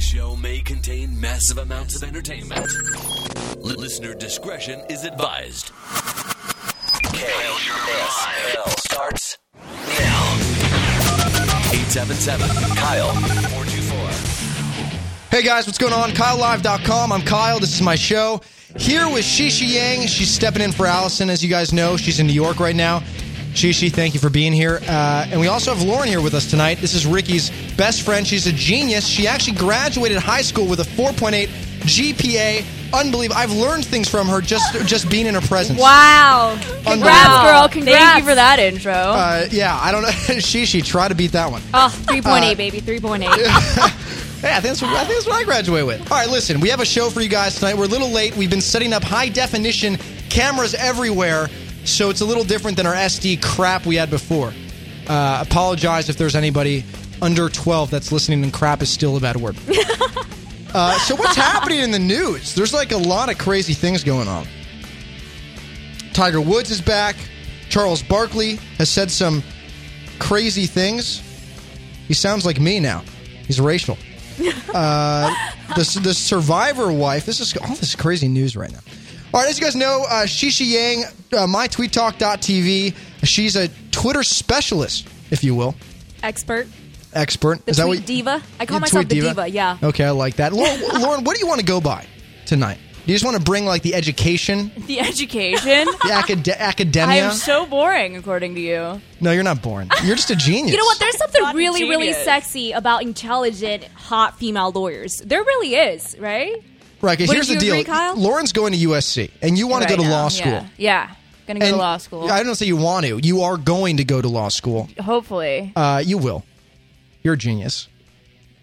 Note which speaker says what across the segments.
Speaker 1: show may contain massive amounts of entertainment. Li- listener discretion is advised. KSL starts now. 877 Kyle 424.
Speaker 2: Hey guys, what's going on? KyleLive.com. I'm Kyle. This is my show. Here with Shishi Yang. She's stepping in for Allison. As you guys know, she's in New York right now. Shishi, thank you for being here. Uh, and we also have Lauren here with us tonight. This is Ricky's best friend. She's a genius. She actually graduated high school with a 4.8 GPA. Unbelievable. I've learned things from her just just being in her presence.
Speaker 3: Wow. Congrats,
Speaker 2: Unbelievable.
Speaker 3: girl. Congrats.
Speaker 4: Thank you for that intro.
Speaker 2: Uh, yeah, I don't know. Shishi, try to beat that one.
Speaker 3: Oh,
Speaker 2: uh,
Speaker 3: 3.8, baby. 3.8.
Speaker 2: Hey, I think, that's what, I think that's what I graduate with. All right, listen, we have a show for you guys tonight. We're a little late. We've been setting up high definition cameras everywhere, so it's a little different than our SD crap we had before. Uh, apologize if there's anybody under 12 that's listening, and crap is still a bad word. uh, so, what's happening in the news? There's like a lot of crazy things going on. Tiger Woods is back. Charles Barkley has said some crazy things. He sounds like me now. He's racial the, the survivor wife. This is all this crazy news right now. All right, as you guys know, uh, Shishi Yang, uh, mytweettalk.tv. She's a Twitter specialist, if you will,
Speaker 4: Expert.
Speaker 2: expert.
Speaker 4: The
Speaker 2: is that
Speaker 4: tweet
Speaker 2: what
Speaker 4: diva. I call
Speaker 2: You
Speaker 4: myself
Speaker 2: tweet
Speaker 4: the diva. yeah.
Speaker 2: Okay, I like that. Lauren, Lauren, what do you want to go by tonight? Do you just want to bring like the education,
Speaker 4: The education.
Speaker 2: the acad-
Speaker 4: I
Speaker 2: academia?
Speaker 4: am so boring, according to you.
Speaker 2: no, you're not boring. You're just a genius.
Speaker 3: You know what? There's something
Speaker 4: Not a
Speaker 3: really, really
Speaker 4: genius.
Speaker 3: sexy about intelligent, hot female lawyers. There really is, right?
Speaker 2: right? 'cause
Speaker 3: Wouldn't
Speaker 2: here's the
Speaker 3: you
Speaker 2: deal.
Speaker 3: agree, Kyle?
Speaker 2: Lauren's going to USC, and you want to
Speaker 4: Right
Speaker 2: go to
Speaker 4: now,
Speaker 2: law school.
Speaker 4: Yeah. yeah. Gonna go
Speaker 2: And
Speaker 4: to law school.
Speaker 2: I don't say you want to. You are going to go to law school.
Speaker 4: Hopefully.
Speaker 2: Uh, you will. You're a genius.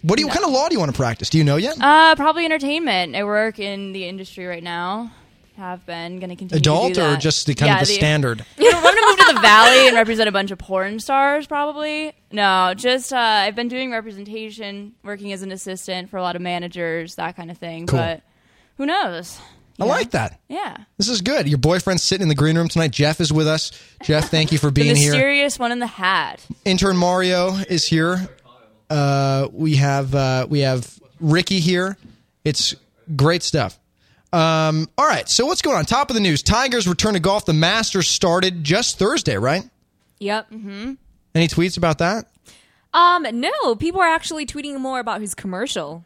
Speaker 2: What do you? What kind of law do you want to practice? Do you know yet?
Speaker 4: Uh, probably entertainment. I work in the industry right now. Have been gonna continue.
Speaker 2: Adult
Speaker 4: to do
Speaker 2: or
Speaker 4: that.
Speaker 2: just the kind
Speaker 4: Yeah,
Speaker 2: of the, standard?
Speaker 4: You know, I'm gonna move to the valley and represent a bunch of porn stars, probably. No, just uh, I've been doing representation, working as an assistant for a lot of managers, that kind of thing.
Speaker 2: Cool.
Speaker 4: But who knows?
Speaker 2: I like that.
Speaker 4: Yeah,
Speaker 2: This is good. Your boyfriend's sitting in the green room tonight. Jeff is with us. Jeff, thank you for
Speaker 4: the
Speaker 2: being here.
Speaker 4: mysterious one in the hat.
Speaker 2: Intern Mario is here. Uh, we have uh, we have Ricky here. It's great stuff. Um, all right, so what's going on? Top of the news: Tigers return to golf. The Masters started just Thursday, right?
Speaker 3: Yep.
Speaker 4: Mm-hmm.
Speaker 2: Any tweets about that?
Speaker 3: Um, no, people are actually tweeting more about his commercial.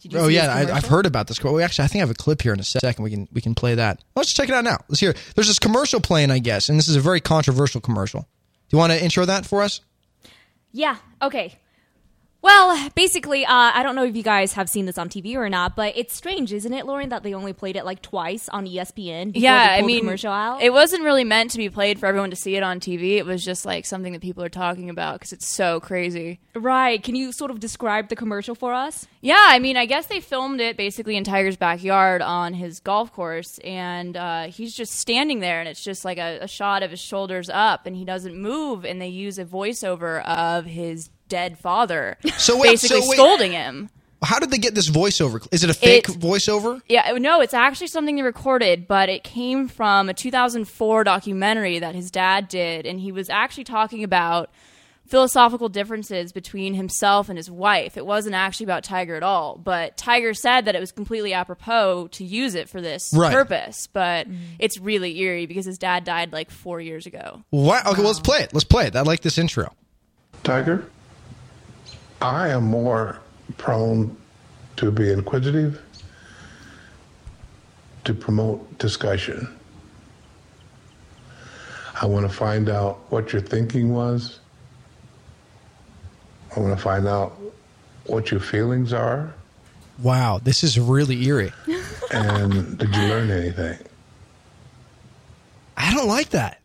Speaker 3: Did you
Speaker 2: Oh
Speaker 3: see his
Speaker 2: yeah, I, I've
Speaker 3: commercial?
Speaker 2: heard about this. We actually, I think I have a clip here in a second. We can we can play that. Let's check it out now. Let's hear. it. There's this commercial playing, I guess, and this is a very controversial commercial. Do you want to intro that for us?
Speaker 3: Yeah. Okay. Well, basically, uh, I don't know if you guys have seen this on TV or not, but it's strange, isn't it, Lauren, that they only played it like twice on E ESPN? Before
Speaker 4: Yeah,
Speaker 3: they
Speaker 4: I
Speaker 3: pulled the
Speaker 4: mean,
Speaker 3: commercial out.
Speaker 4: it wasn't really meant to be played for everyone to see it on TV. It was just like something that people are talking about because it's so crazy.
Speaker 3: right? Can you sort of describe the commercial for us?
Speaker 4: Yeah, I mean, I guess they filmed it basically in Tiger's backyard on his golf course, and uh, he's just standing there, and it's just like a, a shot of his shoulders up, and he doesn't move, and they use a voiceover of his dead father,
Speaker 2: So wait,
Speaker 4: basically
Speaker 2: so wait.
Speaker 4: scolding him.
Speaker 2: How did they get this voiceover? Is it a fake
Speaker 4: It-
Speaker 2: voiceover?
Speaker 4: Yeah, uh, no, it's actually something they recorded, but it came from a 2004 documentary that his dad did, and he was actually talking about philosophical differences between himself and his wife. It wasn't actually about Tiger at all, but Tiger said that it was completely apropos to use it for this
Speaker 2: Right.
Speaker 4: purpose, but it's really eerie because his dad died like four years ago.
Speaker 2: Why? Okay, well let's play it. Let's play it. I like this intro.
Speaker 5: Tiger, I am more prone to be inquisitive, to promote discussion. I want to find out what your thinking was. I want to find out what your feelings are.
Speaker 2: Wow, this is really eerie.
Speaker 5: And did you learn anything?
Speaker 2: I don't like that.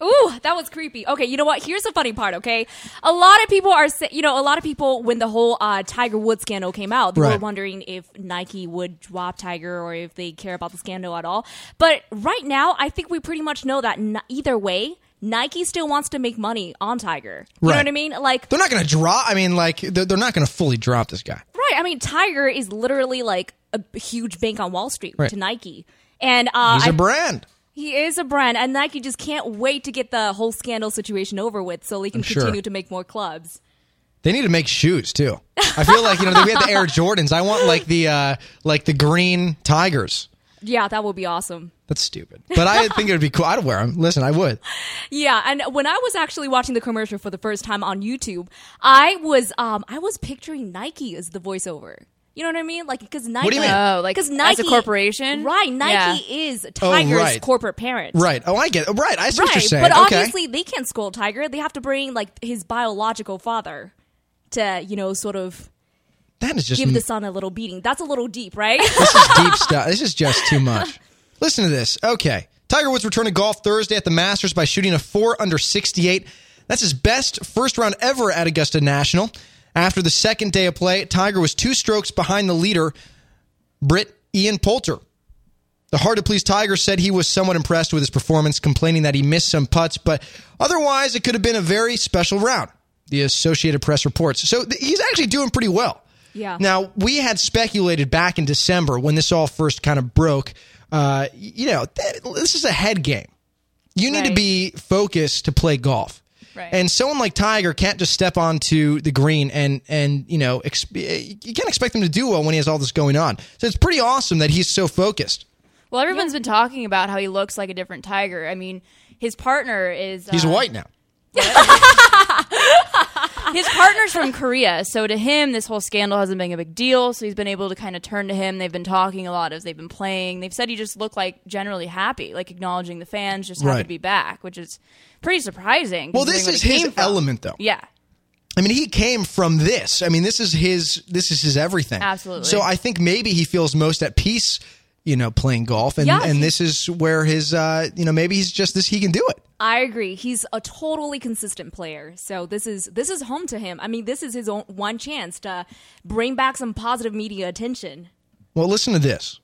Speaker 3: Ooh, that was creepy. Okay, you know what? Here's the funny part. Okay, a lot of people are, sa- you know, a lot of people when the whole uh, Tiger Woods scandal came out, they were
Speaker 2: Right.
Speaker 3: wondering if Nike would drop Tiger or if they care about the scandal at all. But right now, I think we pretty much know that n- either way, Nike still wants to make money on Tiger. You know
Speaker 2: Right.
Speaker 3: what I mean? Like,
Speaker 2: They're not going to drop. I mean, like they're, they're not going to fully drop this guy.
Speaker 3: right? I mean, Tiger is literally like a b- huge bank on Wall Street
Speaker 2: Right.
Speaker 3: to Nike, and uh,
Speaker 2: He's
Speaker 3: I
Speaker 2: a brand.
Speaker 3: He is a brand, and Nike just can't wait to get the whole scandal situation over with so they can
Speaker 2: I'm sure.
Speaker 3: continue to make more clubs.
Speaker 2: They need to make shoes too. I feel like you know we had the Air Jordans. I want like the uh, like the green tigers.
Speaker 3: Yeah, that would be awesome.
Speaker 2: That's stupid, but I think it would be cool. I'd wear them. Listen, I would.
Speaker 3: Yeah, and when I was actually watching the commercial for the first time on YouTube, I was um I was picturing Nike as the voiceover. You know what I mean? Like because Nike,
Speaker 2: do you mean? Oh,
Speaker 4: Oh, like,
Speaker 3: 'cause
Speaker 4: as a
Speaker 3: Nike
Speaker 4: corporation?
Speaker 3: right? Nike is Tiger's
Speaker 2: right.
Speaker 3: corporate parent,
Speaker 2: Right? Oh, I get. Right? I see what
Speaker 3: Right,
Speaker 2: you're saying.
Speaker 3: but
Speaker 2: okay.
Speaker 3: obviously they can't scold Tiger. They have to bring like his biological father to you know sort of
Speaker 2: that is just
Speaker 3: give the son a little beating. That's a little deep, right?
Speaker 2: This is deep stuff. This is just too much. Listen to this. Okay. Tiger Woods returned to golf Thursday at the Masters by shooting a 4 under 68. That's his best first round ever at Augusta National. After the second day of play, Tiger was two strokes behind the leader, Brit Ian Poulter. The hard to please Tiger said he was somewhat impressed with his performance, complaining that he missed some putts, but otherwise it could have been a very special round. The Associated Press reports. So th- he's actually doing pretty well.
Speaker 3: Yeah.
Speaker 2: Now we had speculated back in December when this all first kind of broke. Uh, y- you know, th- this is a head game. You need to
Speaker 4: Right.
Speaker 2: be focused to play golf.
Speaker 4: Right.
Speaker 2: And someone like Tiger can't just step onto the green and and you know exp- you can't expect him to do well when he has all this going on. So it's pretty awesome that he's so focused.
Speaker 4: Well, everyone's been talking about how he looks like a different tiger. I mean, his partner is
Speaker 2: He's
Speaker 4: uh,
Speaker 2: white now.
Speaker 4: His partner's from Korea, so to him, this whole scandal hasn't been a big deal. So he's been able to kind of turn to him. They've been talking a lot as they've been playing. They've said he just looked like generally happy, like acknowledging the fans, just happy
Speaker 2: Right.
Speaker 4: to be back, which is pretty surprising.
Speaker 2: Well,
Speaker 4: considering
Speaker 2: this
Speaker 4: where
Speaker 2: is
Speaker 4: he came
Speaker 2: his
Speaker 4: from.
Speaker 2: element, though.
Speaker 4: Yeah,
Speaker 2: I mean, he came from this. I mean, this is his. This is his everything.
Speaker 4: Absolutely.
Speaker 2: So I think maybe he feels most at peace, you know, playing golf, and
Speaker 3: Yeah,
Speaker 2: and
Speaker 3: he-
Speaker 2: this is where his, uh, you know, maybe he's just this. He can do it.
Speaker 3: I agree. He's a totally consistent player. So this is this is home to him. I mean, this is his own one chance to bring back some positive media attention.
Speaker 2: Well, listen to this.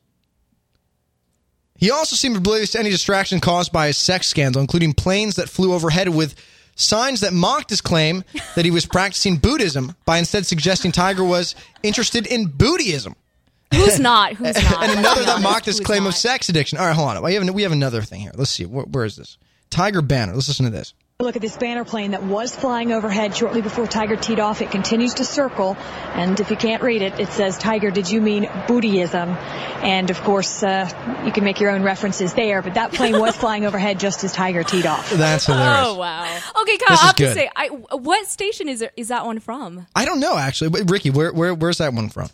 Speaker 2: He also seemed oblivious to any distraction caused by his sex scandal, including planes that flew overhead with signs that mocked his claim that he was practicing Buddhism by instead suggesting Tiger was interested in Buddhism.
Speaker 3: Who's not? Who's not?
Speaker 2: and
Speaker 3: Let's
Speaker 2: another
Speaker 3: be
Speaker 2: that
Speaker 3: honest.
Speaker 2: mocked his
Speaker 3: Who's
Speaker 2: claim of
Speaker 3: not?
Speaker 2: sex addiction. All right, hold on. We have, we have another thing here. Let's see. Where, where is this? Tiger Banner. Let's listen to this.
Speaker 6: Look at this banner plane that was flying overhead shortly before Tiger teed off. It continues to circle. And if you can't read it, it says, Tiger, did you mean Buddhism? And of course, uh, you can make your own references there, but that plane was flying overhead just as Tiger teed off.
Speaker 2: That's hilarious.
Speaker 4: Oh wow.
Speaker 3: Okay, Kyle.
Speaker 2: This is
Speaker 3: I have
Speaker 2: good.
Speaker 3: to say, I, what station is there, is that one from?
Speaker 2: I don't know, actually. But Ricky, where, where where's that one from?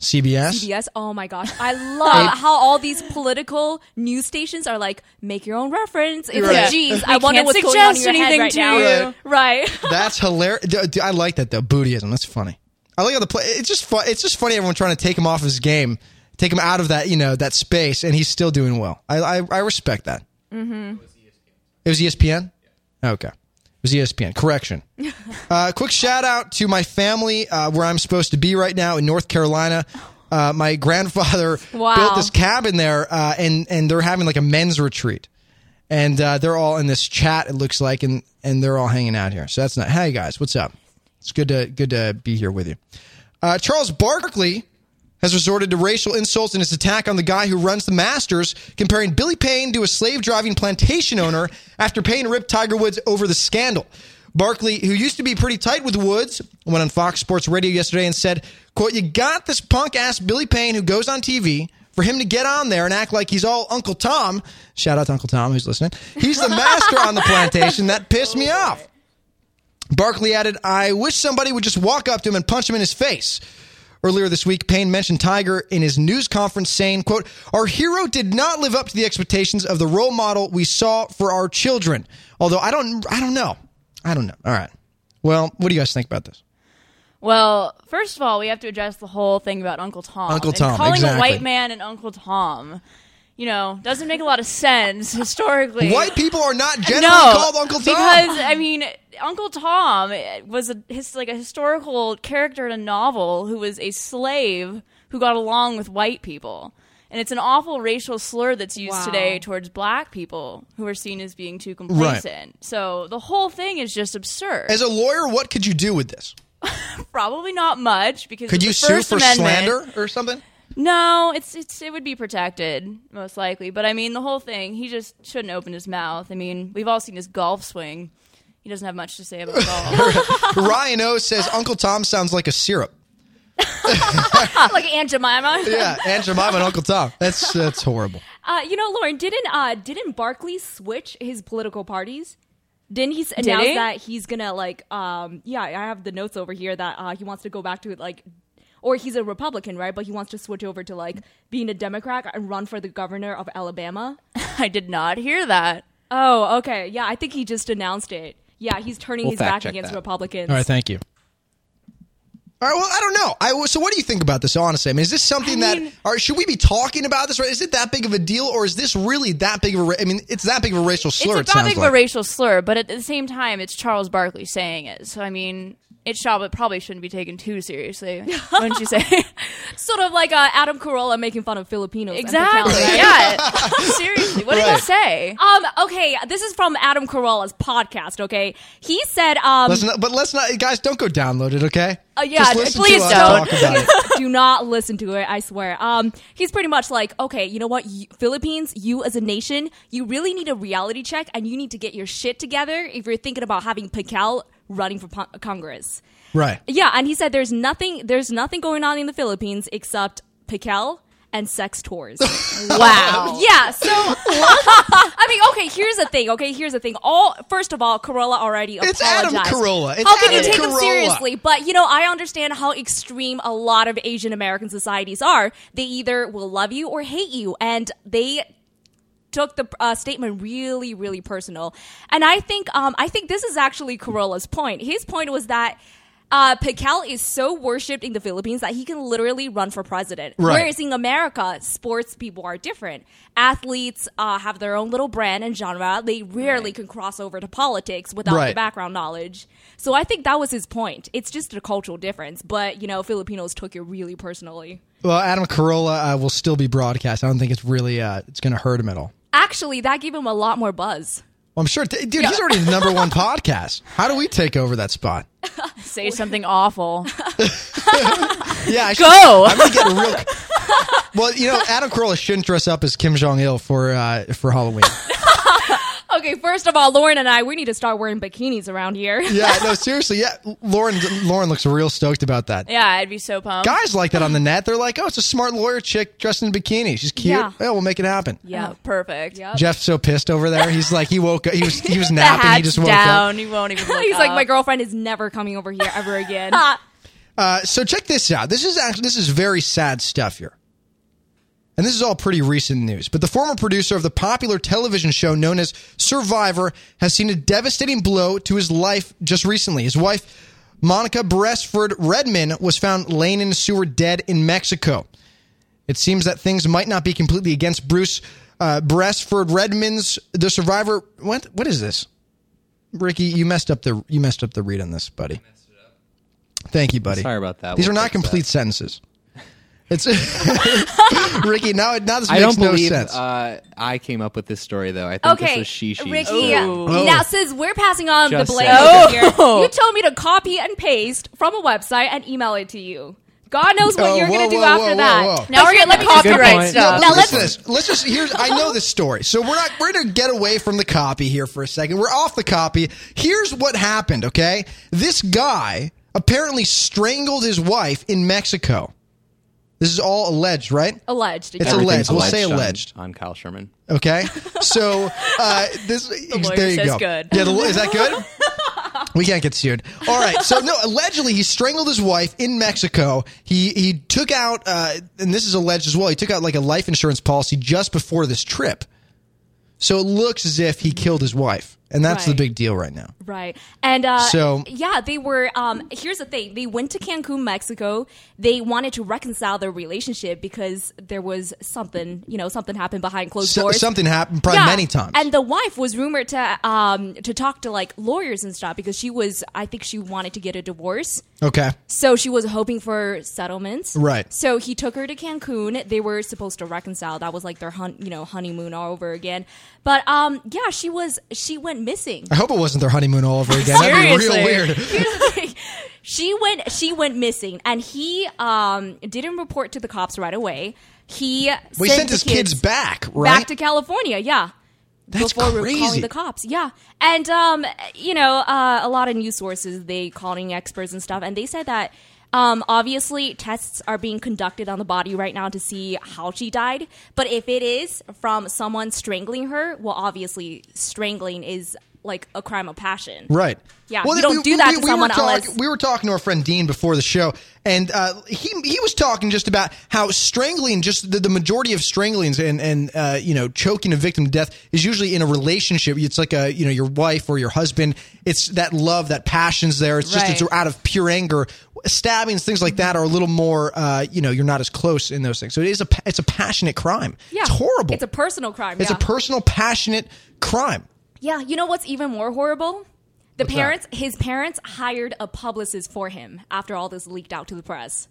Speaker 2: CBS?
Speaker 3: Yes. Oh my gosh, I love how all these political news stations are like, make your own reference. It's
Speaker 2: Right.
Speaker 3: like, geez, I
Speaker 4: We
Speaker 3: wonder
Speaker 4: can't
Speaker 3: what's going on in
Speaker 4: suggest
Speaker 3: your head
Speaker 4: anything
Speaker 3: right
Speaker 4: to
Speaker 3: now.
Speaker 4: you.
Speaker 3: Right.
Speaker 2: That's hilarious. D- d- I like that though. Buddhism. That's funny. I like how the play. It's just fun. It's just funny. Everyone trying to take him off his game, take him out of that you know that space, and he's still doing well. I I, I respect that. Mm-hmm. It was E ESPN. Okay. It was E ESPN. Correction. uh, quick shout out to my family uh, where I'm supposed to be right now in North Carolina. Uh, my grandfather
Speaker 3: Wow.
Speaker 2: built this cabin there, uh, and and they're having like a men's retreat and uh, they're all in this chat. It looks like, and and they're all hanging out here. So that's not. Hey guys, what's up? It's good to good to be here with you. Uh, Charles Barkley has resorted to racial insults in his attack on the guy who runs the Masters, comparing Billy Payne to a slave driving plantation owner after Payne ripped Tiger Woods over the scandal. Barkley, who used to be pretty tight with Woods, went on Fox Sports Radio yesterday and said, quote, you got this punk ass Billy Payne who goes on TV for him to get on there and act like he's all Uncle Tom. Shout out to Uncle Tom who's listening. He's the master on the plantation. That pissed me off. Barkley added, I wish somebody would just walk up to him and punch him in his face. Earlier this week, Payne mentioned Tiger in his news conference saying, quote, Our hero did not live up to the expectations of the role model we saw for our children. Although I don't I don't know. I don't know. All right. Well, what do you guys think about this?
Speaker 4: Well, first of all, we have to address the whole thing about Uncle Tom.
Speaker 2: Uncle
Speaker 4: And
Speaker 2: Tom,
Speaker 4: calling
Speaker 2: exactly.
Speaker 4: a white man an Uncle Tom, you know, doesn't make a lot of sense historically.
Speaker 2: White people are not generally
Speaker 4: no,
Speaker 2: called Uncle Tom.
Speaker 4: because I mean, Uncle Tom was a his like a historical character in a novel who was a slave who got along with white people, and it's an awful racial slur that's used
Speaker 3: Wow.
Speaker 4: today towards black people who are seen as being too complacent. So the whole thing is just absurd.
Speaker 2: As a lawyer, what could you do with this?
Speaker 4: Probably not much because
Speaker 2: Could
Speaker 4: of
Speaker 2: you
Speaker 4: the
Speaker 2: sue
Speaker 4: First
Speaker 2: for
Speaker 4: Amendment.
Speaker 2: slander or something?
Speaker 4: No, it's it's it would be protected most likely, but I mean the whole thing. He just shouldn't open his mouth. I mean, we've all seen his golf swing. He doesn't have much to say about golf.
Speaker 2: Ryan O says Uncle Tom sounds like a syrup.
Speaker 3: like Aunt Jemima.
Speaker 2: Yeah, Aunt Jemima and Uncle Tom. That's that's horrible.
Speaker 3: Uh, you know, Lauren, didn't uh, didn't Barkley switch his political parties? Didn't he s- announce
Speaker 4: he?
Speaker 3: that he's gonna like? Um, yeah, I have the notes over here that uh, he wants to go back to like, or he's a Republican, right? But he wants to switch over to like being a Democrat and run for the governor of Alabama.
Speaker 4: I did not hear that.
Speaker 3: Oh, okay. Yeah, I think he just announced it. Yeah, he's turning
Speaker 7: We'll
Speaker 3: his
Speaker 7: fact
Speaker 3: back
Speaker 7: check
Speaker 3: against
Speaker 7: that.
Speaker 3: Republicans.
Speaker 2: All right, thank you. All right, well, I don't know. I so what do you think about this? Honestly, I mean, is this something that or should we be talking about this? Right? Is it that big of a deal, or is this really that big of a? ra- I mean, it's that big of a racial slur.
Speaker 4: it's
Speaker 2: it
Speaker 4: about
Speaker 2: sounds
Speaker 4: big of
Speaker 2: like.
Speaker 4: a racial slur, but at the same time, it's Charles Barkley saying it. So I mean, it shall, but probably shouldn't be taken too seriously, wouldn't you say?
Speaker 3: Sort of like uh, Adam Carolla making fun of Filipinos. and
Speaker 4: exactly.
Speaker 3: Picalli.
Speaker 4: Yeah. seriously, what did
Speaker 2: Right.
Speaker 4: he say?
Speaker 3: Um, okay, this is from Adam Carolla's podcast, okay? He said, um,
Speaker 2: Let's not, but let's not, guys. Don't go download it, okay?
Speaker 3: Uh, yeah,
Speaker 2: Just listen
Speaker 3: please
Speaker 2: to us
Speaker 3: don't.
Speaker 2: talk about it.
Speaker 3: do not listen to it, I swear. Um, he's pretty much like, okay, you know what, you, Philippines, you as a nation, you really need a reality check and you need to get your shit together if you're thinking about having Pacal running for po- Congress.
Speaker 2: Right.
Speaker 3: Yeah, and he said there's nothing there's nothing going on in the Philippines except Pacal and sex tours.
Speaker 4: Wow.
Speaker 3: Yeah, so I mean, okay, here's the thing. Okay, here's the thing. All first of all, Corolla already
Speaker 2: It's Adam
Speaker 3: apologized.
Speaker 2: Carolla. It's
Speaker 3: how can
Speaker 2: Adam
Speaker 3: you take
Speaker 2: Carolla.
Speaker 3: him seriously? But you know, I understand how extreme a lot of Asian American societies are. They either will love you or hate you, and they took the uh, statement really, really personal. And I think, um, I think this is actually Corolla's point. His point was that. Uh, Piquel is so worshipped in the Philippines that he can literally run for president.
Speaker 2: Right.
Speaker 3: Whereas in America, sports people are different. Athletes uh, have their own little brand and genre. They rarely can cross over to politics without
Speaker 2: Right.
Speaker 3: the background knowledge. So I think that was his point. It's just a cultural difference, but you know, Filipinos took it really personally.
Speaker 2: Well, Adam Carolla uh, will still be broadcast. I don't think it's really uh, it's going to hurt him at all.
Speaker 3: Actually, that gave him a lot more buzz.
Speaker 2: Well, I'm sure, t- dude. He's already the number one podcast. How do we take over that spot?
Speaker 4: Say something awful.
Speaker 2: Yeah, I should,
Speaker 4: Go.
Speaker 2: I'm gonna get a real. Well, you know, Adam Carolla shouldn't dress up as Kim Jong Il for uh, for Halloween.
Speaker 3: Okay, first of all, Lauren and I, we need to start wearing bikinis around here.
Speaker 2: Yeah, no, seriously. Yeah, Lauren Lauren looks real stoked about that.
Speaker 4: Yeah, I'd be so pumped.
Speaker 2: Guys like that on the net. They're like, oh, it's a smart lawyer chick dressed in a bikini. She's cute.
Speaker 3: Yeah.
Speaker 2: Yeah, we'll make it happen.
Speaker 4: Yeah, perfect. Yeah.
Speaker 2: Jeff's so pissed over there. He's like, he woke up. He was he was
Speaker 4: The
Speaker 2: napping. He
Speaker 4: hat's
Speaker 2: just woke up.
Speaker 4: down. You won't
Speaker 2: Oh
Speaker 4: even. Look
Speaker 3: He's like,
Speaker 4: up.
Speaker 3: my girlfriend is never coming over here ever again.
Speaker 2: Uh, so check this out. This is actually this is very sad stuff here. And this is all pretty recent news. But the former producer of the popular television show known as Survivor has seen a devastating blow to his life just recently. His wife, Monica Beresford Redman, was found laying in a sewer dead in Mexico. It seems that things might not be completely against Bruce uh, Beresford Redman's The Survivor. What what is this? Ricky, you messed up the you messed up the read on this, buddy. Thank you, buddy.
Speaker 7: Sorry about that.
Speaker 2: These
Speaker 7: We'll
Speaker 2: are not
Speaker 7: fix that.
Speaker 2: complete sentences. It's Ricky. Now, now this makes
Speaker 7: I don't
Speaker 2: no
Speaker 7: believe
Speaker 2: sense.
Speaker 7: uh, I came up with this story though. I think this
Speaker 3: Okay,
Speaker 7: was Shishi.
Speaker 3: Ricky.
Speaker 2: Oh.
Speaker 3: Now, since we're passing on
Speaker 7: Just
Speaker 3: the blame
Speaker 7: saying.
Speaker 3: over here, you told me to copy and paste from a website and email it to you. God knows what
Speaker 2: Oh,
Speaker 3: you're
Speaker 2: whoa,
Speaker 3: going to do
Speaker 2: whoa,
Speaker 3: after
Speaker 2: whoa,
Speaker 3: that.
Speaker 2: whoa, whoa.
Speaker 4: now we're getting the
Speaker 7: point.
Speaker 4: copyright stuff.
Speaker 2: now
Speaker 3: Now,
Speaker 2: listen
Speaker 3: let's-
Speaker 2: to this. Let's just here's I know this story. So we're not we're gonna get away from the copy here for a second. We're off the copy. Here's what happened, okay? This guy apparently strangled his wife in Mexico. This is all alleged, right?
Speaker 4: Oh,
Speaker 3: Alleged.
Speaker 2: It's
Speaker 3: yeah.
Speaker 2: alleged.
Speaker 7: Everything's
Speaker 2: We'll say
Speaker 7: on-
Speaker 2: alleged.
Speaker 7: on Kyle Sherman.
Speaker 2: Okay, so uh, this
Speaker 4: lawyer
Speaker 2: there you
Speaker 4: says
Speaker 2: go.
Speaker 4: good.
Speaker 2: Yeah, the, law- is that good? We can't get sued. All right. So no, allegedly he strangled his wife in Mexico. He he took out, uh, and this is alleged as well. He took out like a life insurance policy just before this trip. So it looks as if he killed his wife, and that's the
Speaker 3: Right.
Speaker 2: big deal right now.
Speaker 3: Right. And uh,
Speaker 2: So-
Speaker 3: yeah, they were. Um, here's the thing: they went to Cancun, Mexico. They wanted to reconcile their relationship because there was something, you know, something happened behind closed
Speaker 2: So,
Speaker 3: doors.
Speaker 2: something happened probably
Speaker 3: Yeah.
Speaker 2: many times.
Speaker 3: And the wife was rumored to um, to talk to like lawyers and stuff because she was, I think, she wanted to get a divorce.
Speaker 2: okay.
Speaker 3: So she was hoping for settlements.
Speaker 2: Right.
Speaker 3: So he took her to Cancun. They were supposed to reconcile. That was like their hun- you know honeymoon all over again. But um, yeah, she was she went missing.
Speaker 2: I hope it wasn't their honeymoon all over again. That'd be real
Speaker 4: Seriously.
Speaker 2: weird.
Speaker 3: she went she went missing, and he um didn't report to the cops right away. He
Speaker 2: We
Speaker 3: sent,
Speaker 2: sent
Speaker 3: the
Speaker 2: his kids, back, right?
Speaker 3: back to California. Yeah.
Speaker 2: That's
Speaker 3: before we were
Speaker 2: crazy.
Speaker 3: calling the cops. Yeah, and um, you know, uh, a lot of news sources they calling experts and stuff, and they said that. Um, obviously, tests are being conducted on the body right now to see how she died. But if it is from someone strangling her, well, obviously, strangling is like a crime of passion.
Speaker 2: Right.
Speaker 3: Yeah, you don't do that to
Speaker 2: were
Speaker 3: someone
Speaker 2: talk-
Speaker 3: unless-
Speaker 2: we were talking to our friend Dean before the show, and uh, he he was talking just about how strangling, just the, the majority of stranglings and and uh, you know choking a victim to death is usually in a relationship. It's like a you know your wife or your husband. It's that love, that passion's there. It's just it's
Speaker 4: Right.
Speaker 2: out of pure anger. Stabbings, things like that, are a little more. Uh, you know, you're not as close in those things. So it is a pa- it's a passionate crime.
Speaker 3: Yeah.
Speaker 2: it's horrible.
Speaker 3: It's a personal crime.
Speaker 2: It's
Speaker 3: yeah.
Speaker 2: a personal, passionate crime.
Speaker 3: Yeah, you know what's even more horrible? The
Speaker 2: What's that?
Speaker 3: parents, his parents hired a publicist for him after all this leaked out to the press.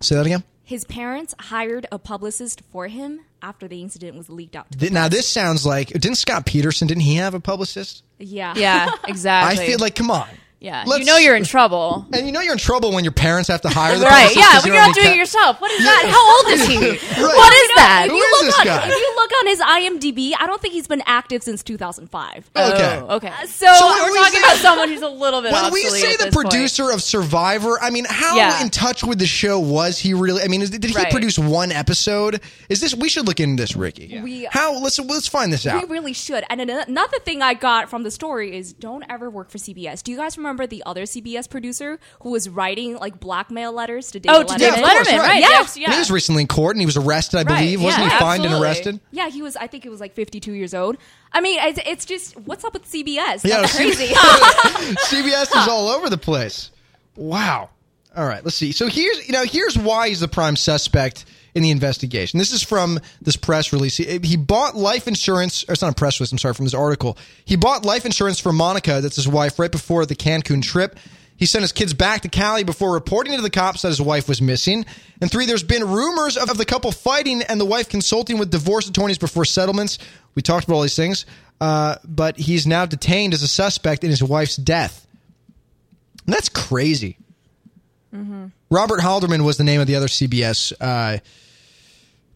Speaker 2: Say that again.
Speaker 3: His parents hired a publicist for him after the incident was leaked out. To
Speaker 2: Th- Now this sounds like didn't Scott Peterson? Didn't he have a publicist?
Speaker 3: yeah.
Speaker 4: Yeah,
Speaker 2: I
Speaker 4: exactly.
Speaker 2: feel like come on.
Speaker 4: yeah, you
Speaker 2: Let's-
Speaker 4: know you're in trouble.
Speaker 2: and you know you're in trouble when your parents have to hire the
Speaker 4: Right?
Speaker 2: publicist
Speaker 4: Yeah,
Speaker 2: 'cause
Speaker 4: when
Speaker 2: you
Speaker 4: you're
Speaker 2: don't
Speaker 4: not
Speaker 2: have any
Speaker 4: doing
Speaker 2: ca-
Speaker 4: yourself. What is that? How old is he?
Speaker 2: Right.
Speaker 4: What is that?
Speaker 2: Who
Speaker 3: If you
Speaker 2: is
Speaker 3: look
Speaker 2: this
Speaker 3: on-
Speaker 2: guy?
Speaker 3: If you look on his IMDb, I don't think he's been active since 2005.
Speaker 2: Okay.
Speaker 4: Oh, okay.
Speaker 2: So
Speaker 3: So,
Speaker 2: what
Speaker 4: We're
Speaker 2: we
Speaker 4: talking
Speaker 2: say-
Speaker 4: about someone who's a little bit.
Speaker 2: When we
Speaker 4: obsolete
Speaker 2: say
Speaker 4: at
Speaker 2: the
Speaker 4: this point.
Speaker 2: producer of Survivor, I mean, how
Speaker 4: Yeah.
Speaker 2: in touch with the show was he really? I mean, is, did he
Speaker 4: Right.
Speaker 2: produce one episode? Is this? We should look into this, Ricky.
Speaker 3: We-
Speaker 2: how? Let's let's find this
Speaker 3: we
Speaker 2: out.
Speaker 3: really should. And ano- another thing I got from the story is don't ever work for CBS. Do you guys remember the other CBS producer who was writing like blackmail letters to David
Speaker 4: Oh, to
Speaker 3: Letterman?
Speaker 2: Yeah,
Speaker 4: David
Speaker 2: of course,
Speaker 4: Letterman,
Speaker 2: right.
Speaker 4: right?
Speaker 3: Yeah.
Speaker 4: Yes,
Speaker 2: And He was recently in court and he was arrested, I
Speaker 4: Right,
Speaker 2: believe. Wasn't
Speaker 4: yeah,
Speaker 2: he fined and
Speaker 4: absolutely.
Speaker 2: arrested?
Speaker 3: Yeah, he was. I think he was like 52 years old. I mean, it's, it's just what's up with CBS?
Speaker 2: Yeah,
Speaker 3: That's
Speaker 2: it was-
Speaker 3: crazy.
Speaker 2: CBS is all over the place. Wow. All right, let's see. So here's you know here's why he's the prime suspect in the investigation. This is from this press release. He, he bought life insurance. Or it's not a press release. I'm sorry, from this article. He bought life insurance for Monica, that's his wife, right before the Cancun trip. He sent his kids back to Cali before reporting to the cops that his wife was missing. And three, there's been rumors of the couple fighting and the wife consulting with divorce attorneys before settlements. We talked about all these things, uh, but he's now detained as a suspect in his wife's death. And that's crazy. Robert Halderman was the name of the other CBS uh,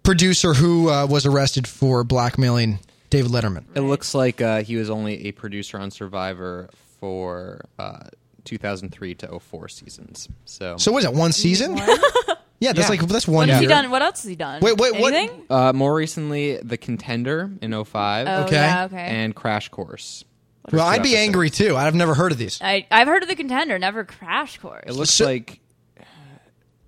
Speaker 2: producer who uh, was arrested for blackmailing David Letterman.
Speaker 7: It looks like uh, he was only a producer on Survivor for uh, 2003 to 04 seasons. So,
Speaker 2: So what is that? One season? yeah, that's like that's one
Speaker 4: What
Speaker 2: year.
Speaker 4: has he done? What else has he done?
Speaker 2: Wait, wait, what-
Speaker 4: Anything?
Speaker 7: uh, more recently, The Contender in 05
Speaker 4: Oh,
Speaker 2: Okay.
Speaker 4: yeah, okay.
Speaker 7: and Crash Course.
Speaker 2: Well,
Speaker 7: First
Speaker 2: I'd
Speaker 7: two
Speaker 2: be
Speaker 7: episodes.
Speaker 2: angry too. I've never heard of these.
Speaker 4: I, I've heard of the contender, never Crash Course.
Speaker 7: It looks
Speaker 2: So-
Speaker 7: like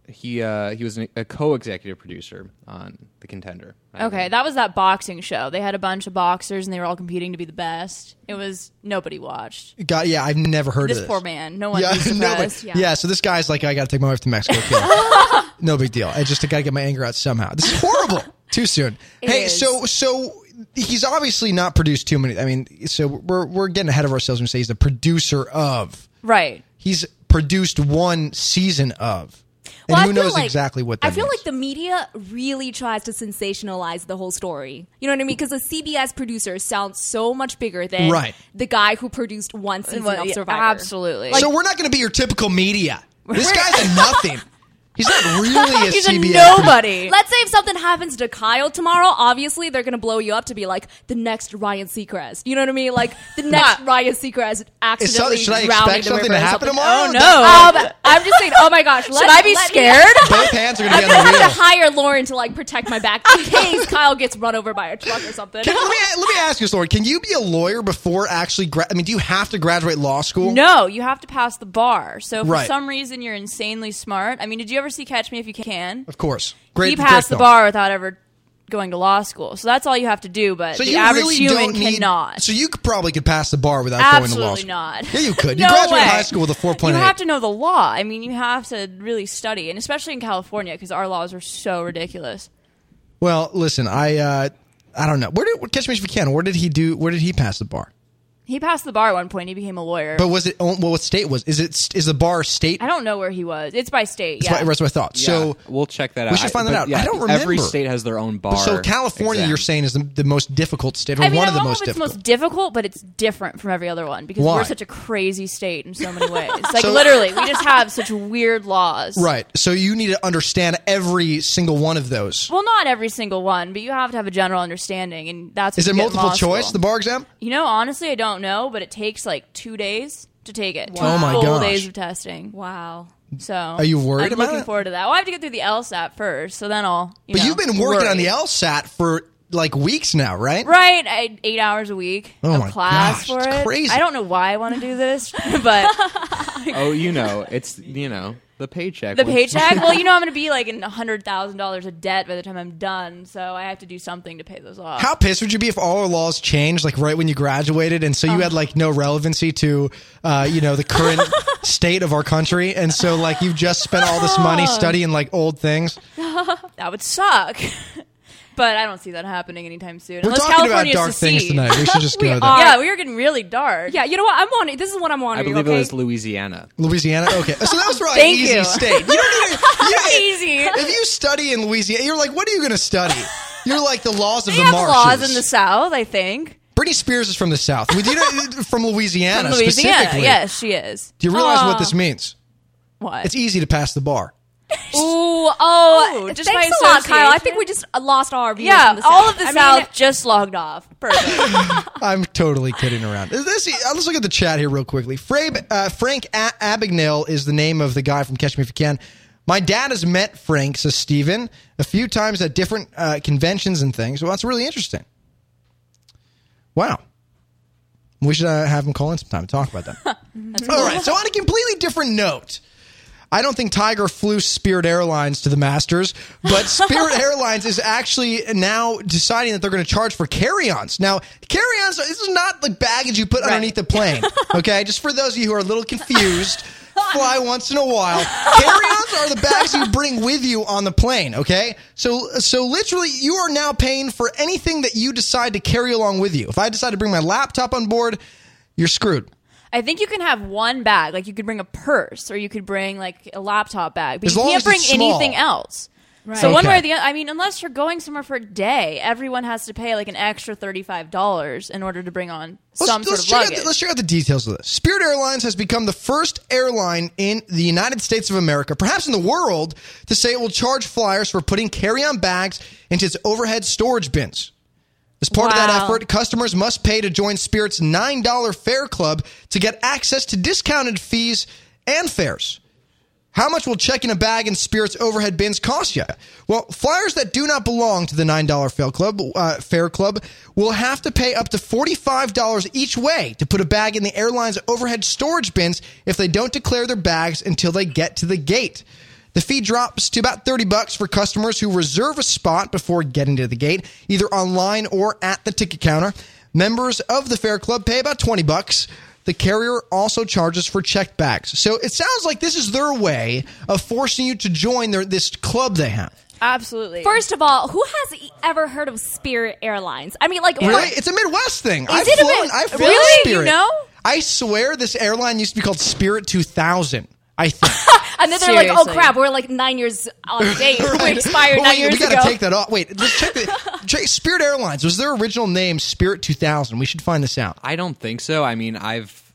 Speaker 7: he uh, he was an, a co-executive producer on The Contender. I don't
Speaker 4: okay,
Speaker 7: know.
Speaker 4: that was that boxing show. They had a bunch of boxers and they were all competing to be the best. It was nobody watched.
Speaker 2: God, yeah, I've never heard
Speaker 4: This
Speaker 2: of this.
Speaker 4: poor man. No one
Speaker 2: Yeah,
Speaker 4: was surprised.
Speaker 2: no, but- yeah.
Speaker 3: Yeah.
Speaker 2: So this guy's like, I got to take my wife to Mexico. Kill her. no big deal. I just got to get my anger out somehow. This is horrible. Too soon. hey,
Speaker 3: is.
Speaker 2: so so he's obviously not produced too many. I mean, so we're we're getting ahead of ourselves when we say he's the producer of.
Speaker 4: Right.
Speaker 2: He's produced one season of. And
Speaker 3: Well, I
Speaker 2: who
Speaker 3: feel
Speaker 2: knows
Speaker 3: like-
Speaker 2: exactly what that
Speaker 3: I feel
Speaker 2: means.
Speaker 3: like the media really tries to sensationalize the whole story. You know what I mean? Because a CBS producer sounds so much bigger than
Speaker 2: Right.
Speaker 3: the guy who produced one season
Speaker 4: Well,
Speaker 3: of
Speaker 4: yeah,
Speaker 3: Survivor.
Speaker 4: Absolutely.
Speaker 2: so we're not going to be your typical media. This guy's a nothing. He's not really a
Speaker 4: He's
Speaker 2: CBS
Speaker 4: a
Speaker 2: producer.
Speaker 4: nobody.
Speaker 3: Let's say if something happens to Kyle tomorrow, obviously they're gonna blow you up to be like the next Ryan Seacrest. You know what I mean? Like the next Ryan Seacrest
Speaker 2: Is so-
Speaker 3: accidentally
Speaker 2: should I
Speaker 3: drowned
Speaker 2: expect
Speaker 3: in the
Speaker 2: something to
Speaker 3: river or
Speaker 2: happen
Speaker 3: something.
Speaker 2: tomorrow?
Speaker 4: Oh,
Speaker 3: Um,
Speaker 4: no.
Speaker 3: I'm just saying. Oh my gosh, let,
Speaker 4: Should I be
Speaker 3: let me-
Speaker 4: scared?
Speaker 2: Both hands are going to be
Speaker 3: I
Speaker 2: on the
Speaker 3: have
Speaker 2: wheel.
Speaker 3: to hire Lauren to like protect my back in case Kyle gets run over by a truck or something.
Speaker 2: Can- let, me, let me ask you, Lauren. Can you be a lawyer before actually? Gra- I mean, do you have to graduate law school?
Speaker 4: No, you have to pass the bar. So if
Speaker 2: Right.
Speaker 4: for some reason you're insanely smart, I mean, did you ever see Catch Me If You Can?
Speaker 2: of course. Great.
Speaker 4: he
Speaker 2: great
Speaker 4: passed the
Speaker 2: film.
Speaker 4: bar without ever going to law school. So that's all you have to do. But
Speaker 2: So
Speaker 4: the
Speaker 2: you
Speaker 4: average
Speaker 2: really
Speaker 4: human
Speaker 2: don't need,
Speaker 4: cannot.
Speaker 2: So you could probably could pass the bar without going to law
Speaker 4: Absolutely
Speaker 2: school.
Speaker 4: not.
Speaker 2: Yeah, you could. You
Speaker 4: no
Speaker 2: graduate
Speaker 4: way.
Speaker 2: high school with a four point
Speaker 4: You
Speaker 2: eight.
Speaker 4: have to know the law. I mean, you have to really study, and especially in California because our laws are so ridiculous.
Speaker 2: Well, listen, I uh, I don't know. Where did catch me if you can? Where did he do? Where did he pass the bar?
Speaker 4: He passed the bar at one point. He became a lawyer.
Speaker 2: But was it well? What state was? Is it? Is the bar state?
Speaker 4: I don't know where he was. It's by state.
Speaker 2: That's
Speaker 4: Yeah.
Speaker 2: what, that's what I thought. So
Speaker 7: Yeah, we'll check that out.
Speaker 2: we should find
Speaker 7: I,
Speaker 2: that
Speaker 7: but
Speaker 2: out.
Speaker 7: yeah,
Speaker 2: I don't remember.
Speaker 7: Every state has their own bar.
Speaker 2: So California,
Speaker 7: exam.
Speaker 2: you're saying is the, the most difficult state, or
Speaker 4: I mean,
Speaker 2: one
Speaker 4: I
Speaker 2: of the
Speaker 4: don't know
Speaker 2: most
Speaker 4: if it's
Speaker 2: difficult.
Speaker 4: most difficult, but it's different from every other one because
Speaker 2: Why?
Speaker 4: we're such a crazy state in so many ways. Like
Speaker 2: So-
Speaker 4: literally, we just have such weird laws.
Speaker 2: right. So you need to understand every single one of those.
Speaker 4: Well, not every single one, but you have to have a general understanding, and that's what
Speaker 2: Is
Speaker 4: you
Speaker 2: it
Speaker 4: get in
Speaker 2: multiple
Speaker 4: law
Speaker 2: choice?
Speaker 4: school.
Speaker 2: The bar exam?
Speaker 4: You know, honestly, I don't know, but it takes like two days to take it. Two
Speaker 2: Oh my
Speaker 4: full
Speaker 2: gosh.
Speaker 4: days of testing.
Speaker 3: Wow.
Speaker 4: So are
Speaker 2: you worried
Speaker 4: I'm
Speaker 2: about
Speaker 4: looking
Speaker 2: it?
Speaker 4: forward to that. Well, I have to get through the LSAT first, so then I'll. You
Speaker 2: But
Speaker 4: know,
Speaker 2: you've been working on
Speaker 4: worry.
Speaker 2: the LSAT for like weeks now, right?
Speaker 4: Right, I, eight hours a week
Speaker 2: Oh
Speaker 4: of
Speaker 2: my gosh,
Speaker 4: class for
Speaker 2: it's
Speaker 4: it.
Speaker 2: crazy.
Speaker 4: I don't know why I want to do this, but
Speaker 7: Oh, you know, it's you know the paycheck.
Speaker 4: the
Speaker 7: Once-
Speaker 4: paycheck. Well, you know, I'm going to be like in hundred thousand dollars of debt by the time I'm done, so I have to do something to pay those off.
Speaker 2: How pissed would you be if all our laws changed like right when you graduated, and so you had like no relevancy to, uh, you know, the current state of our country, and so like you've just spent all this money studying like old things.
Speaker 4: that would suck. but I don't see that happening anytime soon.
Speaker 2: We're
Speaker 4: Unless
Speaker 2: talking
Speaker 4: California
Speaker 2: about dark things
Speaker 4: secedes.
Speaker 2: tonight. We should just go
Speaker 3: We
Speaker 2: there.
Speaker 3: are.
Speaker 4: Yeah, we are getting really dark.
Speaker 3: Yeah, you know what? I'm on. This is what I'm on.
Speaker 7: I believe
Speaker 3: okay?
Speaker 7: it was Louisiana.
Speaker 2: Louisiana. Okay, so that was probably an
Speaker 4: Thank
Speaker 2: easy
Speaker 4: you.
Speaker 2: state. You don't need to, you-
Speaker 4: easy.
Speaker 2: If you study in Louisiana, you're like, what are you going to study? You're like the laws of
Speaker 4: They
Speaker 2: the
Speaker 4: have
Speaker 2: marshes.
Speaker 4: laws in the South, I think.
Speaker 2: Britney Spears is from the South. We do know from Louisiana,
Speaker 4: From Louisiana.
Speaker 2: specifically.
Speaker 4: Yes, she is.
Speaker 2: Do you realize
Speaker 4: Aw.
Speaker 2: what this means?
Speaker 4: What?
Speaker 2: It's easy to pass the bar.
Speaker 3: Ooh, oh,
Speaker 4: Ooh, just
Speaker 3: thanks
Speaker 4: by
Speaker 3: a lot, Kyle. I
Speaker 4: association?
Speaker 3: think we just uh, lost all our viewers.
Speaker 4: yeah,
Speaker 3: in the
Speaker 4: all
Speaker 3: South.
Speaker 4: of the
Speaker 3: I mean,
Speaker 4: South just logged off. Perfect.
Speaker 2: I'm totally kidding around. Is This, uh, let's look at the chat here real quickly. Frabe, uh, Frank A- Abagnale is the name of the guy from Catch Me If You Can. My dad has met Frank, says Steven, a few times at different uh, conventions and things. Well, that's really interesting. Wow. We should uh, have him call in sometime and talk about that. All right. So, on a completely different note, I don't think Tiger flew Spirit Airlines to the Masters, but Spirit Airlines is actually now deciding that they're going to charge for carry-ons. Now, carry-ons this is not like baggage you put underneath the plane. Okay, just for those of you who are a little confused. Fly once in a while. Carry-ons are the bags you bring with you on the plane. Okay, so so literally, you are now paying for anything that you decide to carry along with you. If I decide to bring my laptop on board, you're screwed.
Speaker 4: I think you can have one bag. Like you could bring a purse or you could bring like a laptop bag, but
Speaker 2: As
Speaker 4: you
Speaker 2: long
Speaker 4: can't
Speaker 2: as
Speaker 4: bring
Speaker 2: it's small.
Speaker 4: anything else. So one
Speaker 2: Okay.
Speaker 4: way or the other, I mean, unless you're going somewhere for a day, everyone has to pay like an extra thirty-five dollars in order to bring on some sort of
Speaker 2: check out
Speaker 4: luggage.
Speaker 2: the- let's check out the details of this. Spirit Airlines has become the first airline in the United States of America, perhaps in the world, to say it will charge flyers for putting carry-on bags into its overhead storage bins. As part of that
Speaker 4: Wow.
Speaker 2: effort, customers must pay to join Spirit's $9 fare club to get access to discounted fees and fares. How much will checking a bag in Spirit's overhead bins cost you? Well, flyers that do not belong to the $9 fail club, uh, Fair Club will have to pay up to $45 each way to put a bag in the airline's overhead storage bins if they don't declare their bags until they get to the gate. The fee drops to about 30 bucks for customers who reserve a spot before getting to the gate, either online or at the ticket counter. Members of the Fair Club pay about 20 bucks. The carrier also charges for checked bags. So it sounds like this is their way of forcing you to join their this club they have.
Speaker 4: Absolutely.
Speaker 3: First of all, who has e- ever heard of Spirit Airlines? I mean, like,
Speaker 2: Really?
Speaker 3: for-
Speaker 2: It's a Midwest thing. I've
Speaker 3: it a
Speaker 2: flown,
Speaker 3: Mid-
Speaker 2: I've flown
Speaker 4: Really? You
Speaker 2: Spirit.
Speaker 4: know?
Speaker 2: I swear this airline used to be called Spirit 2000. I think.
Speaker 3: and then they're like, oh
Speaker 4: Seriously.
Speaker 3: crap, we're like nine years on date. We expired
Speaker 2: Well,
Speaker 3: nine
Speaker 2: wait,
Speaker 3: years
Speaker 2: we gotta
Speaker 3: ago.
Speaker 2: take that off. Wait, let's check the check, Spirit Airlines. Was their original name Spirit 2000? We should find this out.
Speaker 7: I don't think so. I mean, I've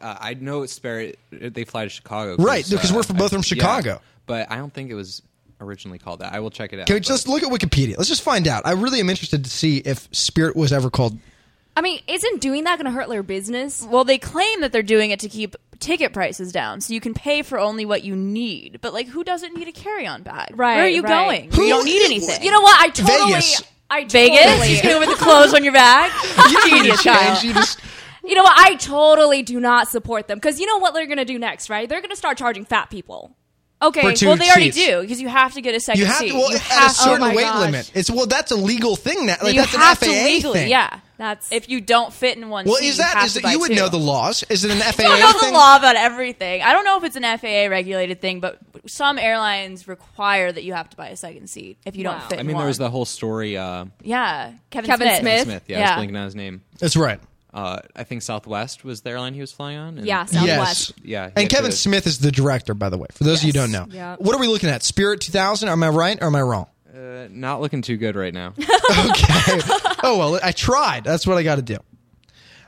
Speaker 7: uh, I know it's Spirit. They fly to Chicago, uh,
Speaker 2: Right, because we're from- both from
Speaker 7: yeah,
Speaker 2: Chicago.
Speaker 7: but I don't think it was originally called that. I will check it out.
Speaker 2: Can we
Speaker 7: but-
Speaker 2: just look at Wikipedia? Let's just find out. I really am interested to see if Spirit was ever called.
Speaker 3: I mean, isn't doing that going to hurt their business?
Speaker 4: well, they claim that they're doing it to keep ticket prices down, so you can pay for only what you need. But like, who doesn't need a carry-on bag?
Speaker 3: Right,
Speaker 4: Where are you
Speaker 3: right.
Speaker 4: going?
Speaker 2: Who
Speaker 4: you don't need
Speaker 2: is-
Speaker 4: anything.
Speaker 3: You know what? I totally.
Speaker 2: Vegas.
Speaker 3: I totally,
Speaker 4: Vegas. You're gonna wear the clothes on your bag. Genius, child.
Speaker 2: You just
Speaker 3: You know what? I totally do not support them because you know what they're going to do next, right? They're going to start charging fat people.
Speaker 4: Okay,
Speaker 2: For two
Speaker 4: well they already
Speaker 2: seats.
Speaker 4: do because you have to get a second
Speaker 2: you have
Speaker 4: seat.
Speaker 2: to well
Speaker 4: you
Speaker 2: at
Speaker 4: have,
Speaker 2: a certain
Speaker 3: oh my
Speaker 2: weight
Speaker 3: gosh.
Speaker 2: limit. It's well that's a legal thing now. Like
Speaker 4: you
Speaker 2: that's
Speaker 4: have
Speaker 2: an FAA
Speaker 4: to legally,
Speaker 2: thing.
Speaker 4: yeah.
Speaker 3: That's-
Speaker 4: if you don't fit in one.
Speaker 2: Well,
Speaker 4: seat,
Speaker 2: is
Speaker 4: you,
Speaker 2: that
Speaker 4: have
Speaker 2: is
Speaker 4: to
Speaker 2: that
Speaker 4: buy
Speaker 2: you would
Speaker 4: two.
Speaker 2: know the laws? Is it an FAA
Speaker 4: I don't know
Speaker 2: thing?
Speaker 4: the law about everything. I don't know if it's an FAA regulated thing, but some airlines require that you have to buy a second seat if you
Speaker 3: Wow.
Speaker 4: don't fit.
Speaker 3: I
Speaker 7: I
Speaker 4: in
Speaker 7: mean,
Speaker 4: one.
Speaker 7: there was the whole story. Uh,
Speaker 4: yeah, Kevin,
Speaker 3: Kevin
Speaker 4: Smith.
Speaker 3: Smith.
Speaker 7: Smith, yeah, I was blanking on his name.
Speaker 2: That's right.
Speaker 7: Uh, I think Southwest was the airline he was flying on. and-
Speaker 3: Yeah,
Speaker 2: Yes.
Speaker 3: Southwest.
Speaker 7: Yeah, he
Speaker 2: And
Speaker 7: had
Speaker 2: Kevin
Speaker 7: to-
Speaker 2: Smith is the director, by the way, for those of you who don't know.
Speaker 3: Yeah.
Speaker 2: What are we looking at? Spirit 2000? Am I right or am I wrong?
Speaker 7: uh, not looking too good right now.
Speaker 2: okay. Oh well, I tried. That's what I got to do.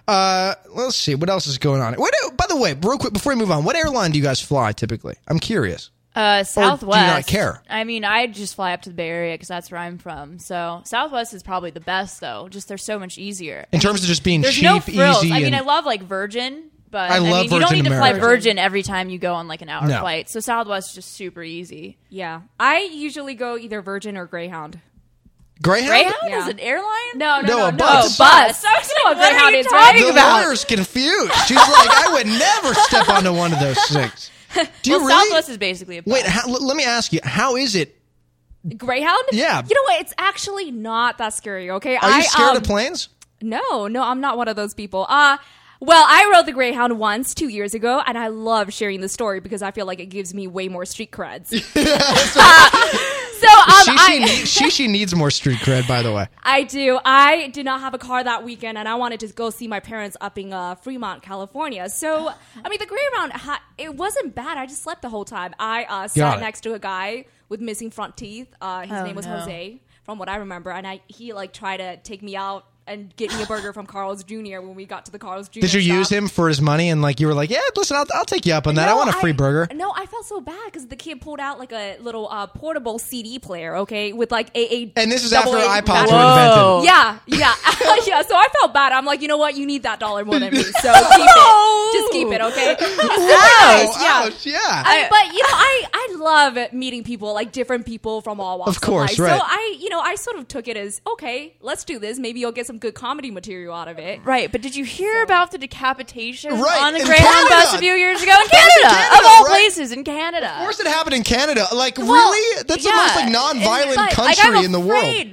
Speaker 2: Uh, let's see what else is going on. What? By the way, real quick before we move on, what airline do you guys fly typically? I'm curious.
Speaker 4: Uh, Southwest.
Speaker 2: care?
Speaker 4: I mean, I just fly up to the Bay Area because that's where I'm from. So Southwest is probably the best, though. Just they're so much easier.
Speaker 2: In terms of just being
Speaker 4: There's
Speaker 2: cheap,
Speaker 4: no frills.
Speaker 2: easy.
Speaker 4: I mean,
Speaker 2: and-
Speaker 4: I love like Virgin, but
Speaker 2: I
Speaker 4: I,
Speaker 2: love
Speaker 4: mean, you don't
Speaker 2: Virgin
Speaker 4: need to
Speaker 2: America.
Speaker 4: fly Virgin every time you go on like an hour
Speaker 2: No.
Speaker 4: flight. So Southwest is just super easy.
Speaker 3: Yeah. I usually go either Virgin or Greyhound.
Speaker 2: Greyhound.
Speaker 4: Greyhound
Speaker 3: Yeah.
Speaker 4: is an airline?
Speaker 3: No, no,
Speaker 2: No,
Speaker 3: no,
Speaker 2: a
Speaker 3: no.
Speaker 2: bus.
Speaker 4: Oh, bus. I was like, what
Speaker 3: Greyhound
Speaker 4: are you
Speaker 3: is
Speaker 4: talking
Speaker 2: The
Speaker 4: about?
Speaker 2: lawyer's confused. She's like, I would never step onto one of those things. Do you
Speaker 4: Well,
Speaker 2: really?
Speaker 4: Southwest is basically a bus.
Speaker 2: Wait, how, l- let me ask you. How is it?
Speaker 3: Greyhound?
Speaker 2: Yeah.
Speaker 3: You know what? It's actually not that scary, okay?
Speaker 2: Are you
Speaker 3: I,
Speaker 2: scared
Speaker 3: um,
Speaker 2: of planes?
Speaker 3: No, no, I'm not one of those people. Uh well, I rode the Greyhound once two years ago, and I love sharing the story because I feel like it gives me way more street creds. Uh, so um,
Speaker 2: she, she,
Speaker 3: I,
Speaker 2: need- she she needs more street cred, by the way.
Speaker 3: I do. I did not have a car that weekend, and I wanted to go see my parents up in uh, Fremont, California. So, I mean, the Greyhound, ha- it wasn't bad. I just slept the whole time. I uh,
Speaker 2: Got
Speaker 3: sat
Speaker 2: it.
Speaker 3: next to a guy with missing front teeth. Uh, his
Speaker 4: Oh,
Speaker 3: name was
Speaker 4: no.
Speaker 3: Jose, from what I remember, and I he like tried to take me out and get me a burger from Carl's Jr. When we got to the Carl's Jr.
Speaker 2: Did you use
Speaker 3: stop.
Speaker 2: him for his money? And like you were like, yeah, listen, I'll, I'll take you up on that. I
Speaker 3: No,
Speaker 2: want a free burger.
Speaker 3: No, I felt so bad because the kid pulled out like a little uh, portable CD player, okay, with like AA.
Speaker 2: And this is
Speaker 3: double
Speaker 2: after
Speaker 3: A
Speaker 2: iPods
Speaker 3: battery.
Speaker 2: were
Speaker 4: Whoa.
Speaker 2: invented.
Speaker 3: Yeah, yeah, yeah. So I felt bad. I'm like, you know what? You need that dollar more than me. So keep it. Just keep it, okay?
Speaker 2: Ouch,
Speaker 3: yeah.
Speaker 2: ouch, yeah.
Speaker 3: I- but you know, I I love meeting people like different people from all walks
Speaker 2: Of course,
Speaker 3: of life.
Speaker 2: right.
Speaker 3: So I you know I sort of took it as okay, let's do this. Maybe you'll get some good comedy material out of it.
Speaker 4: Right, but did you hear about the decapitation
Speaker 2: Right,
Speaker 4: on the
Speaker 2: in
Speaker 4: Greyhound
Speaker 2: Canada.
Speaker 4: bus a few years ago in Canada?
Speaker 2: Canada,
Speaker 4: of all
Speaker 2: right.
Speaker 4: places, in Canada.
Speaker 2: Of course it happened in Canada. Like,
Speaker 4: Well,
Speaker 2: really? That's
Speaker 4: yeah,
Speaker 2: the most like
Speaker 4: and-
Speaker 2: non-violent
Speaker 4: but, like,
Speaker 2: country
Speaker 4: I'm
Speaker 2: in the
Speaker 4: afraid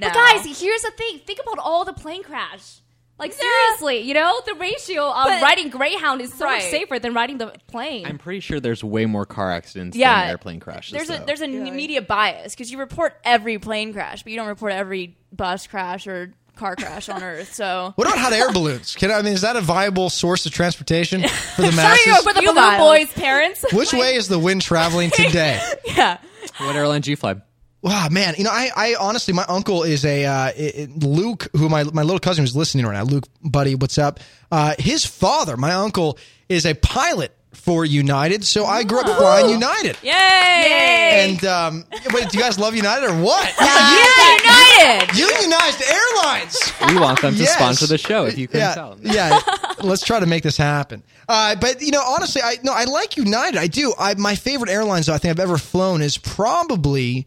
Speaker 2: world.
Speaker 4: now.
Speaker 3: But guys, here's the thing: think about all the plane crash. Like seriously, you know the ratio of
Speaker 4: But-
Speaker 3: riding Greyhound is so much
Speaker 4: Right.
Speaker 3: safer than riding the plane.
Speaker 7: I'm pretty sure there's way more car accidents
Speaker 4: Yeah.
Speaker 7: than airplane crashes.
Speaker 4: there's a
Speaker 7: though.
Speaker 4: there's a media bias because you report every plane crash, but you don't report every bus crash or car crash on Earth. So
Speaker 2: What about hot air balloons? Can I, I mean, is that a viable source of transportation for the
Speaker 4: you
Speaker 2: masses?
Speaker 4: over
Speaker 3: for the
Speaker 4: You
Speaker 3: blue
Speaker 4: guys.
Speaker 3: boys' parents.
Speaker 2: Which way is the wind traveling today?
Speaker 4: yeah,
Speaker 7: what airline do you fly?
Speaker 2: Wow, man. You know, I, I honestly, my uncle is a uh, i- i- Luke, who my my little cousin who's listening right now. Luke, buddy, what's up? Uh, his father, my uncle, is a pilot for United, so I grew
Speaker 4: Oh.
Speaker 2: up flying United.
Speaker 4: yay, yay,
Speaker 2: And um, wait, do you guys love United or what?
Speaker 4: United.
Speaker 2: Unionized Airlines.
Speaker 7: We want them to
Speaker 2: Yes.
Speaker 7: sponsor the show. If you couldn't
Speaker 2: yeah,
Speaker 7: tell.
Speaker 2: yeah. Let's try to make this happen. Uh, but you know, honestly, I no, I like United. I do. I my favorite airlines though I think I've ever flown is probably.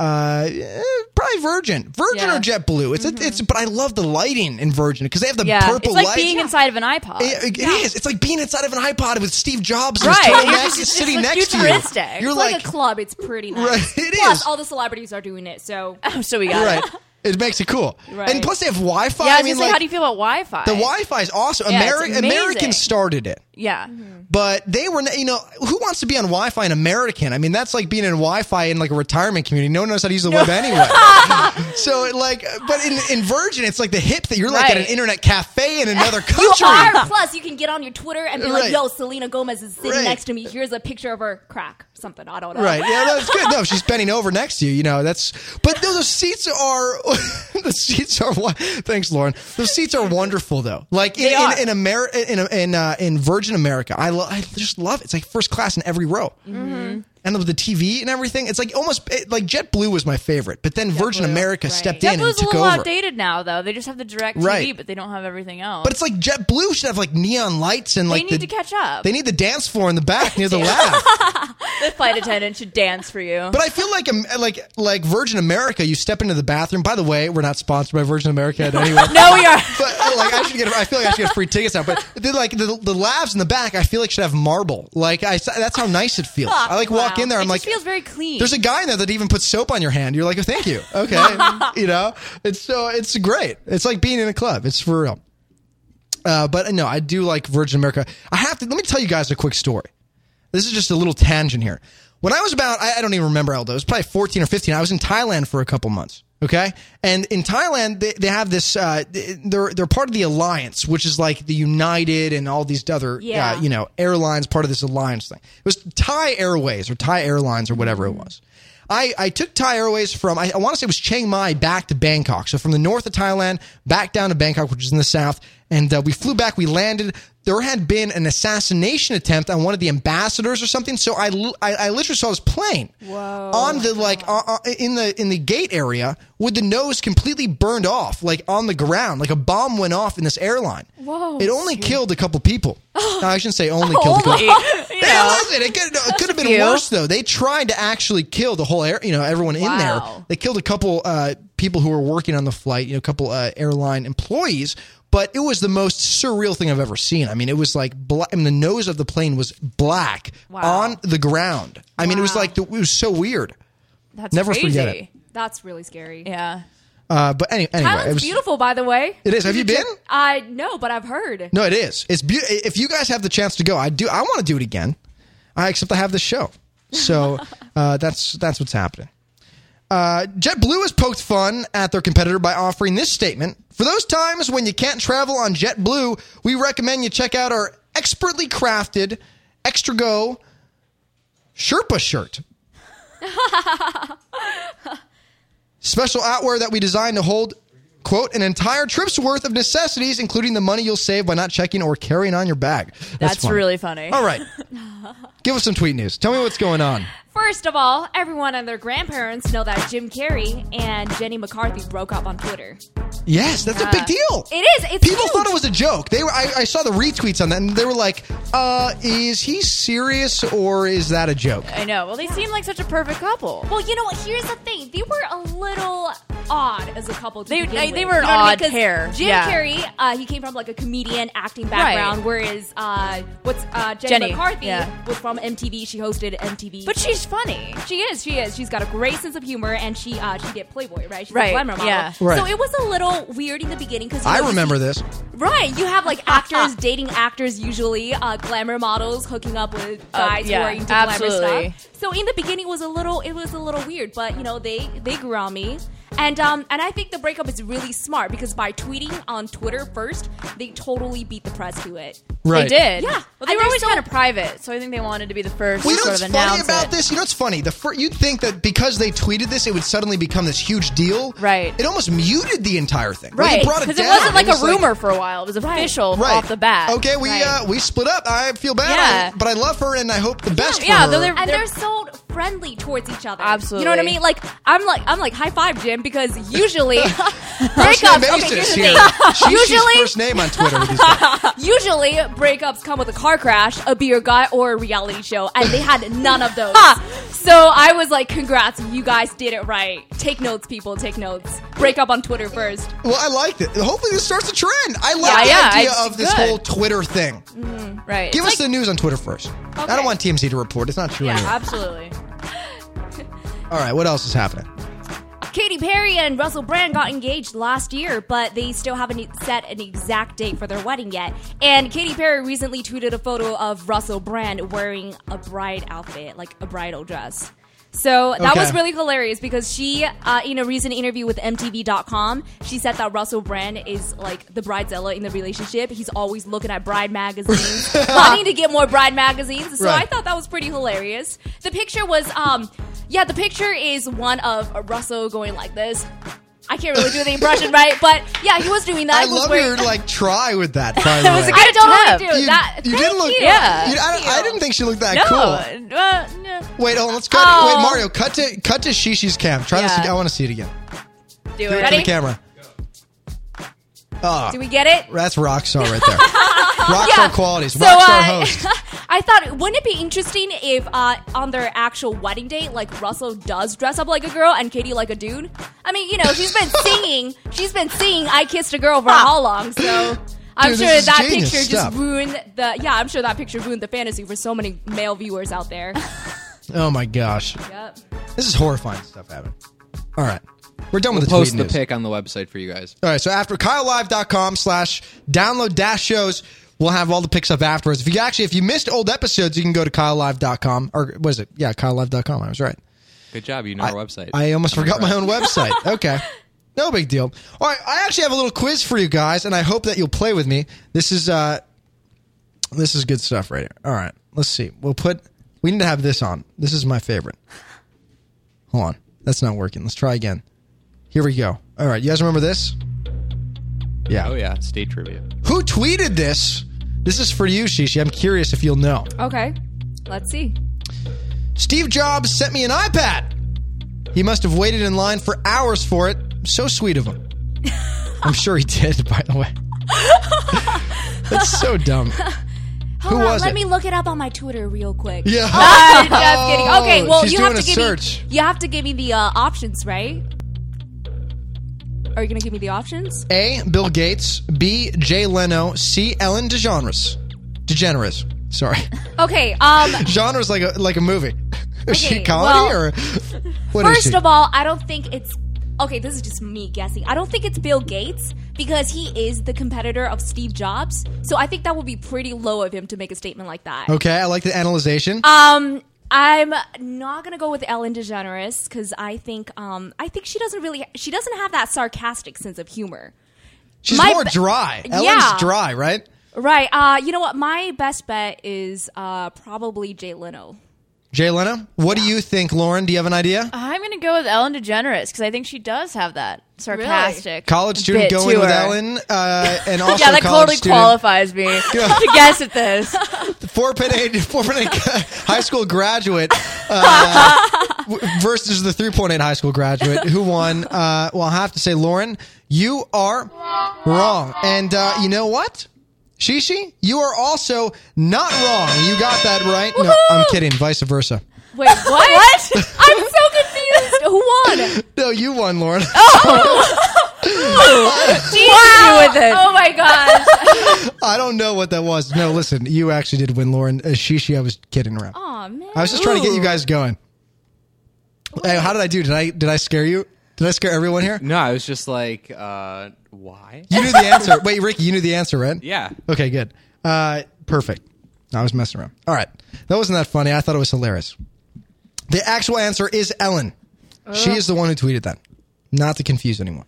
Speaker 2: Uh, eh, probably Virgin, Virgin
Speaker 4: Yeah. Mm-hmm.
Speaker 2: or JetBlue. It's a, it's, but I love the lighting in Virgin because they have the
Speaker 4: Yeah,
Speaker 2: purple
Speaker 4: it's like
Speaker 2: lights.
Speaker 4: being inside of an iPod.
Speaker 2: It- it- it is. It's like being inside of an iPod with Steve Jobs and
Speaker 4: Right.
Speaker 2: his turtleneck
Speaker 4: You're just-
Speaker 2: is
Speaker 4: it's
Speaker 2: sitting
Speaker 4: like
Speaker 2: next to
Speaker 4: futuristic.
Speaker 2: you. You're
Speaker 3: It's like, a club. It's pretty nice.
Speaker 2: Right, it
Speaker 3: Plus,
Speaker 2: is.
Speaker 3: all the celebrities are doing it, so
Speaker 4: so we got
Speaker 2: right.
Speaker 4: it.
Speaker 2: It makes it cool.
Speaker 3: Right.
Speaker 2: And plus, they have Wi-Fi.
Speaker 4: Yeah, I,
Speaker 2: I
Speaker 4: was
Speaker 2: mean,
Speaker 4: gonna say,
Speaker 2: like
Speaker 4: how do you feel about Wi-Fi?
Speaker 2: the Wi-Fi is awesome.
Speaker 4: Yeah, it's
Speaker 2: Ameri-
Speaker 4: amazing.
Speaker 2: Americans started it.
Speaker 4: Yeah,
Speaker 2: But they were, you know, who wants to be on Wi-Fi in American? I mean, that's like being in Wi-Fi in like a retirement community. No one knows how to use the web anyway. so, it, like, but in, in Virgin, it's like the hip that you're like at an
Speaker 4: Right.
Speaker 2: internet cafe in another
Speaker 3: you
Speaker 2: country.
Speaker 3: are. Plus, you can get on your Twitter and be
Speaker 2: Right.
Speaker 3: like, "Yo, Selena Gomez is sitting
Speaker 2: Right.
Speaker 3: next to me. Here's a picture of her crack something. I don't know."
Speaker 2: Right. Yeah, that's good. No, if she's bending over next to you. You know, that's. But no, those seats are. the seats are. won- Thanks, Lauren. Those seats are wonderful, though. Like in
Speaker 4: are.
Speaker 2: in, in America, in in, uh, in Virgin America, I lo- I just love it. It's like first class in every row. Mm-hmm. And with the TV and everything, it's like almost it, like JetBlue was my favorite, but then Virgin America stepped in and
Speaker 4: JetBlue's a
Speaker 2: took
Speaker 4: little
Speaker 2: over.
Speaker 4: outdated now, though. They just have the direct TV,
Speaker 2: Right.
Speaker 4: but they don't have everything else.
Speaker 2: But it's like JetBlue should have like neon lights and like
Speaker 4: they need
Speaker 2: the-
Speaker 4: to catch up.
Speaker 2: They need the dance floor in the back near the lab.
Speaker 4: the flight attendant should dance for you.
Speaker 2: But I feel like um, like like Virgin America. You step into the bathroom. By the way, we're not sponsored by Virgin America in any way.
Speaker 4: no, we are.
Speaker 2: But uh, like I should get, I feel like I should get free tickets now. But then like the, the labs in the back, I feel like should have marble. Like I, that's how nice it feels. I like walk
Speaker 4: Ah, Wow.
Speaker 2: in there. I'm
Speaker 4: it
Speaker 2: like,
Speaker 4: just feels very clean.
Speaker 2: there's a guy in there that even puts soap on your hand. You're like, oh, thank you. Okay, you know, it's so it's great. It's like being in a club. It's for real. Uh, but no, I do like Virgin America. I have to let me tell you guys a quick story. This is just a little tangent here. When I was about, I, I don't even remember how old I was, probably 14 or 15. I was in Thailand for a couple months. Okay, and in Thailand they, they have this. Uh, they're they're part of the alliance, which is like the United and all these other
Speaker 3: Yeah.
Speaker 2: uh, you know airlines part of this alliance thing. It was Thai Airways or Thai Airlines or whatever it was. I, I took Thai Airways from I, I want to say it was Chiang Mai back to Bangkok, so from the north of Thailand back down to Bangkok, which is in the south, and uh, we flew back. We landed. There had been an assassination attempt on one of the ambassadors or something, so I li- I, I literally saw this plane on the like uh, uh, in the in the gate area with the nose completely burned off, like on the ground, like a bomb went off in this airline. Whoa! It only killed a couple people. No, I shouldn't say only killed a couple. Yeah, listen, it could, it could have been
Speaker 4: few.
Speaker 2: worse though. They tried to actually kill the whole air, you know, everyone in there.
Speaker 4: Wow.
Speaker 2: They killed a couple uh, people who were working on the flight, you know, a couple uh, airline employees. But it was the most surreal thing I've ever seen. I mean, it was like bla- I mean, the nose of the plane was black on the ground. I mean, it was like the, it was so weird.
Speaker 4: That's
Speaker 2: Never
Speaker 4: crazy.
Speaker 2: forget
Speaker 3: That's really scary.
Speaker 4: Yeah. Oh,
Speaker 2: Uh, but any, anyway,
Speaker 3: Thailand's
Speaker 2: it was
Speaker 3: beautiful, by the way.
Speaker 2: It is. Have you been?
Speaker 3: Uh, no, but I've heard.
Speaker 2: No, it is. It's beautiful. If you guys have the chance to go, I do. I want to do it again. I except I have the show, so uh, that's that's what's happening. Uh, JetBlue has poked fun at their competitor by offering this statement: For those times when you can't travel on JetBlue, we recommend you check out our expertly crafted Extra Go Sherpa shirt. Special outwear that we designed to hold, quote, an entire trip's worth of necessities, including the money you'll save by not checking or carrying on your bag. That's,
Speaker 4: That's
Speaker 2: funny.
Speaker 4: really funny.
Speaker 2: All right. Give us some tweet news. Tell me what's going on.
Speaker 3: First of all, everyone and their grandparents know that Jim Carrey and Jenny McCarthy broke up on Twitter.
Speaker 2: Yes, that's
Speaker 4: Uh,
Speaker 2: a big deal.
Speaker 3: It is. It's
Speaker 2: People
Speaker 3: huge.
Speaker 2: thought it was a joke. They were. I, I saw the retweets on that, and they were like, uh, "Is he serious or is that a joke?"
Speaker 4: I know. Well, they seem like such a perfect couple.
Speaker 3: Well, you know what? Here's the thing. They were a little odd as a couple. To
Speaker 4: They-
Speaker 3: begin
Speaker 4: they-
Speaker 3: with.
Speaker 4: they were an
Speaker 3: You know what I mean?
Speaker 4: odd
Speaker 3: 'Cause
Speaker 4: pair.
Speaker 3: Jim
Speaker 4: Yeah.
Speaker 3: Carrey, uh, he came from like a comedian acting background, whereas uh, what's uh, Jenny,
Speaker 4: Jenny,
Speaker 3: McCarthy
Speaker 4: yeah.
Speaker 3: was from MTV. She hosted MTV.
Speaker 4: But she's funny.
Speaker 3: She is. She is. She's got a great sense of humor, and she uh, she did Playboy, right? She's
Speaker 4: Right,
Speaker 3: A glamour model.
Speaker 4: yeah.
Speaker 2: Right.
Speaker 3: So it was a little weird in the beginning because
Speaker 2: I remember this.
Speaker 3: Right. You have like actors dating actors usually, uh, glamour models hooking up with
Speaker 4: Uh,
Speaker 3: guys who
Speaker 4: yeah,
Speaker 3: are into glamour
Speaker 4: absolutely.
Speaker 3: stuff. So in the beginning, it was a little it was a little weird, but you know they they grew on me. And um and I think the breakup is really smart because by tweeting on Twitter first, they totally beat the press to it.
Speaker 2: Right.
Speaker 4: They did.
Speaker 3: Yeah.
Speaker 4: Well, they
Speaker 3: And
Speaker 4: were
Speaker 3: they're
Speaker 4: always
Speaker 3: so-
Speaker 4: kind of private, so I think they wanted to be the first
Speaker 2: Well, you
Speaker 4: to
Speaker 2: know
Speaker 4: sort
Speaker 2: what's
Speaker 4: of
Speaker 2: funny
Speaker 4: announce
Speaker 2: about
Speaker 4: it.
Speaker 2: this? You know what's funny? The fir- you'd think that because they tweeted this, it would suddenly become this huge deal.
Speaker 4: Right.
Speaker 2: It almost muted the entire thing. Like,
Speaker 4: Right.
Speaker 2: it brought it
Speaker 4: Because it,
Speaker 2: down.
Speaker 4: wasn't like
Speaker 2: was
Speaker 4: a rumor for a while. It was official
Speaker 2: right.
Speaker 4: off the bat.
Speaker 2: Okay, we
Speaker 4: Right.
Speaker 2: uh, we split up. I feel bad,
Speaker 4: Yeah.
Speaker 2: but I love her and I hope the best
Speaker 4: yeah,
Speaker 2: for
Speaker 4: though
Speaker 2: her.
Speaker 4: they're-
Speaker 3: And they're, so friendly towards each other. You know what I
Speaker 4: Absolutely.
Speaker 3: mean? Like I'm like I'm like high five Jim because usually
Speaker 2: First
Speaker 3: breakups.
Speaker 2: name
Speaker 3: Okay,
Speaker 2: basis
Speaker 3: here's the
Speaker 2: here.
Speaker 3: thing.
Speaker 2: She- she's
Speaker 3: Usually-
Speaker 2: first name on Twitter. with these guys.
Speaker 3: Usually, breakups come with a car crash, a beer gut, or a reality show, and they had none of those. so I was like, congrats, you guys did it right. Take notes, people, take notes. Break up on Twitter first.
Speaker 2: Well, I liked it. Hopefully, this starts a trend. I
Speaker 4: Yeah,
Speaker 2: like
Speaker 4: yeah,
Speaker 2: the idea
Speaker 4: it's
Speaker 2: of this
Speaker 4: good.
Speaker 2: whole Twitter thing.
Speaker 4: Right.
Speaker 2: Give
Speaker 4: It's
Speaker 2: us the news on Twitter first. I
Speaker 3: Okay.
Speaker 2: don't want TMZ to report. It's not true
Speaker 4: like- Yeah,
Speaker 2: anyway.
Speaker 4: absolutely.
Speaker 2: All right, what else is happening?
Speaker 3: Katy Perry and Russell Brand got engaged last year, but they still haven't e- set an exact date for their wedding yet. And Katy Perry recently tweeted a photo of Russell Brand wearing a bride outfit, like a bridal dress. So that
Speaker 2: Okay.
Speaker 3: was really hilarious because she, uh, in a recent interview with MTV.com, she said that Russell Brand is like the bridezilla in the relationship. He's always looking at bride magazines, wanting to get more bride magazines. So I
Speaker 2: Right.
Speaker 3: thought that was pretty hilarious. The picture was, um, yeah, the picture is one of Russell going like this. I can't really do the impression right, but yeah, he was doing that.
Speaker 2: I
Speaker 3: He was
Speaker 2: love
Speaker 3: wearing-
Speaker 2: your like try with that. By the
Speaker 4: That was
Speaker 2: way.
Speaker 4: a good
Speaker 3: I totally
Speaker 4: attempt.
Speaker 3: do
Speaker 2: you,
Speaker 3: that.
Speaker 2: you
Speaker 3: Thank
Speaker 2: didn't look.
Speaker 3: you.
Speaker 4: Yeah.
Speaker 2: you- I, I didn't think she looked that cool.
Speaker 4: No. Uh, no.
Speaker 2: Wait, hold on. Let's cut.
Speaker 4: Oh.
Speaker 2: Wait, Mario, cut to cut to Shishi's cam. Try to
Speaker 4: Yeah.
Speaker 2: see. I want to see it again.
Speaker 4: Do it.
Speaker 2: Do it to
Speaker 4: Ready?
Speaker 2: the camera. Oh,
Speaker 3: Do we get it?
Speaker 2: that's rock star right there. rock star qualities.
Speaker 3: So,
Speaker 2: Rock star
Speaker 3: uh,
Speaker 2: host.
Speaker 3: I thought, wouldn't it be interesting if uh, on their actual wedding date, like Russell does dress up like a girl and Katie like a dude? I mean, you know, she's been singing, she's been singing "I Kissed a Girl" for how long? So I'm
Speaker 2: Dude,
Speaker 3: sure
Speaker 2: this is
Speaker 3: that
Speaker 2: genius
Speaker 3: picture
Speaker 2: stuff.
Speaker 3: just ruined the. Yeah, I'm sure that picture ruined the fantasy for so many male viewers out there.
Speaker 2: Oh my gosh,
Speaker 3: yep.
Speaker 2: this is horrifying stuff happening. All right, we're done with the
Speaker 7: Post
Speaker 2: tweet
Speaker 7: the
Speaker 2: news.
Speaker 7: pic on the website for you guys.
Speaker 2: All right, so after kylelive.com slash download dash shows, we'll have all the picks up afterwards. If you actually, if you missed old episodes, you can go to kylelive.com or what is it? Yeah, kylelive.com. I was right.
Speaker 7: Good job. You know our website.
Speaker 2: I almost forgot my own website. Okay. No big deal. All right, I actually have a little quiz for you guys, and I hope that you'll play with me. This is uh, this is good stuff right here. All right, let's see. We'll put. We need to have this on. This is my favorite. Hold on, that's not working. Let's try again. Here we go. All right, you guys remember this? Yeah.
Speaker 7: oh yeah, state trivia.
Speaker 2: Who tweeted this? This is for you, Shishi. I'm curious if you'll know.
Speaker 3: Okay, let's see.
Speaker 2: Steve Jobs sent me an iPad. He must have waited in line for hours for it. So sweet of him. I'm sure he did, by the way. That's so dumb.
Speaker 3: Hold
Speaker 2: Who
Speaker 3: on,
Speaker 2: was
Speaker 3: let
Speaker 2: it?
Speaker 3: me look it up on my Twitter real quick.
Speaker 2: Yeah.
Speaker 3: Ah, just kidding. Okay, well
Speaker 2: She's
Speaker 3: you have
Speaker 2: doing
Speaker 3: to
Speaker 2: a
Speaker 3: give
Speaker 2: search.
Speaker 3: me you have to give me the uh, options, right? Are you gonna give me the options?
Speaker 2: A. Bill Gates. B. Jay Leno. C. Ellen DeGeneres. DeGeneres. Sorry.
Speaker 3: Okay. Um.
Speaker 2: Genre's like a like a movie. Is she
Speaker 3: Okay,
Speaker 2: comedy
Speaker 3: well,
Speaker 2: or what is
Speaker 3: First
Speaker 2: she?
Speaker 3: of all, I don't think it's okay. This is just me guessing. I don't think it's Bill Gates because he is the competitor of Steve Jobs. So I think that would be pretty low of him to make a statement like that.
Speaker 2: okay, I like the analyzation.
Speaker 3: Um, I'm not gonna go with Ellen DeGeneres because I think um I think she doesn't really she doesn't have that sarcastic sense of humor.
Speaker 2: She's
Speaker 3: my
Speaker 2: more
Speaker 3: ba-
Speaker 2: dry. Ellen's
Speaker 3: Yeah.
Speaker 2: dry, right?
Speaker 3: Right. Uh, you know what? My best bet is uh probably Jay Leno.
Speaker 2: Jay Leno. What do you think, Lauren? Do you have an idea?
Speaker 4: I'm gonna go with Ellen DeGeneres because I think she does have that sarcastic
Speaker 2: College student
Speaker 4: bit
Speaker 2: going
Speaker 4: to
Speaker 2: with
Speaker 4: her.
Speaker 2: Ellen, uh, and also
Speaker 4: Yeah, that
Speaker 2: college
Speaker 4: totally
Speaker 2: student.
Speaker 4: qualifies me to guess at this.
Speaker 2: four pin eight, four pin eight high school graduate uh, w- versus the three point eight high school graduate. Who won? Uh, well, I have to say, Lauren, you are wrong, and uh, you know what? Shishi, you are also not wrong. You got that right. No, I'm kidding. Vice versa.
Speaker 3: Wait, what? what? I'm so confused. Who won?
Speaker 2: No, you won, Lauren.
Speaker 4: Oh! wow. with it.
Speaker 3: Oh my gosh.
Speaker 2: I don't know what that was. No, listen, you actually did win, Lauren. Uh, Shishi, I was kidding around.
Speaker 3: Oh man.
Speaker 2: I was just trying to get you guys going. Hey, how did I do? Did I did I scare you? Did I scare everyone here?
Speaker 7: No, I was just like, uh, why?
Speaker 2: You knew the answer. Wait, Ricky, you knew the answer, right?
Speaker 7: Yeah.
Speaker 2: Okay, good. Uh, perfect. I was messing around. All right. That wasn't that funny. I thought it was hilarious. The actual answer is Ellen. She is the one who tweeted that. Not to confuse anyone.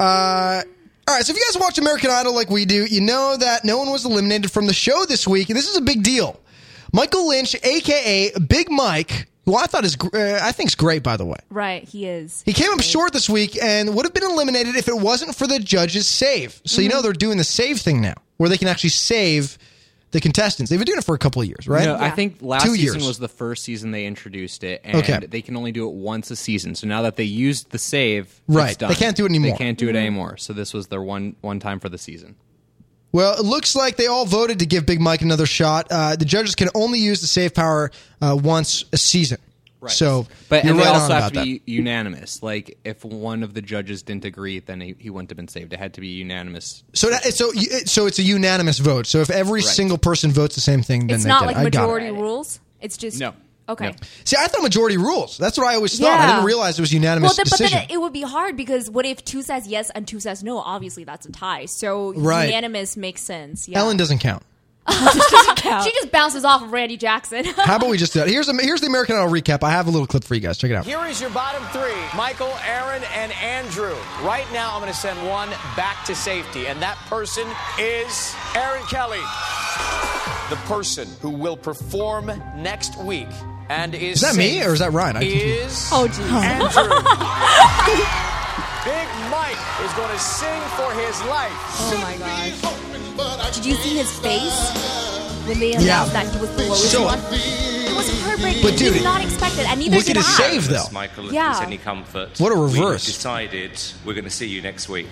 Speaker 2: Uh, all right, so if you guys watch American Idol like we do, you know that no one was eliminated from the show this week, and this is a big deal. Michael Lynch, aka Big Mike, who I thought is gr- uh, I think's great by the way.
Speaker 3: Right, he is.
Speaker 2: He came up short this week and would have been eliminated if it wasn't for the judges' save. So you
Speaker 7: Mm-hmm.
Speaker 2: know they're doing the save thing now, where they can actually save the contestants. They've been doing it for a couple of years, right?
Speaker 7: No, I think last
Speaker 2: Two
Speaker 7: season
Speaker 2: years.
Speaker 7: was the first season they introduced it, and
Speaker 2: Okay.
Speaker 7: they can only do it once a season. So now that they used the save,
Speaker 2: Right.
Speaker 7: it's done.
Speaker 2: They can't do it anymore.
Speaker 7: They can't
Speaker 4: Mm-hmm.
Speaker 7: do it anymore. So this was their one one time for the season.
Speaker 2: Well, it looks like they all voted to give Big Mike another shot. Uh, the judges can only use the save power uh, once a season. Right. So,
Speaker 7: but
Speaker 2: you're
Speaker 7: and they
Speaker 2: right on
Speaker 7: also have
Speaker 2: about
Speaker 7: to
Speaker 2: that.
Speaker 7: be unanimous. Like if one of the judges didn't agree, then he, he wouldn't have been saved. It had to be unanimous.
Speaker 2: so, that, so, you- so it's a unanimous vote. So if every single person votes the same thing, then
Speaker 3: It's
Speaker 2: they
Speaker 3: not
Speaker 2: did
Speaker 3: like
Speaker 2: it. I got it.
Speaker 3: majority rules. It's just
Speaker 7: No.
Speaker 3: Okay.
Speaker 7: No.
Speaker 2: See, I thought majority rules. That's what I always thought. I
Speaker 3: Yeah.
Speaker 2: didn't realize it was unanimous
Speaker 3: Well, then, but
Speaker 2: decision.
Speaker 3: then it, it would be hard because what if two says yes and two says no? Obviously, that's a tie. So
Speaker 2: Right.
Speaker 3: unanimous makes sense. Yeah.
Speaker 2: Ellen doesn't count.
Speaker 3: she just bounces off of Randy Jackson.
Speaker 2: How about we just do that? Here's, here's the American Idol recap. I have a little clip for you guys. Check it out.
Speaker 8: Here is your bottom three Michael, Aaron, and Andrew. Right now, I'm going to send one back to safety, and that person is Aaron Kelly, the person who will perform next week. And is,
Speaker 2: Is that me,
Speaker 8: safe
Speaker 2: or is that Ryan? I'm confused.
Speaker 8: Is
Speaker 3: Oh, geez.
Speaker 8: Andrew. Big Mike is going to sing for his life.
Speaker 3: oh my gosh! Did you see his face when they announced
Speaker 2: Yeah.
Speaker 3: that he was the lowest
Speaker 2: So-
Speaker 3: one? It was heartbreaking.
Speaker 2: But
Speaker 3: he
Speaker 2: dude,
Speaker 3: did not expect it, and neither
Speaker 2: Look
Speaker 3: did
Speaker 2: at his
Speaker 3: I.
Speaker 2: save, though.
Speaker 9: Michael, if
Speaker 3: Yeah.
Speaker 9: there's any comfort,
Speaker 2: What a
Speaker 9: we have
Speaker 2: reverse.
Speaker 9: decided we're going to see you next week.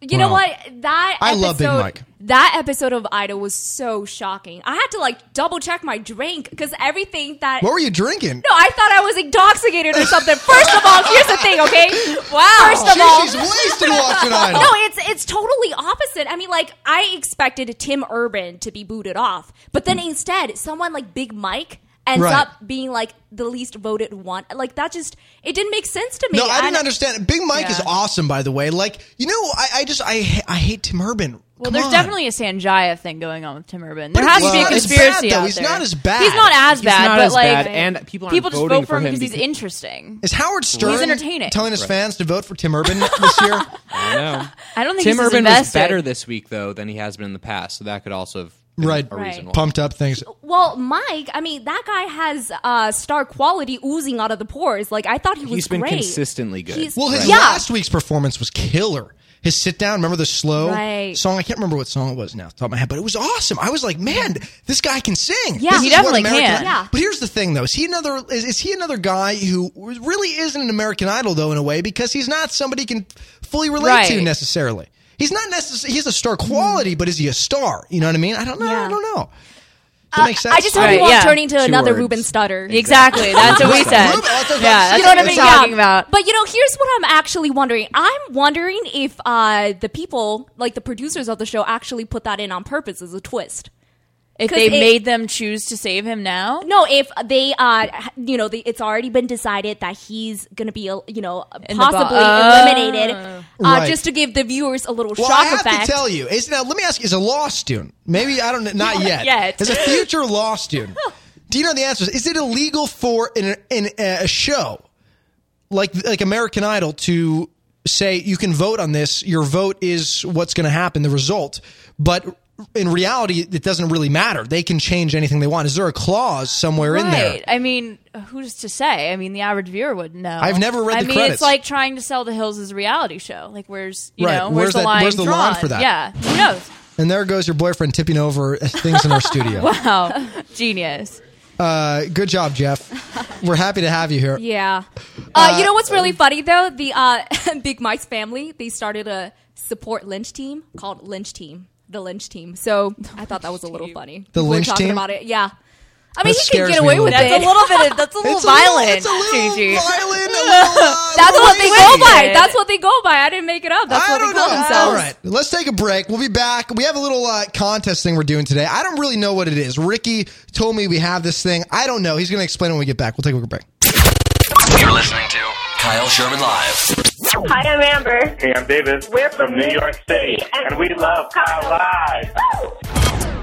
Speaker 3: You know
Speaker 2: Wow.
Speaker 3: what? That
Speaker 2: I
Speaker 3: episode,
Speaker 2: love Big Mike.
Speaker 3: That episode of Idol was so shocking. I had to like double check my drink because everything that
Speaker 2: What were you drinking?
Speaker 3: No, I thought I was intoxicated or something. First of all, here's the thing, okay? Wow. First of all,
Speaker 2: She's wasted watching Idol.
Speaker 3: no, it's it's totally opposite. I mean, like I expected Tim Urban to be booted off, but then instead, someone like Big Mike ends
Speaker 2: Mm. Right.
Speaker 3: up being like the least voted one. Like that just it didn't make sense to me.
Speaker 2: No, I didn't
Speaker 3: And-
Speaker 2: understand. Big Mike is
Speaker 4: Yeah.
Speaker 2: awesome, by the way. Like, you know, I, I just I ha- I hate Tim Urban.
Speaker 4: Well, there's definitely a Sanjaya thing going on with Tim Urban. There
Speaker 2: But
Speaker 4: has
Speaker 2: it's
Speaker 4: to be a
Speaker 2: not as
Speaker 4: conspiracy
Speaker 2: bad, though.
Speaker 4: out
Speaker 2: He's
Speaker 4: there.
Speaker 2: not as bad.
Speaker 4: He's not as
Speaker 7: He's
Speaker 4: bad,
Speaker 7: not
Speaker 4: but
Speaker 7: as
Speaker 4: like
Speaker 7: bad, and people aren't
Speaker 4: people just
Speaker 7: voting
Speaker 4: vote
Speaker 7: for
Speaker 4: for him
Speaker 7: him
Speaker 4: because he's
Speaker 7: because-
Speaker 4: interesting.
Speaker 2: Is Howard Stern
Speaker 4: He's entertaining.
Speaker 2: telling his fans to vote for Tim Urban this year?
Speaker 7: I know.
Speaker 4: I don't think
Speaker 7: Tim
Speaker 4: he's as
Speaker 7: Urban was
Speaker 4: invested.
Speaker 7: better this week though than he has been in the past, so that could also have been
Speaker 2: Right.
Speaker 7: a
Speaker 3: Right.
Speaker 7: reason why.
Speaker 2: Pumped up things.
Speaker 3: Well, Mike, I mean, that guy has uh, star quality oozing out of the pores. Like I thought he was
Speaker 7: He's been
Speaker 3: great.
Speaker 7: consistently good.
Speaker 3: He's-
Speaker 2: Well, his
Speaker 3: yeah.
Speaker 2: last week's performance was killer. His sit down, remember the slow
Speaker 3: Right.
Speaker 2: song? I can't remember what song it was now, off the top of my head, but it was awesome. I was like, man, this guy can sing.
Speaker 3: Yeah,
Speaker 2: This
Speaker 3: he
Speaker 2: is what
Speaker 4: definitely
Speaker 2: American-
Speaker 4: can.
Speaker 3: Yeah.
Speaker 2: But here's the thing, though: is he another? Is, is he another guy who really isn't an American Idol, though, in a way, because he's not somebody can fully relate to
Speaker 4: Right.
Speaker 2: necessarily. He's not necessarily. He's a star quality, but is he a star? You know what I mean? I don't know. I
Speaker 3: Yeah.
Speaker 2: don't know. Does
Speaker 4: Uh,
Speaker 2: that make sense?
Speaker 3: I just hope
Speaker 4: Right,
Speaker 3: he won't
Speaker 4: yeah.
Speaker 3: turn into
Speaker 7: Two
Speaker 3: another
Speaker 7: words.
Speaker 3: Ruben Stutter.
Speaker 4: Exactly. That's what we said.
Speaker 2: Urban, that's what
Speaker 4: yeah, that's
Speaker 2: I'm saying.
Speaker 4: you
Speaker 2: You
Speaker 4: know what I
Speaker 2: know
Speaker 4: mean?
Speaker 2: what I'm
Speaker 4: Talking about.
Speaker 3: But you know, here's what I'm actually wondering. I'm wondering if uh, the people, like the producers of the show, actually put that in on purpose as a twist.
Speaker 4: If
Speaker 3: 'Cause
Speaker 4: they
Speaker 3: it-
Speaker 4: made them choose to save him now,
Speaker 3: No, if they, uh, h- you know, they, it's already been decided that he's going to be, uh, you know,
Speaker 4: In the bo-
Speaker 3: possibly
Speaker 4: Oh.
Speaker 3: eliminated, uh,
Speaker 2: Right.
Speaker 3: just to give the viewers a little
Speaker 2: Well,
Speaker 3: shock
Speaker 2: I have
Speaker 3: effect.
Speaker 2: to tell you, is now let me ask: you, is a law student? Maybe I don't. know. Not yet.
Speaker 4: yet.
Speaker 2: Is a future law student? do you know the answers? Is it illegal for in a, in a show like like American Idol to say you can vote on this? Your vote is what's going to happen, the result. But in reality, it doesn't really matter. They can change anything they want. Is there a clause somewhere in there?
Speaker 4: right? I mean, who's to say? I mean, the average viewer wouldn't know.
Speaker 2: I've never read
Speaker 4: I
Speaker 2: the
Speaker 4: mean,
Speaker 2: credits.
Speaker 4: it's like trying to sell The Hills as a reality show. Like, where's you
Speaker 2: Right.
Speaker 4: know,
Speaker 2: Where's
Speaker 4: where's, the
Speaker 2: that-
Speaker 4: line
Speaker 2: where's the line
Speaker 4: drawn?
Speaker 2: for that?
Speaker 4: Yeah, who knows?
Speaker 2: And there goes your boyfriend tipping over things in our studio.
Speaker 4: Wow, genius.
Speaker 2: Uh, good job, Jeff. We're happy to have you here.
Speaker 3: Yeah. Uh, you know what's
Speaker 2: um,
Speaker 3: really funny though? The uh, Big Mike's family they started a support Lynch team called Lynch Team, the Lynch Team. So I thought that was a little funny.
Speaker 2: The
Speaker 3: We
Speaker 2: Lynch
Speaker 3: were talking
Speaker 2: team?
Speaker 3: about it. Yeah. I mean,
Speaker 2: That
Speaker 3: he can
Speaker 2: scares
Speaker 3: get
Speaker 2: me
Speaker 3: away
Speaker 2: a
Speaker 3: with
Speaker 2: little
Speaker 3: it.
Speaker 4: That's a little bit. Of, that's a little
Speaker 2: It's a little-
Speaker 4: violent.
Speaker 2: it's a little
Speaker 4: Gigi.
Speaker 2: violent, a little, uh,
Speaker 3: That's what they
Speaker 2: little
Speaker 3: go by.
Speaker 2: wavy.
Speaker 3: That's what they go by. I didn't make it up. That's
Speaker 2: I
Speaker 3: what
Speaker 2: don't
Speaker 3: they call
Speaker 2: know.
Speaker 3: themselves.
Speaker 2: All right, let's take a break. We'll be back. We have a little uh, contest thing we're doing today. I don't really know what it is. Ricky told me we have this thing. I don't know. He's going to explain when we get back. We'll take a quick break.
Speaker 1: You're listening to Kyle Sherman Live.
Speaker 10: Hi, I'm Amber.
Speaker 5: Hey, I'm David.
Speaker 10: We're from New York City, and we love Kyle Live.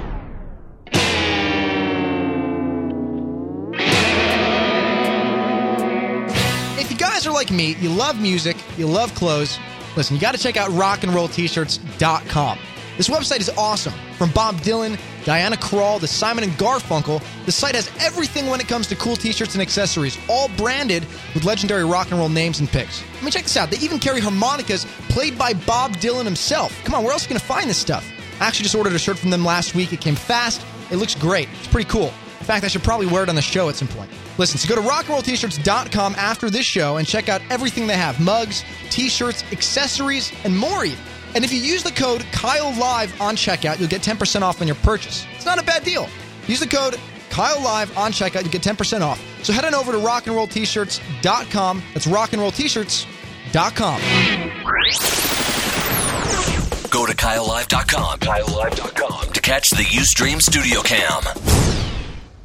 Speaker 2: If you guys are like me, you love music, you love clothes, listen, you got to check out rockandrolltshirts.com. This website is awesome. From Bob Dylan, Diana Krall, to Simon and Garfunkel, the site has everything when it comes to cool t-shirts and accessories, all branded with legendary rock and roll names and picks. I mean, check this out. They even carry harmonicas played by Bob Dylan himself. Come on, where else are you going to find this stuff? I actually just ordered a shirt from them last week. It came fast. It looks great. It's pretty cool. In fact, I should probably wear it on the show at some point. Listen, so go to rockandrolltshirts.com after this show and check out everything they have mugs, t shirts, accessories, and more even. And if you use the code KyleLive on checkout, you'll get 10% off on your purchase. It's not a bad deal. Use the code KyleLive on checkout, you get 10% off. So head on over to rockandrolltshirts.com. That's rockandrolltshirts.com.
Speaker 1: Go to KyleLive.com. KyleLive.com to catch the Ustream Studio Cam.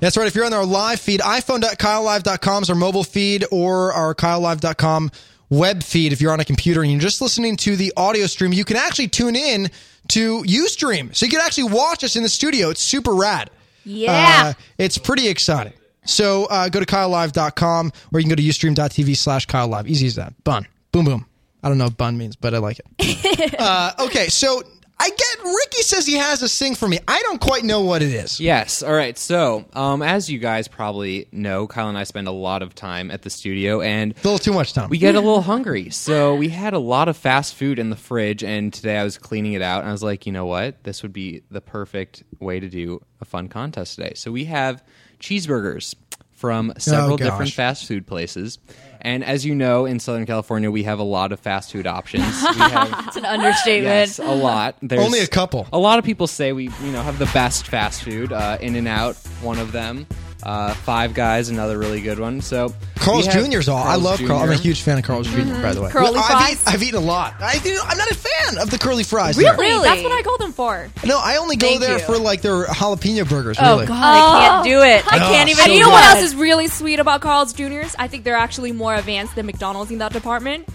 Speaker 2: That's right. If you're on our live feed, iphone.kylelive.com is our mobile feed or our kylelive.com web feed. If you're on a computer and you're just listening to the audio stream, you can actually tune in to Ustream. So you can actually watch us in the studio. It's super rad.
Speaker 3: Yeah.
Speaker 2: Uh, it's pretty exciting. So uh, go to kylelive.com or you can go to ustream.tv slash kylelive. Easy as that. Bun. Boom, boom. I don't know what bun means, but I like it. uh, okay. So I get Ricky says he has this thing for me. I don't quite know what it is.
Speaker 7: Yes. All right. So, um, as you guys probably know, Kyle and I spend a lot of time at the studio, and
Speaker 2: A little too much time.
Speaker 7: we get a little hungry. So we had a lot of fast food in the fridge, and today I was cleaning it out, and I was like, you know what? This would be the perfect way to do a fun contest today. So we have cheeseburgers from several
Speaker 2: Oh, gosh.
Speaker 7: different fast food places. And as you know, in Southern California, we have a lot of fast food options. We have
Speaker 4: It's an understatement.
Speaker 7: Yes, a lot. There's
Speaker 2: Only a couple.
Speaker 7: A lot of people say we, you know, have the best fast food. Uh, In and Out, one of them. Uh, Five Guys, another really good one. So
Speaker 2: Carl's
Speaker 7: we have
Speaker 2: Jr.'s all. I
Speaker 7: Carl's Mm-hmm.
Speaker 2: love Carl. I'm a
Speaker 7: Jr..
Speaker 2: huge fan of Carl's Jr. By the way,
Speaker 3: Curly
Speaker 2: Well, I've,
Speaker 3: fries?
Speaker 2: eat, I've eaten a lot. I do, I'm not a fan of the curly fries. there.
Speaker 3: Really? That's what I call them for.
Speaker 2: No, I only go
Speaker 3: Thank
Speaker 2: there
Speaker 3: you.
Speaker 2: for like their jalapeno burgers.
Speaker 4: Oh
Speaker 2: really.
Speaker 4: God, I can't do it. I
Speaker 2: Oh,
Speaker 4: can't even.
Speaker 2: so
Speaker 4: e-
Speaker 3: And you know what
Speaker 4: God.
Speaker 3: else is really sweet about Carl's Jr.'s? I think they're actually more advanced than McDonald's in that department.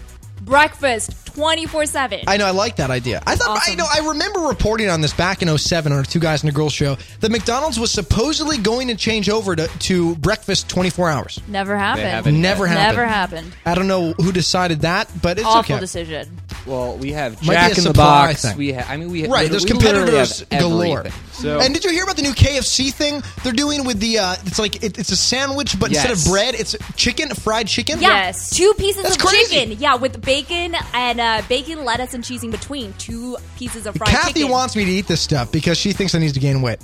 Speaker 3: Breakfast 24 7.
Speaker 2: I know. I like that idea. I thought. I
Speaker 3: Awesome.
Speaker 2: know. I remember reporting on this back in 07 on a Two Guys and a Girl show that McDonald's was supposedly going to change over to, to breakfast 24 hours.
Speaker 4: Never happened.
Speaker 7: haven't.
Speaker 2: Never happened.
Speaker 4: Never happened.
Speaker 2: I don't know who decided that, but it's
Speaker 4: Awful
Speaker 2: okay.
Speaker 4: decision.
Speaker 7: Well, we have
Speaker 2: Might be
Speaker 7: Jack
Speaker 2: a
Speaker 7: in the
Speaker 2: supply
Speaker 7: Box.
Speaker 2: thing.
Speaker 7: We have. I mean, we
Speaker 2: Right, there's
Speaker 7: we literally
Speaker 2: competitors
Speaker 7: have
Speaker 2: galore.
Speaker 7: everything. So
Speaker 2: And did you hear about the new KFC thing they're doing with the? Uh, it's like it, it's a sandwich, but instead of
Speaker 7: Yes.
Speaker 2: bread, it's chicken, fried chicken.
Speaker 3: yeah,
Speaker 4: Yes.
Speaker 3: two pieces
Speaker 2: That's
Speaker 3: of
Speaker 2: crazy.
Speaker 3: chicken. Yeah, with bacon and uh, bacon, lettuce, and cheese in between. Two pieces of fried
Speaker 2: Kathy
Speaker 3: chicken.
Speaker 2: wants me to eat this stuff because she thinks I need to gain weight.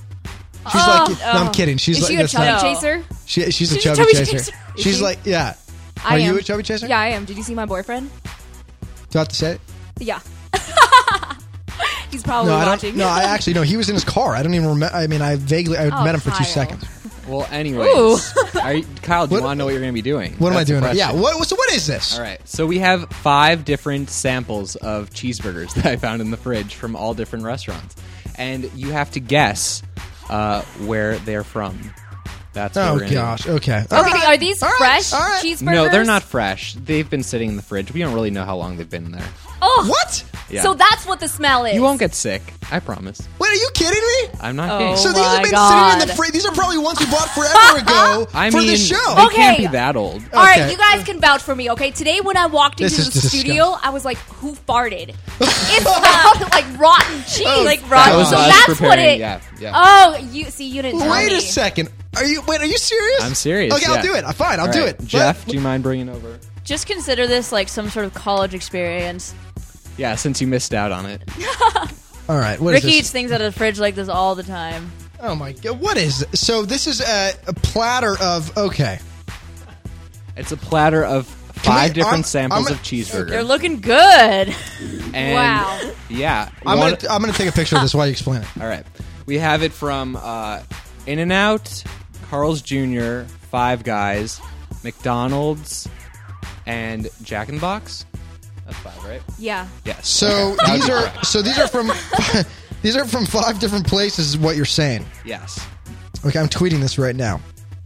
Speaker 2: She's like, no, I'm kidding. She's
Speaker 3: Oh, Is
Speaker 2: like,
Speaker 3: she a
Speaker 2: that's not-
Speaker 4: No.
Speaker 3: chubby chaser?
Speaker 2: She, she's, a
Speaker 3: She's a
Speaker 2: chubby,
Speaker 3: chubby
Speaker 2: chaser.
Speaker 3: chaser. Is
Speaker 2: She's
Speaker 3: she?
Speaker 2: like, yeah.
Speaker 3: I
Speaker 2: Are
Speaker 3: am.
Speaker 2: you a chubby chaser?
Speaker 3: Yeah, I am. Did you see my boyfriend?
Speaker 2: Do I have to say it?
Speaker 3: Yeah. He's probably
Speaker 2: No, I
Speaker 3: Oh, watching.
Speaker 2: don't. No, I actually no. He was in his car. I don't even remember. I mean, I vaguely I
Speaker 3: Oh,
Speaker 2: met him for two
Speaker 3: Kyle.
Speaker 2: seconds.
Speaker 7: well, anyways, are you, Kyle, do
Speaker 2: What-
Speaker 7: you want to know what you're going to be doing?
Speaker 2: What am I
Speaker 7: That's the
Speaker 2: doing?
Speaker 7: question.
Speaker 2: Yeah. What? So what is this?
Speaker 7: All right. So we have five different samples of cheeseburgers that I found in the fridge from all different restaurants, and you have to guess uh, where they're from. That's what
Speaker 2: Oh
Speaker 7: we're gonna do.
Speaker 2: gosh. Okay. All
Speaker 3: Okay,
Speaker 2: right.
Speaker 3: are these
Speaker 2: All right.
Speaker 3: fresh
Speaker 2: All right.
Speaker 3: cheeseburgers?
Speaker 7: No, they're not fresh. They've been sitting in the fridge. We don't really know how long they've been there.
Speaker 3: Oh,
Speaker 2: What?
Speaker 7: Yeah.
Speaker 3: So that's what the smell is.
Speaker 7: You won't get sick. I promise.
Speaker 2: Wait, are you kidding me?
Speaker 7: I'm not
Speaker 4: Oh.
Speaker 7: kidding.
Speaker 2: So these
Speaker 4: my
Speaker 2: have been sitting in the
Speaker 4: God.
Speaker 2: fridge. These are probably ones we bought forever ago
Speaker 7: I
Speaker 2: for
Speaker 7: mean,
Speaker 2: the show.
Speaker 7: They can't
Speaker 3: Okay.
Speaker 7: be that old.
Speaker 3: All right,
Speaker 2: Okay.
Speaker 3: you guys can vouch for me, okay? Today when I walked into
Speaker 2: This
Speaker 3: the
Speaker 2: is disgusting.
Speaker 3: studio, I was like, "Who farted?" it smelled like rotten cheese, Oh, like
Speaker 7: That
Speaker 3: rotten.
Speaker 7: was
Speaker 3: So
Speaker 7: us
Speaker 3: that's what
Speaker 7: preparing,
Speaker 3: it.
Speaker 7: yeah, yeah.
Speaker 3: Oh, you see, you didn't. tell
Speaker 2: Wait
Speaker 3: me.
Speaker 2: a second. Are you? Wait, are you serious?
Speaker 7: I'm serious,
Speaker 2: Okay,
Speaker 7: yeah.
Speaker 2: I'll do it. Fine, I'll
Speaker 7: All
Speaker 2: do
Speaker 7: right.
Speaker 2: it. But-
Speaker 7: Jeff, do you mind bringing over?
Speaker 4: Just consider this like some sort of college experience.
Speaker 7: Yeah, since you missed out on it.
Speaker 2: All right. What is
Speaker 4: Ricky eats
Speaker 2: this?
Speaker 4: things out of the fridge like this all the time.
Speaker 2: Oh my god. What is? This? So this is a, a platter of okay.
Speaker 7: It's a platter of five
Speaker 2: I-
Speaker 7: different
Speaker 2: I'm-
Speaker 7: samples
Speaker 2: I'm-
Speaker 7: of cheeseburger.
Speaker 4: They're looking good.
Speaker 7: And
Speaker 3: Wow.
Speaker 7: Yeah.
Speaker 2: I'm
Speaker 7: one-
Speaker 2: gonna I'm gonna take a picture of this while you explain it.
Speaker 7: all right. We have it from uh, In and Out, Carl's Jr., Five Guys, McDonald's, and Jack in the Box. That's five, right?
Speaker 3: Yeah.
Speaker 7: Yes.
Speaker 2: So
Speaker 7: Okay.
Speaker 2: these are so these are from these are from five different places. Is what you're saying?
Speaker 7: yes.
Speaker 2: Okay, I'm tweeting this right now.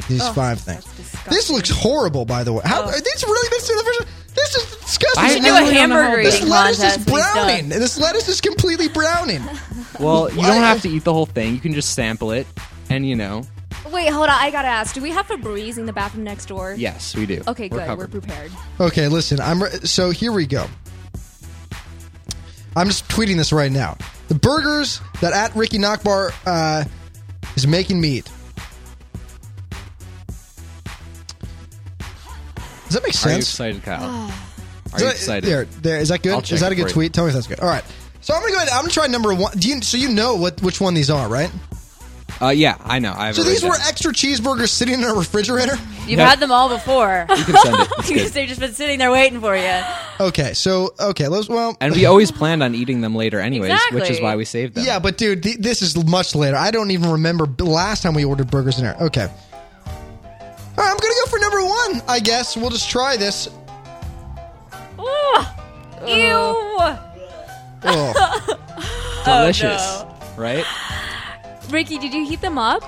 Speaker 2: These
Speaker 4: Oh,
Speaker 2: five things. This looks horrible, by the way. How are these really been seen the first? This is disgusting.
Speaker 7: I
Speaker 4: You should do a
Speaker 7: really don't know how
Speaker 4: hamburger
Speaker 7: this
Speaker 2: this
Speaker 4: eating
Speaker 2: lettuce
Speaker 4: contest.
Speaker 2: is
Speaker 4: when he's done.
Speaker 2: browning. And This lettuce is completely browning.
Speaker 7: Well, you
Speaker 2: Why-
Speaker 7: don't have to eat the whole thing. You can just sample it, and you know,
Speaker 3: Wait, hold on. I gotta ask. Do we have a breeze in the bathroom next door?
Speaker 7: yes, we do.
Speaker 3: Okay, good. We're
Speaker 7: covered.
Speaker 3: prepared.
Speaker 2: Okay, listen. I'm re- so here we go. I'm just tweeting this right now. The burgers that at Ricky Knockbar uh, is making me eat. Does that make
Speaker 7: Are you
Speaker 2: sense?
Speaker 7: excited, Kyle? Are
Speaker 2: Is
Speaker 7: you
Speaker 2: that-
Speaker 7: excited?
Speaker 2: There, there. Is that
Speaker 7: I'll
Speaker 2: good?
Speaker 7: check
Speaker 2: Is that a
Speaker 7: it
Speaker 2: good
Speaker 7: for you.
Speaker 2: tweet? Tell me if that's good. All right. So I'm gonna go ahead. I'm gonna try number one. Do you? So you know what which one these are, right?
Speaker 7: Uh, yeah, I know. I have
Speaker 2: So
Speaker 7: it right
Speaker 2: these were
Speaker 7: down.
Speaker 2: extra cheeseburgers sitting in a refrigerator.
Speaker 4: You've
Speaker 7: Yeah.
Speaker 4: had them all before.
Speaker 7: You can send it. It's good.
Speaker 4: Because they've just been sitting there waiting for you.
Speaker 2: Okay. So okay. Let's. Well.
Speaker 7: And we always planned on eating them later, anyways, which is
Speaker 4: Exactly.
Speaker 7: why we saved them.
Speaker 2: yeah, but dude, th- this is much later. I don't even remember b- last time we ordered burgers in here. Okay. All right. I'm gonna go for number one. I guess we'll just try this.
Speaker 3: Ew.
Speaker 2: Oh,
Speaker 7: delicious, right?
Speaker 3: Ricky, did you heat them up?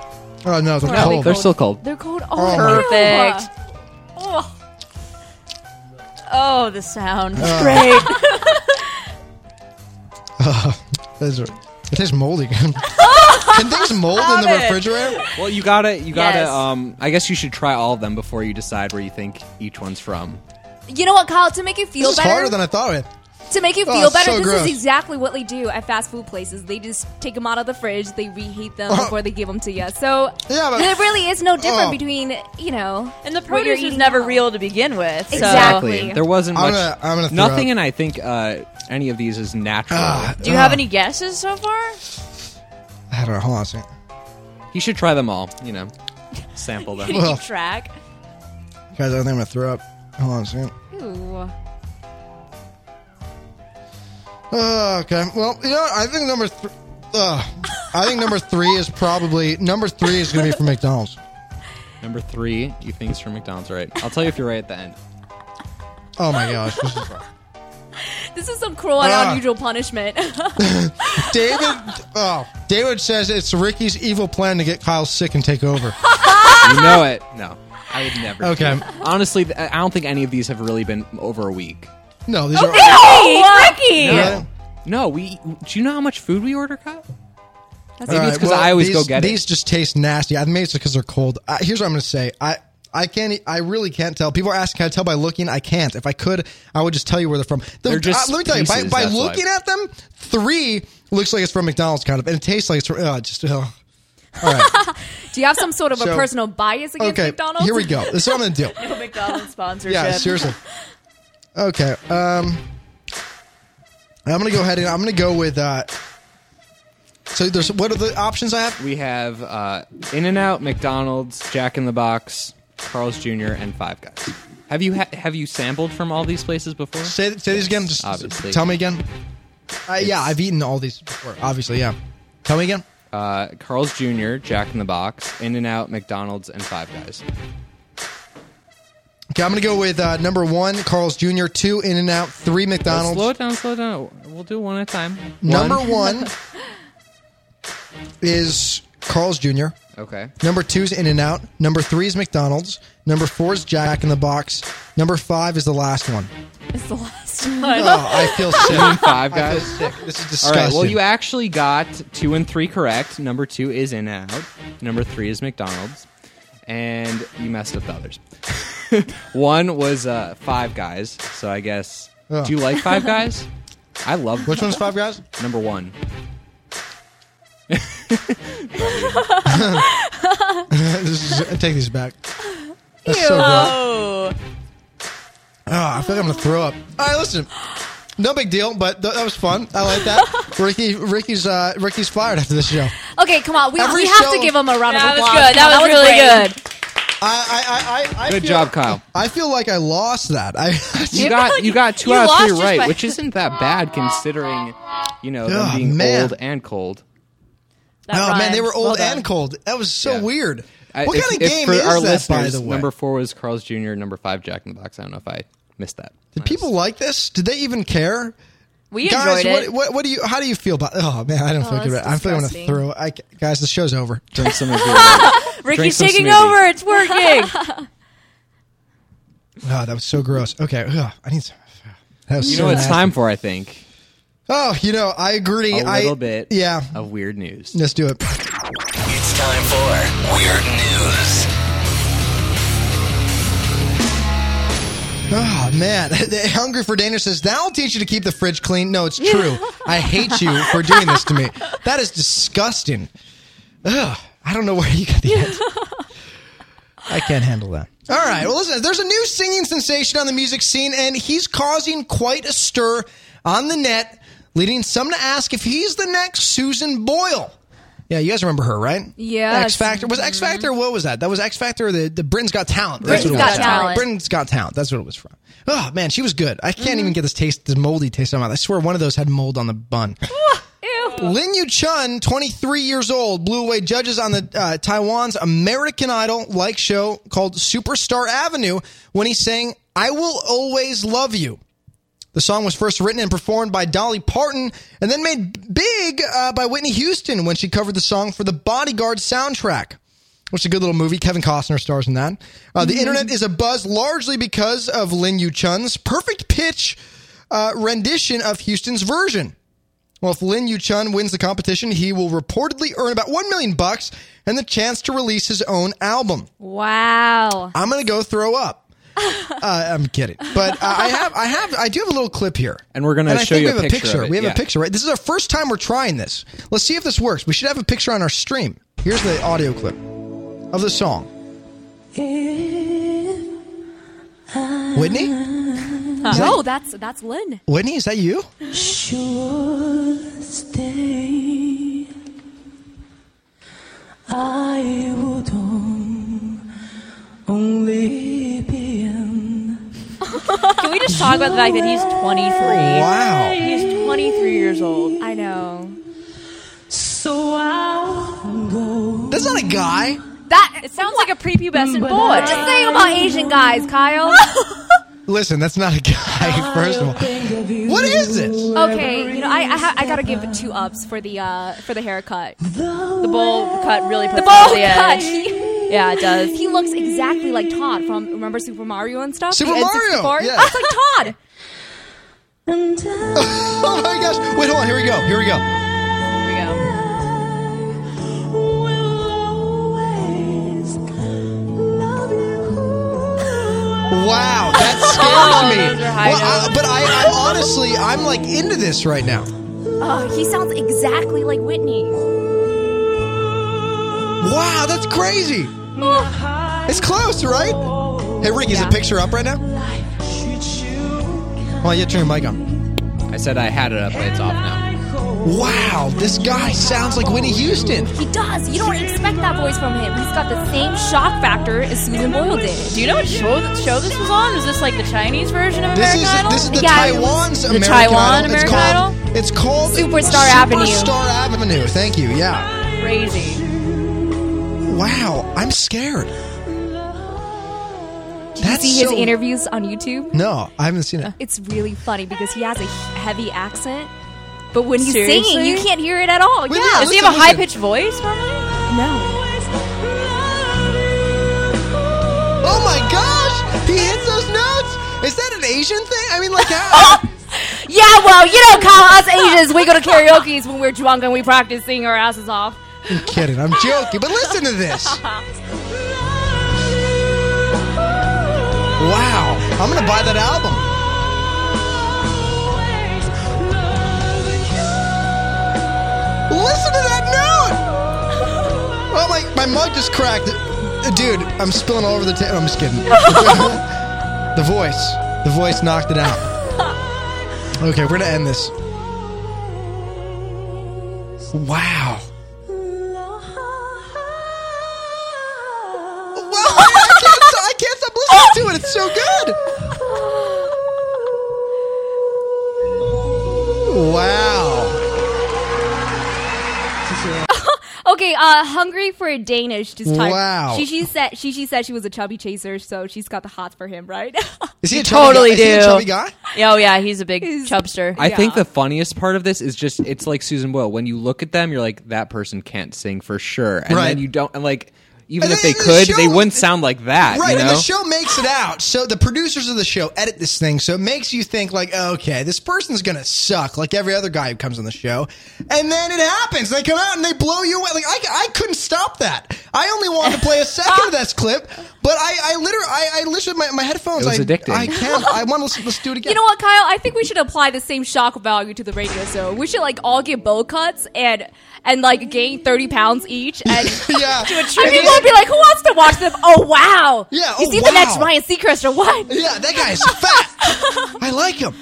Speaker 2: oh no, they're
Speaker 7: No,
Speaker 2: cold.
Speaker 7: they're still cold.
Speaker 3: They're cold.
Speaker 2: Oh
Speaker 3: Oh,
Speaker 2: my-
Speaker 3: ew.
Speaker 4: Perfect. Oh, the sound.
Speaker 2: Great. Those are- It tastes moldy. Can things mold in the
Speaker 4: Stop it.
Speaker 2: refrigigerator?
Speaker 7: Well, you gotta, you gotta.
Speaker 4: Yes.
Speaker 7: Um, I guess you should try all of them before you decide where you think each one's from.
Speaker 3: You know what, Kyle? To make you feel
Speaker 2: This is
Speaker 3: better,
Speaker 2: harder than I thought it.
Speaker 3: To make you
Speaker 2: Oh,
Speaker 3: feel
Speaker 2: it's
Speaker 3: better,
Speaker 2: so
Speaker 3: this
Speaker 2: gross.
Speaker 3: is exactly what they do at fast food places. They just take them out of the fridge, they reheat them
Speaker 2: Oh.
Speaker 3: before they give them to you. So
Speaker 2: Yeah, but-
Speaker 3: there really is no different
Speaker 2: Oh.
Speaker 3: between you know.
Speaker 4: And the
Speaker 3: what you're
Speaker 4: produce was
Speaker 3: eating
Speaker 4: never
Speaker 3: now.
Speaker 4: real to begin with. So.
Speaker 3: Exactly.
Speaker 7: There wasn't
Speaker 2: I'm
Speaker 7: much.
Speaker 2: gonna- I'm gonna throw
Speaker 7: nothing,
Speaker 2: up.
Speaker 7: and I think uh, any of these is natural.
Speaker 2: Ah,
Speaker 4: Do you have any guesses so far?
Speaker 2: I don't know. Hold on a second.
Speaker 7: you should try them all. You know, sample them.
Speaker 2: Well.
Speaker 4: Keep track.
Speaker 2: Guys, I think I'm gonna throw up. Hold on a second.
Speaker 3: Ooh.
Speaker 2: Uh, okay. Well, you know, what? I think number three. Uh, I think number three is probably number three is gonna be for McDonald's.
Speaker 7: Number three, you think it's from McDonald's, All right? I'll tell you if you're right at the end.
Speaker 2: Oh my gosh, this is rough.
Speaker 3: This is some cruel and
Speaker 2: Ah.
Speaker 3: unusual punishment.
Speaker 2: David. Oh, David says it's Ricky's evil plan to get Kyle sick and take over.
Speaker 7: You know it. No, I would never. do
Speaker 2: Okay.
Speaker 7: it. Honestly, th- I don't think any of these have really been over a week.
Speaker 2: No, these are.
Speaker 3: Ricky!
Speaker 2: Yeah.
Speaker 7: No. No, we. Do you know how much food we order, Kyle?
Speaker 2: All
Speaker 7: That's maybe
Speaker 2: right,
Speaker 7: it's because
Speaker 2: well,
Speaker 7: I always
Speaker 2: these,
Speaker 7: go get
Speaker 2: these
Speaker 7: it.
Speaker 2: just taste nasty. I maybe it's because they're cold. I, here's what I'm going to say. I I can't. e- I really can't tell. People are asking, can I tell by looking? I can't. If I could, I would just tell you where they're from. The-
Speaker 7: They're just
Speaker 2: uh, let me tell you.
Speaker 7: pieces,
Speaker 2: by by
Speaker 7: that's why.
Speaker 2: looking at them, three looks like it's from McDonald's, kind of, and it tastes like it's from. Uh, just. Uh, all right.
Speaker 3: Do you have some sort of
Speaker 2: So-
Speaker 3: a personal bias against
Speaker 2: Okay.
Speaker 3: McDonald's?
Speaker 2: Here we go. This is what I'm going to do.
Speaker 4: Oh, McDonald's sponsorship.
Speaker 2: Yeah, seriously. Okay. Um, I'm gonna go ahead and I'm gonna go with. Uh, so there's what are the options I have?
Speaker 7: We have uh, In and Out, McDonald's, Jack in the Box, Carl's Jr., and Five Guys. Have you ha- have you sampled from all these places before?
Speaker 2: Say say these again. Just
Speaker 7: Obviously.
Speaker 2: tell me again. Uh, yeah, I've eaten all these before. Obviously, yeah. Tell me again.
Speaker 7: Uh, Carl's Jr., Jack in the Box, In and Out, McDonald's, and Five Guys.
Speaker 2: Okay, I'm gonna go with uh, number one, Carl's Jr. Two, In and Out. Three, McDonald's.
Speaker 7: Slow it down, slow it down. We'll do one at a time.
Speaker 2: number one is Carl's Jr.
Speaker 7: Okay.
Speaker 2: Number two is In and Out. Number three is McDonald's. Number four is Jack in the Box. Number five is the last one.
Speaker 3: It's the last one.
Speaker 2: Oh, I feel sick.
Speaker 7: Five
Speaker 2: I feel
Speaker 7: Guys.
Speaker 2: sick. This is
Speaker 7: All
Speaker 2: disgusting.
Speaker 7: right. Well, you actually got two and three correct. Number two is In and Out. Number three is McDonald's, and you messed up the others. one was uh, Five Guys. So I guess.
Speaker 2: Ugh.
Speaker 7: Do you like Five Guys? I love
Speaker 2: Which one's Five Guys?
Speaker 7: number one.
Speaker 2: this is, I take these back. That's so gross.
Speaker 4: Oh,
Speaker 2: Ah, I feel like I'm gonna throw up. All right, listen. No big deal, but th- that was fun. I like that. Ricky, Ricky's, uh, Ricky's fired after this show.
Speaker 3: Okay, come on. We,
Speaker 2: Every
Speaker 3: we have
Speaker 2: show-
Speaker 3: to give him a round
Speaker 4: that
Speaker 3: of
Speaker 4: was
Speaker 3: applause.
Speaker 4: good. That was really
Speaker 3: great.
Speaker 4: good.
Speaker 2: I, I, I, I, I
Speaker 7: Good
Speaker 2: feel-
Speaker 7: job, Kyle.
Speaker 2: I feel like I lost that. I,
Speaker 7: You got you got two
Speaker 4: You
Speaker 7: out of
Speaker 4: lost
Speaker 7: three
Speaker 4: just
Speaker 7: right,
Speaker 4: by-
Speaker 7: which isn't that bad considering you know them
Speaker 2: Ugh,
Speaker 7: being
Speaker 2: man.
Speaker 7: old and cold.
Speaker 4: That
Speaker 2: oh man, they
Speaker 4: rhymes.
Speaker 2: were old
Speaker 4: Well done.
Speaker 2: and cold. That was so
Speaker 7: Yeah.
Speaker 2: weird.
Speaker 7: I-
Speaker 2: what
Speaker 7: if-
Speaker 2: kind of
Speaker 7: if
Speaker 2: game
Speaker 7: for
Speaker 2: is
Speaker 7: our
Speaker 2: that, by
Speaker 7: listeners,
Speaker 2: the way?
Speaker 7: Number four was Carl's Jr. Number five, Jack in the Box. I don't know if I missed that.
Speaker 2: Did people like this? Did they even care?
Speaker 4: We
Speaker 2: guys,
Speaker 4: enjoyed it.
Speaker 2: What, what, what do you? How do you feel about? Oh man, I don't feel good.
Speaker 3: that's
Speaker 2: about it. I'm feeling gonna
Speaker 3: disgusting.
Speaker 2: throw. I, guys, the show's over.
Speaker 7: drink some of your Drink
Speaker 4: Ricky's
Speaker 7: some
Speaker 4: taking
Speaker 7: smoothie.
Speaker 4: over. It's working.
Speaker 2: Oh, that was so gross. Okay, ugh, I need. Some, that was
Speaker 7: You
Speaker 2: so
Speaker 7: know what it's
Speaker 2: nasty.
Speaker 7: time for, I think.
Speaker 2: Oh, you know, I agree.
Speaker 7: A little
Speaker 2: I,
Speaker 7: bit
Speaker 2: Yeah,
Speaker 7: of weird news.
Speaker 2: let's do it.
Speaker 1: It's time for Weird News.
Speaker 2: Oh man, The hungry for danger says that'll teach you to keep the fridge clean. No, it's true. I hate you for doing this to me. That is disgusting. Ugh, I don't know where you got the answer. I can't handle that. All right. Well, listen, there's a new singing sensation on the music scene, and he's causing quite a stir on the net, leading some to ask if he's the next Susan Boyle. Yeah, you guys remember her, right?
Speaker 3: Yes.
Speaker 2: X Factor was X Factor. What was that? That was X Factor. Or the the Britain's Got Talent. That's
Speaker 4: Britain's
Speaker 2: what it was
Speaker 4: Got
Speaker 2: from.
Speaker 4: Talent.
Speaker 2: Britain's Got Talent. That's what it was from. Oh man, she was good. I can't
Speaker 4: Mm-hmm.
Speaker 2: even get this taste, this moldy taste out of my mouth. I swear, one of those had mold on the bun. Lin Yu Chun, 23 years old, blew away judges on the uh, Taiwan's American Idol like show called Superstar Avenue when he sang "I Will Always Love You." The song was first written and performed by Dolly Parton and then made big uh, by Whitney Houston when she covered the song for the Bodyguard soundtrack, which is a good little movie. Kevin Costner stars in that. Uh, the internet is abuzz largely because of Lin Yu Chun's perfect pitch uh, rendition of Houston's version. Well, if Lin Yu Chun wins the competition, he will reportedly earn about 1 million bucks and the chance to release his own album.
Speaker 3: Wow.
Speaker 2: I'm going to go throw up. uh, I'm kidding, but uh, I have, I have, I do have a little clip here,
Speaker 7: And we're gonna
Speaker 2: I
Speaker 7: show
Speaker 2: think
Speaker 7: you
Speaker 2: we
Speaker 7: a
Speaker 2: have
Speaker 7: picture of it,
Speaker 2: We have
Speaker 7: yeah.
Speaker 2: a picture, right? This is our first time we're trying this. Let's see if this works. We should have a picture on our stream. Here's the audio clip of the song. Whitney,
Speaker 3: No, that's that's Lynn.
Speaker 2: Whitney, is that you?
Speaker 4: Can we just talk about the fact that he's 23?
Speaker 2: Wow.
Speaker 4: He's 23 years old.
Speaker 3: I know.
Speaker 2: That's not a guy.
Speaker 3: That
Speaker 4: it sounds like a prepubescent boy.
Speaker 3: Just saying about Asian guys, Kyle.
Speaker 2: Listen, that's not a guy. First of all, what is this?
Speaker 3: okay, you know I I, ha- I gotta give two ups for the uh for the haircut.
Speaker 4: The bowl cut really puts
Speaker 3: The
Speaker 4: it
Speaker 3: bowl
Speaker 4: over the
Speaker 3: cut.
Speaker 4: edge. Yeah, it does.
Speaker 3: He looks exactly like Todd from remember Super Mario and stuff.
Speaker 2: Super
Speaker 3: The N64?
Speaker 2: Mario, yeah.
Speaker 3: That's like Todd.
Speaker 2: Oh my gosh! Wait, hold on. Here we go. Here we go.
Speaker 4: Here we go.
Speaker 2: Wow, that scares me.
Speaker 4: those are high
Speaker 2: Well, I- but I, I honestly, I'm like into this right now.
Speaker 3: Oh, he sounds exactly like Whitney.
Speaker 2: Wow, that's crazy. It's close, right? Hey, Ricky, is the
Speaker 4: Yeah.
Speaker 2: picture up right now? Oh, yeah, turn your mic on.
Speaker 7: I said I had it up, but it's off now.
Speaker 2: Wow, this guy sounds like Whitney Houston.
Speaker 3: He does. You don't expect that voice from him. He's got the same shock factor as Susan Boyle did.
Speaker 4: Do you know what show, th- show this was on? Is this like the Chinese version of
Speaker 2: This
Speaker 4: American
Speaker 2: is
Speaker 4: Idol?
Speaker 2: this is the
Speaker 3: Yeah, it was
Speaker 2: Taiwan's
Speaker 4: the
Speaker 2: American
Speaker 4: Taiwan
Speaker 2: Idol.
Speaker 4: American
Speaker 2: it's called,
Speaker 4: Idol?
Speaker 2: It's called
Speaker 3: Superstar Avenue.
Speaker 2: Superstar Avenue. Thank you. Yeah.
Speaker 4: crazy.
Speaker 2: Wow, I'm scared. That's
Speaker 3: See his
Speaker 2: so-
Speaker 3: interviews on YouTube.
Speaker 2: No, I haven't seen it.
Speaker 3: It's really funny because he has a heavy accent, but when he's
Speaker 4: Seriously?
Speaker 3: singing, you can't hear it at all.
Speaker 2: Wait,
Speaker 3: yeah.
Speaker 4: Does he
Speaker 2: Listen,
Speaker 4: have a
Speaker 2: listen.
Speaker 4: high pitched voice normally?
Speaker 3: No.
Speaker 2: Oh my gosh, he hits those notes. Is that an Asian thing? I mean, like how?
Speaker 3: Yeah, well, you know, Kyle, us Asians, we go to karaoke's when we're drunk and we practice singing our asses off.
Speaker 2: I'm kidding. I'm joking. But listen to this. Wow, I'm gonna buy that album. Listen to that note. Oh my, my mug just cracked, Uh, dude. I'm spilling all over the table. I'm just kidding. the voice, the voice knocked it out. Okay, we're gonna end this. Wow. Wow, I can't, stop, I can't stop listening to it. It's so good. Wow.
Speaker 3: Okay, uh, hungry for a Danish this time.
Speaker 2: Wow.
Speaker 3: Shishi said Shishi said she was a chubby chaser, so she's got the hots for him, right?
Speaker 2: Is he a chubby
Speaker 4: Totally
Speaker 2: guy? Is he a
Speaker 4: do.
Speaker 2: chubby guy?
Speaker 4: Oh, yeah, he's a big
Speaker 3: He's-
Speaker 4: chubster.
Speaker 7: I think
Speaker 3: Yeah.
Speaker 7: the funniest part of this is just it's like Susan Boyle. When you look at them, you're like, that person can't sing for sure, and
Speaker 2: Right.
Speaker 7: then you don't. And like, even
Speaker 2: And
Speaker 7: if
Speaker 2: then
Speaker 7: they
Speaker 2: the
Speaker 7: could,
Speaker 2: show-
Speaker 7: they wouldn't sound like that.
Speaker 2: Right,
Speaker 7: you
Speaker 2: and
Speaker 7: know?
Speaker 2: the show makes it out. So the producers of the show edit this thing, so it makes you think like, okay, this person's gonna suck, like every other guy who comes on the show. And then it happens. They come out and they blow you away. Like I, I couldn't stop that. I only wanted to play a second of this clip, but I, I literally, I, I literally, my, my headphones.
Speaker 7: It was
Speaker 2: I,
Speaker 7: addicting.
Speaker 2: I can't. I want to listen. Let's do it again.
Speaker 3: You know what, Kyle? I think we should apply the same shock value to the radio show. We should like all get bowl cuts and and like gain thirty pounds each, and
Speaker 2: yeah.
Speaker 3: and people would be like, "Who wants to watch them?" Oh wow!
Speaker 2: Yeah,
Speaker 3: you
Speaker 2: oh,
Speaker 3: see the next
Speaker 2: wow.
Speaker 3: Ryan Seacrest or what?
Speaker 2: yeah, that guy's fat. I like him,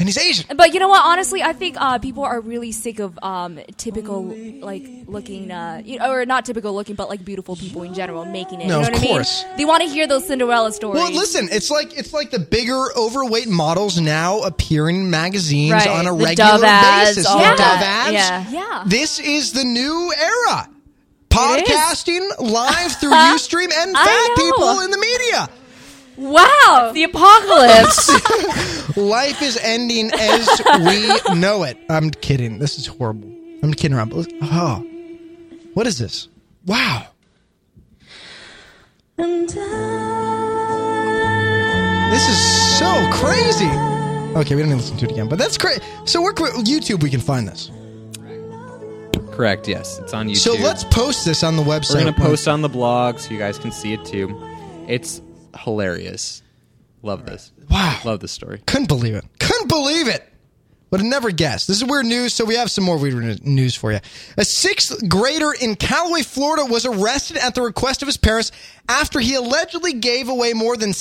Speaker 2: and he's Asian.
Speaker 3: But you know what? Honestly, I think uh, people are really sick of um, typical like looking, uh, you know, or not typical looking, but like beautiful people in general making it.
Speaker 2: No,
Speaker 3: you know
Speaker 2: of
Speaker 3: what
Speaker 2: course.
Speaker 3: I mean? They want to hear those Cinderella stories.
Speaker 2: Well, listen, it's like it's like the bigger overweight models now appear in magazines
Speaker 4: Right,
Speaker 2: on a
Speaker 4: the
Speaker 2: regular
Speaker 4: Dove ads,
Speaker 2: basis.
Speaker 4: all
Speaker 2: yeah.
Speaker 4: that,
Speaker 2: Dove ads.
Speaker 4: yeah.
Speaker 3: Yeah.
Speaker 2: This is the new era.
Speaker 4: is.
Speaker 2: Podcasting live through Ustream and
Speaker 3: I
Speaker 2: fat
Speaker 3: know.
Speaker 2: people in the media.
Speaker 3: wow.
Speaker 4: the apocalypse.
Speaker 2: Life is ending as we know it. I'm kidding. This is horrible. I'm kidding around. But look- oh, what is this? Wow. This is so crazy. Okay, we don't need to listen to it again, but that's crazy. So we're YouTube. We can find this.
Speaker 7: Correct. Yes, it's on YouTube.
Speaker 2: So let's post this on the website.
Speaker 7: We're gonna post on the blog so you guys can see it too. It's hilarious. Love this.
Speaker 2: Wow.
Speaker 7: Love this story.
Speaker 2: Couldn't believe it. Couldn't believe it. Would have never guessed. This is weird news, so we have some more weird news for you. A sixth grader in Callaway, Florida was arrested at the request of his parents after he allegedly gave away more than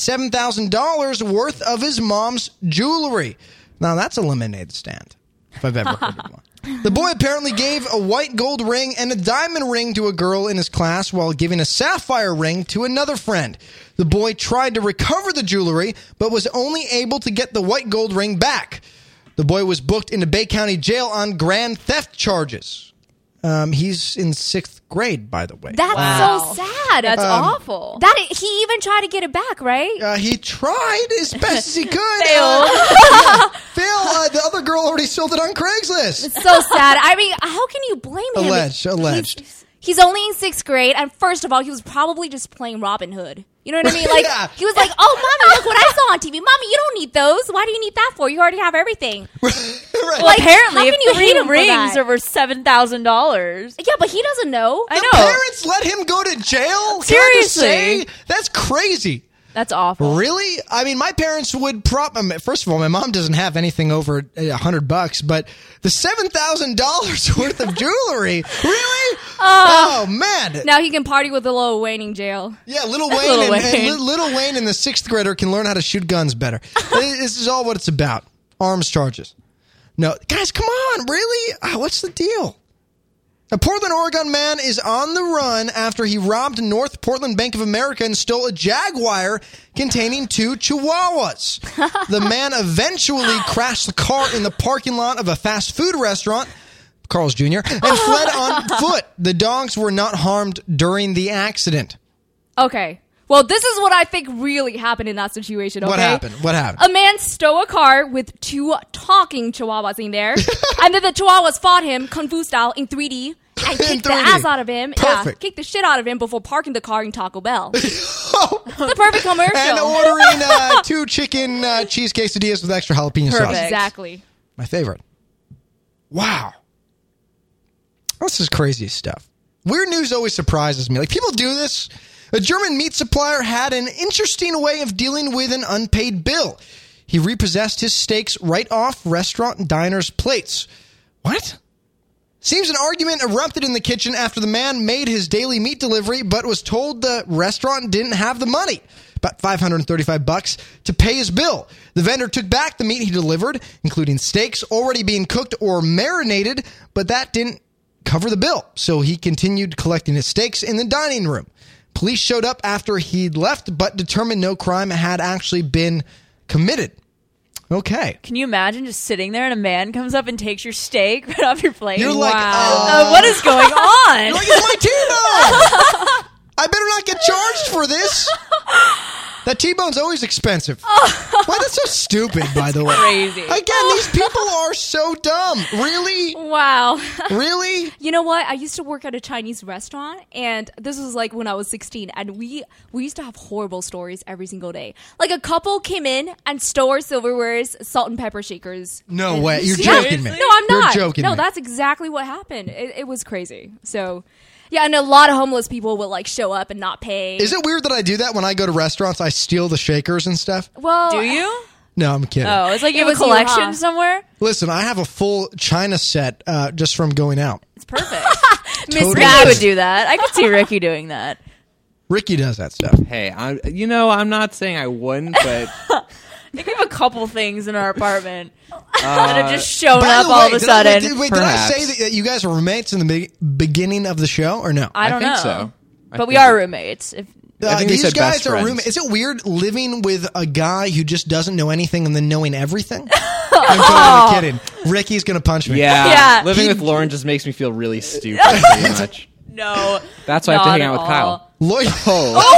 Speaker 2: $7,000 worth of his mom's jewelry. Now, that's a lemonade stand, if I've ever heard of one. The boy apparently gave a white gold ring and a diamond ring to a girl in his class while giving a sapphire ring to another friend. The boy tried to recover the jewelry, but was only able to get the white gold ring back. The boy was booked into Bay County Jail on grand theft charges. Um, he's in sixth grade, by the way.
Speaker 3: That's
Speaker 4: Wow.
Speaker 3: so sad.
Speaker 4: That's
Speaker 2: Um,
Speaker 4: awful.
Speaker 3: That he even tried to get it back, right?
Speaker 2: Uh, he tried as best as he could.
Speaker 4: Failed.
Speaker 2: Uh, Phil, uh, the other girl already sold it on Craigslist.
Speaker 3: It's so sad. I mean, how can you blame him?
Speaker 2: Alleged,
Speaker 3: He's-
Speaker 2: alleged.
Speaker 3: He's, only in sixth grade, and first of all, he was probably just playing Robin Hood. You know what I mean? Like
Speaker 2: Yeah.
Speaker 3: he was like, "Oh, mommy, look what I saw on TV. Mommy, you don't need those. Why do you need that for? You already have everything."
Speaker 2: right.
Speaker 3: Like,
Speaker 4: Apparently,
Speaker 3: how
Speaker 4: if
Speaker 3: can you
Speaker 4: three
Speaker 3: hate him for
Speaker 4: rings
Speaker 3: that?
Speaker 4: are worth seven thousand dollars.
Speaker 3: Yeah, but he doesn't know.
Speaker 4: I know.
Speaker 2: Parents let him go to jail? Can I just
Speaker 4: Seriously.
Speaker 2: say? That's crazy.
Speaker 4: That's awful.
Speaker 2: Really? I mean, my parents would prop. I mean, First of all, my mom doesn't have anything over uh, a hundred bucks, but the seven thousand dollars worth of jewelry. really?
Speaker 4: Uh,
Speaker 2: Oh, man!
Speaker 3: Now he can party with the little Wayne in jail.
Speaker 2: Yeah, Little Wayne,
Speaker 4: Lil
Speaker 2: and, and
Speaker 4: Wayne.
Speaker 2: Li- Little Wayne and the sixth grader can learn how to shoot guns better. this this is all what it's about. Arms charges. No, guys, come on, really? Ah, what's the deal? A Portland, Oregon man is on the run after he robbed North Portland Bank of America and stole a Jaguar containing two Chihuahuas. the man eventually crashed the car in the parking lot of a fast food restaurant, Carl's Jr., and fled on foot. The dogs were not harmed during the accident.
Speaker 3: Okay. Well, this is what I think really happened in that situation. Okay?
Speaker 2: What happened? What happened?
Speaker 3: A man stole a car with two talking chihuahuas in there, and then the chihuahuas fought him kung fu style in 3D and
Speaker 2: In
Speaker 3: kicked the
Speaker 2: 3D.
Speaker 3: ass out of him. Yeah,
Speaker 2: Perfect.
Speaker 3: kicked the shit out of him before parking the car in Taco Bell. the perfect commercial.
Speaker 2: and ordering uh, two chicken uh, cheese quesadillas with extra jalapeno sauce.
Speaker 4: Perfect.
Speaker 3: exactly.
Speaker 2: My favorite. Wow. This is crazy stuff. Weird news always surprises me. Like, people do this. A German meat supplier had an interesting way of dealing with an unpaid bill. He repossessed his steaks right off restaurant diners' plates. What? Seems an argument erupted in the kitchen after the man made his daily meat delivery but was told the restaurant didn't have the money, about 535 bucks to pay his bill. The vendor took back the meat he delivered, including steaks already being cooked or marinated, but that didn't cover the bill. So he continued collecting his steaks in the dining room. Police showed up after he'd left but determined no crime had actually been committed. Okay.
Speaker 4: Can you imagine just sitting there and a man comes up and takes your steak right off your plate?
Speaker 2: You're like, "Oh."
Speaker 4: Uh, what is going on?
Speaker 2: Like, it's my T-bone. I better not get charged for this. That T-bone's always expensive. Why that's so stupid, by the way.
Speaker 4: crazy.
Speaker 2: Again, these people are so dumb. Really,
Speaker 3: Wow.
Speaker 2: really.
Speaker 3: You know what? I used to work at a Chinese restaurant, and this was like when I was 16, and we we used to have horrible stories every single day. Like a couple came in and stole our silverwares, salt and pepper shakers.
Speaker 2: No way. You're
Speaker 3: Seriously?
Speaker 2: joking me.
Speaker 3: No, I'm not.
Speaker 2: You're joking
Speaker 3: no,
Speaker 2: me.
Speaker 3: that's exactly what happened. It, it was crazy. So, yeah, and a lot of homeless people will like show up and not pay.
Speaker 2: Is it weird that I do that when I go to restaurants? I steal the shakers and stuff.
Speaker 3: well,
Speaker 4: Do you?
Speaker 2: No, I'm kidding.
Speaker 4: Oh, it's like you
Speaker 3: It
Speaker 4: have a
Speaker 3: was you,
Speaker 4: collection
Speaker 3: huh?
Speaker 4: somewhere.
Speaker 2: Listen, I have a full china set uh, just from going out.
Speaker 4: It's perfect.
Speaker 3: Miss
Speaker 2: Totally.
Speaker 3: Mac-
Speaker 4: Ricky would do that. I could see Ricky doing that.
Speaker 2: Ricky does that stuff.
Speaker 7: Hey, I, you know, I'm not saying I wouldn't, but
Speaker 4: I think we have a couple things in our apartment that have just shown
Speaker 2: Uh, By
Speaker 4: up
Speaker 2: the
Speaker 4: all
Speaker 2: way,
Speaker 4: of a
Speaker 2: did I-
Speaker 4: sudden.
Speaker 2: wait, did, wait, did I
Speaker 7: Perhaps.
Speaker 2: say that- that you guys were roommates in the be- beginning of the show or no?
Speaker 4: I don't
Speaker 7: think
Speaker 4: know.
Speaker 7: so. I
Speaker 4: but we
Speaker 7: think-
Speaker 4: are roommates. If
Speaker 7: I
Speaker 2: Uh,
Speaker 7: think they
Speaker 2: these
Speaker 7: said
Speaker 2: guys
Speaker 7: best
Speaker 2: are
Speaker 7: friends.
Speaker 2: roommates. Is it weird living with a guy who just doesn't know anything and then knowing everything?
Speaker 3: Oh.
Speaker 2: I'm totally kidding. Ricky's gonna punch me.
Speaker 7: Yeah,
Speaker 4: Yeah.
Speaker 7: living with Lauren just makes me feel really stupid. pretty much.
Speaker 4: no,
Speaker 7: That's why I have to
Speaker 4: Not
Speaker 7: hang
Speaker 4: at
Speaker 7: out with
Speaker 4: all.
Speaker 7: Kyle.
Speaker 2: Lo-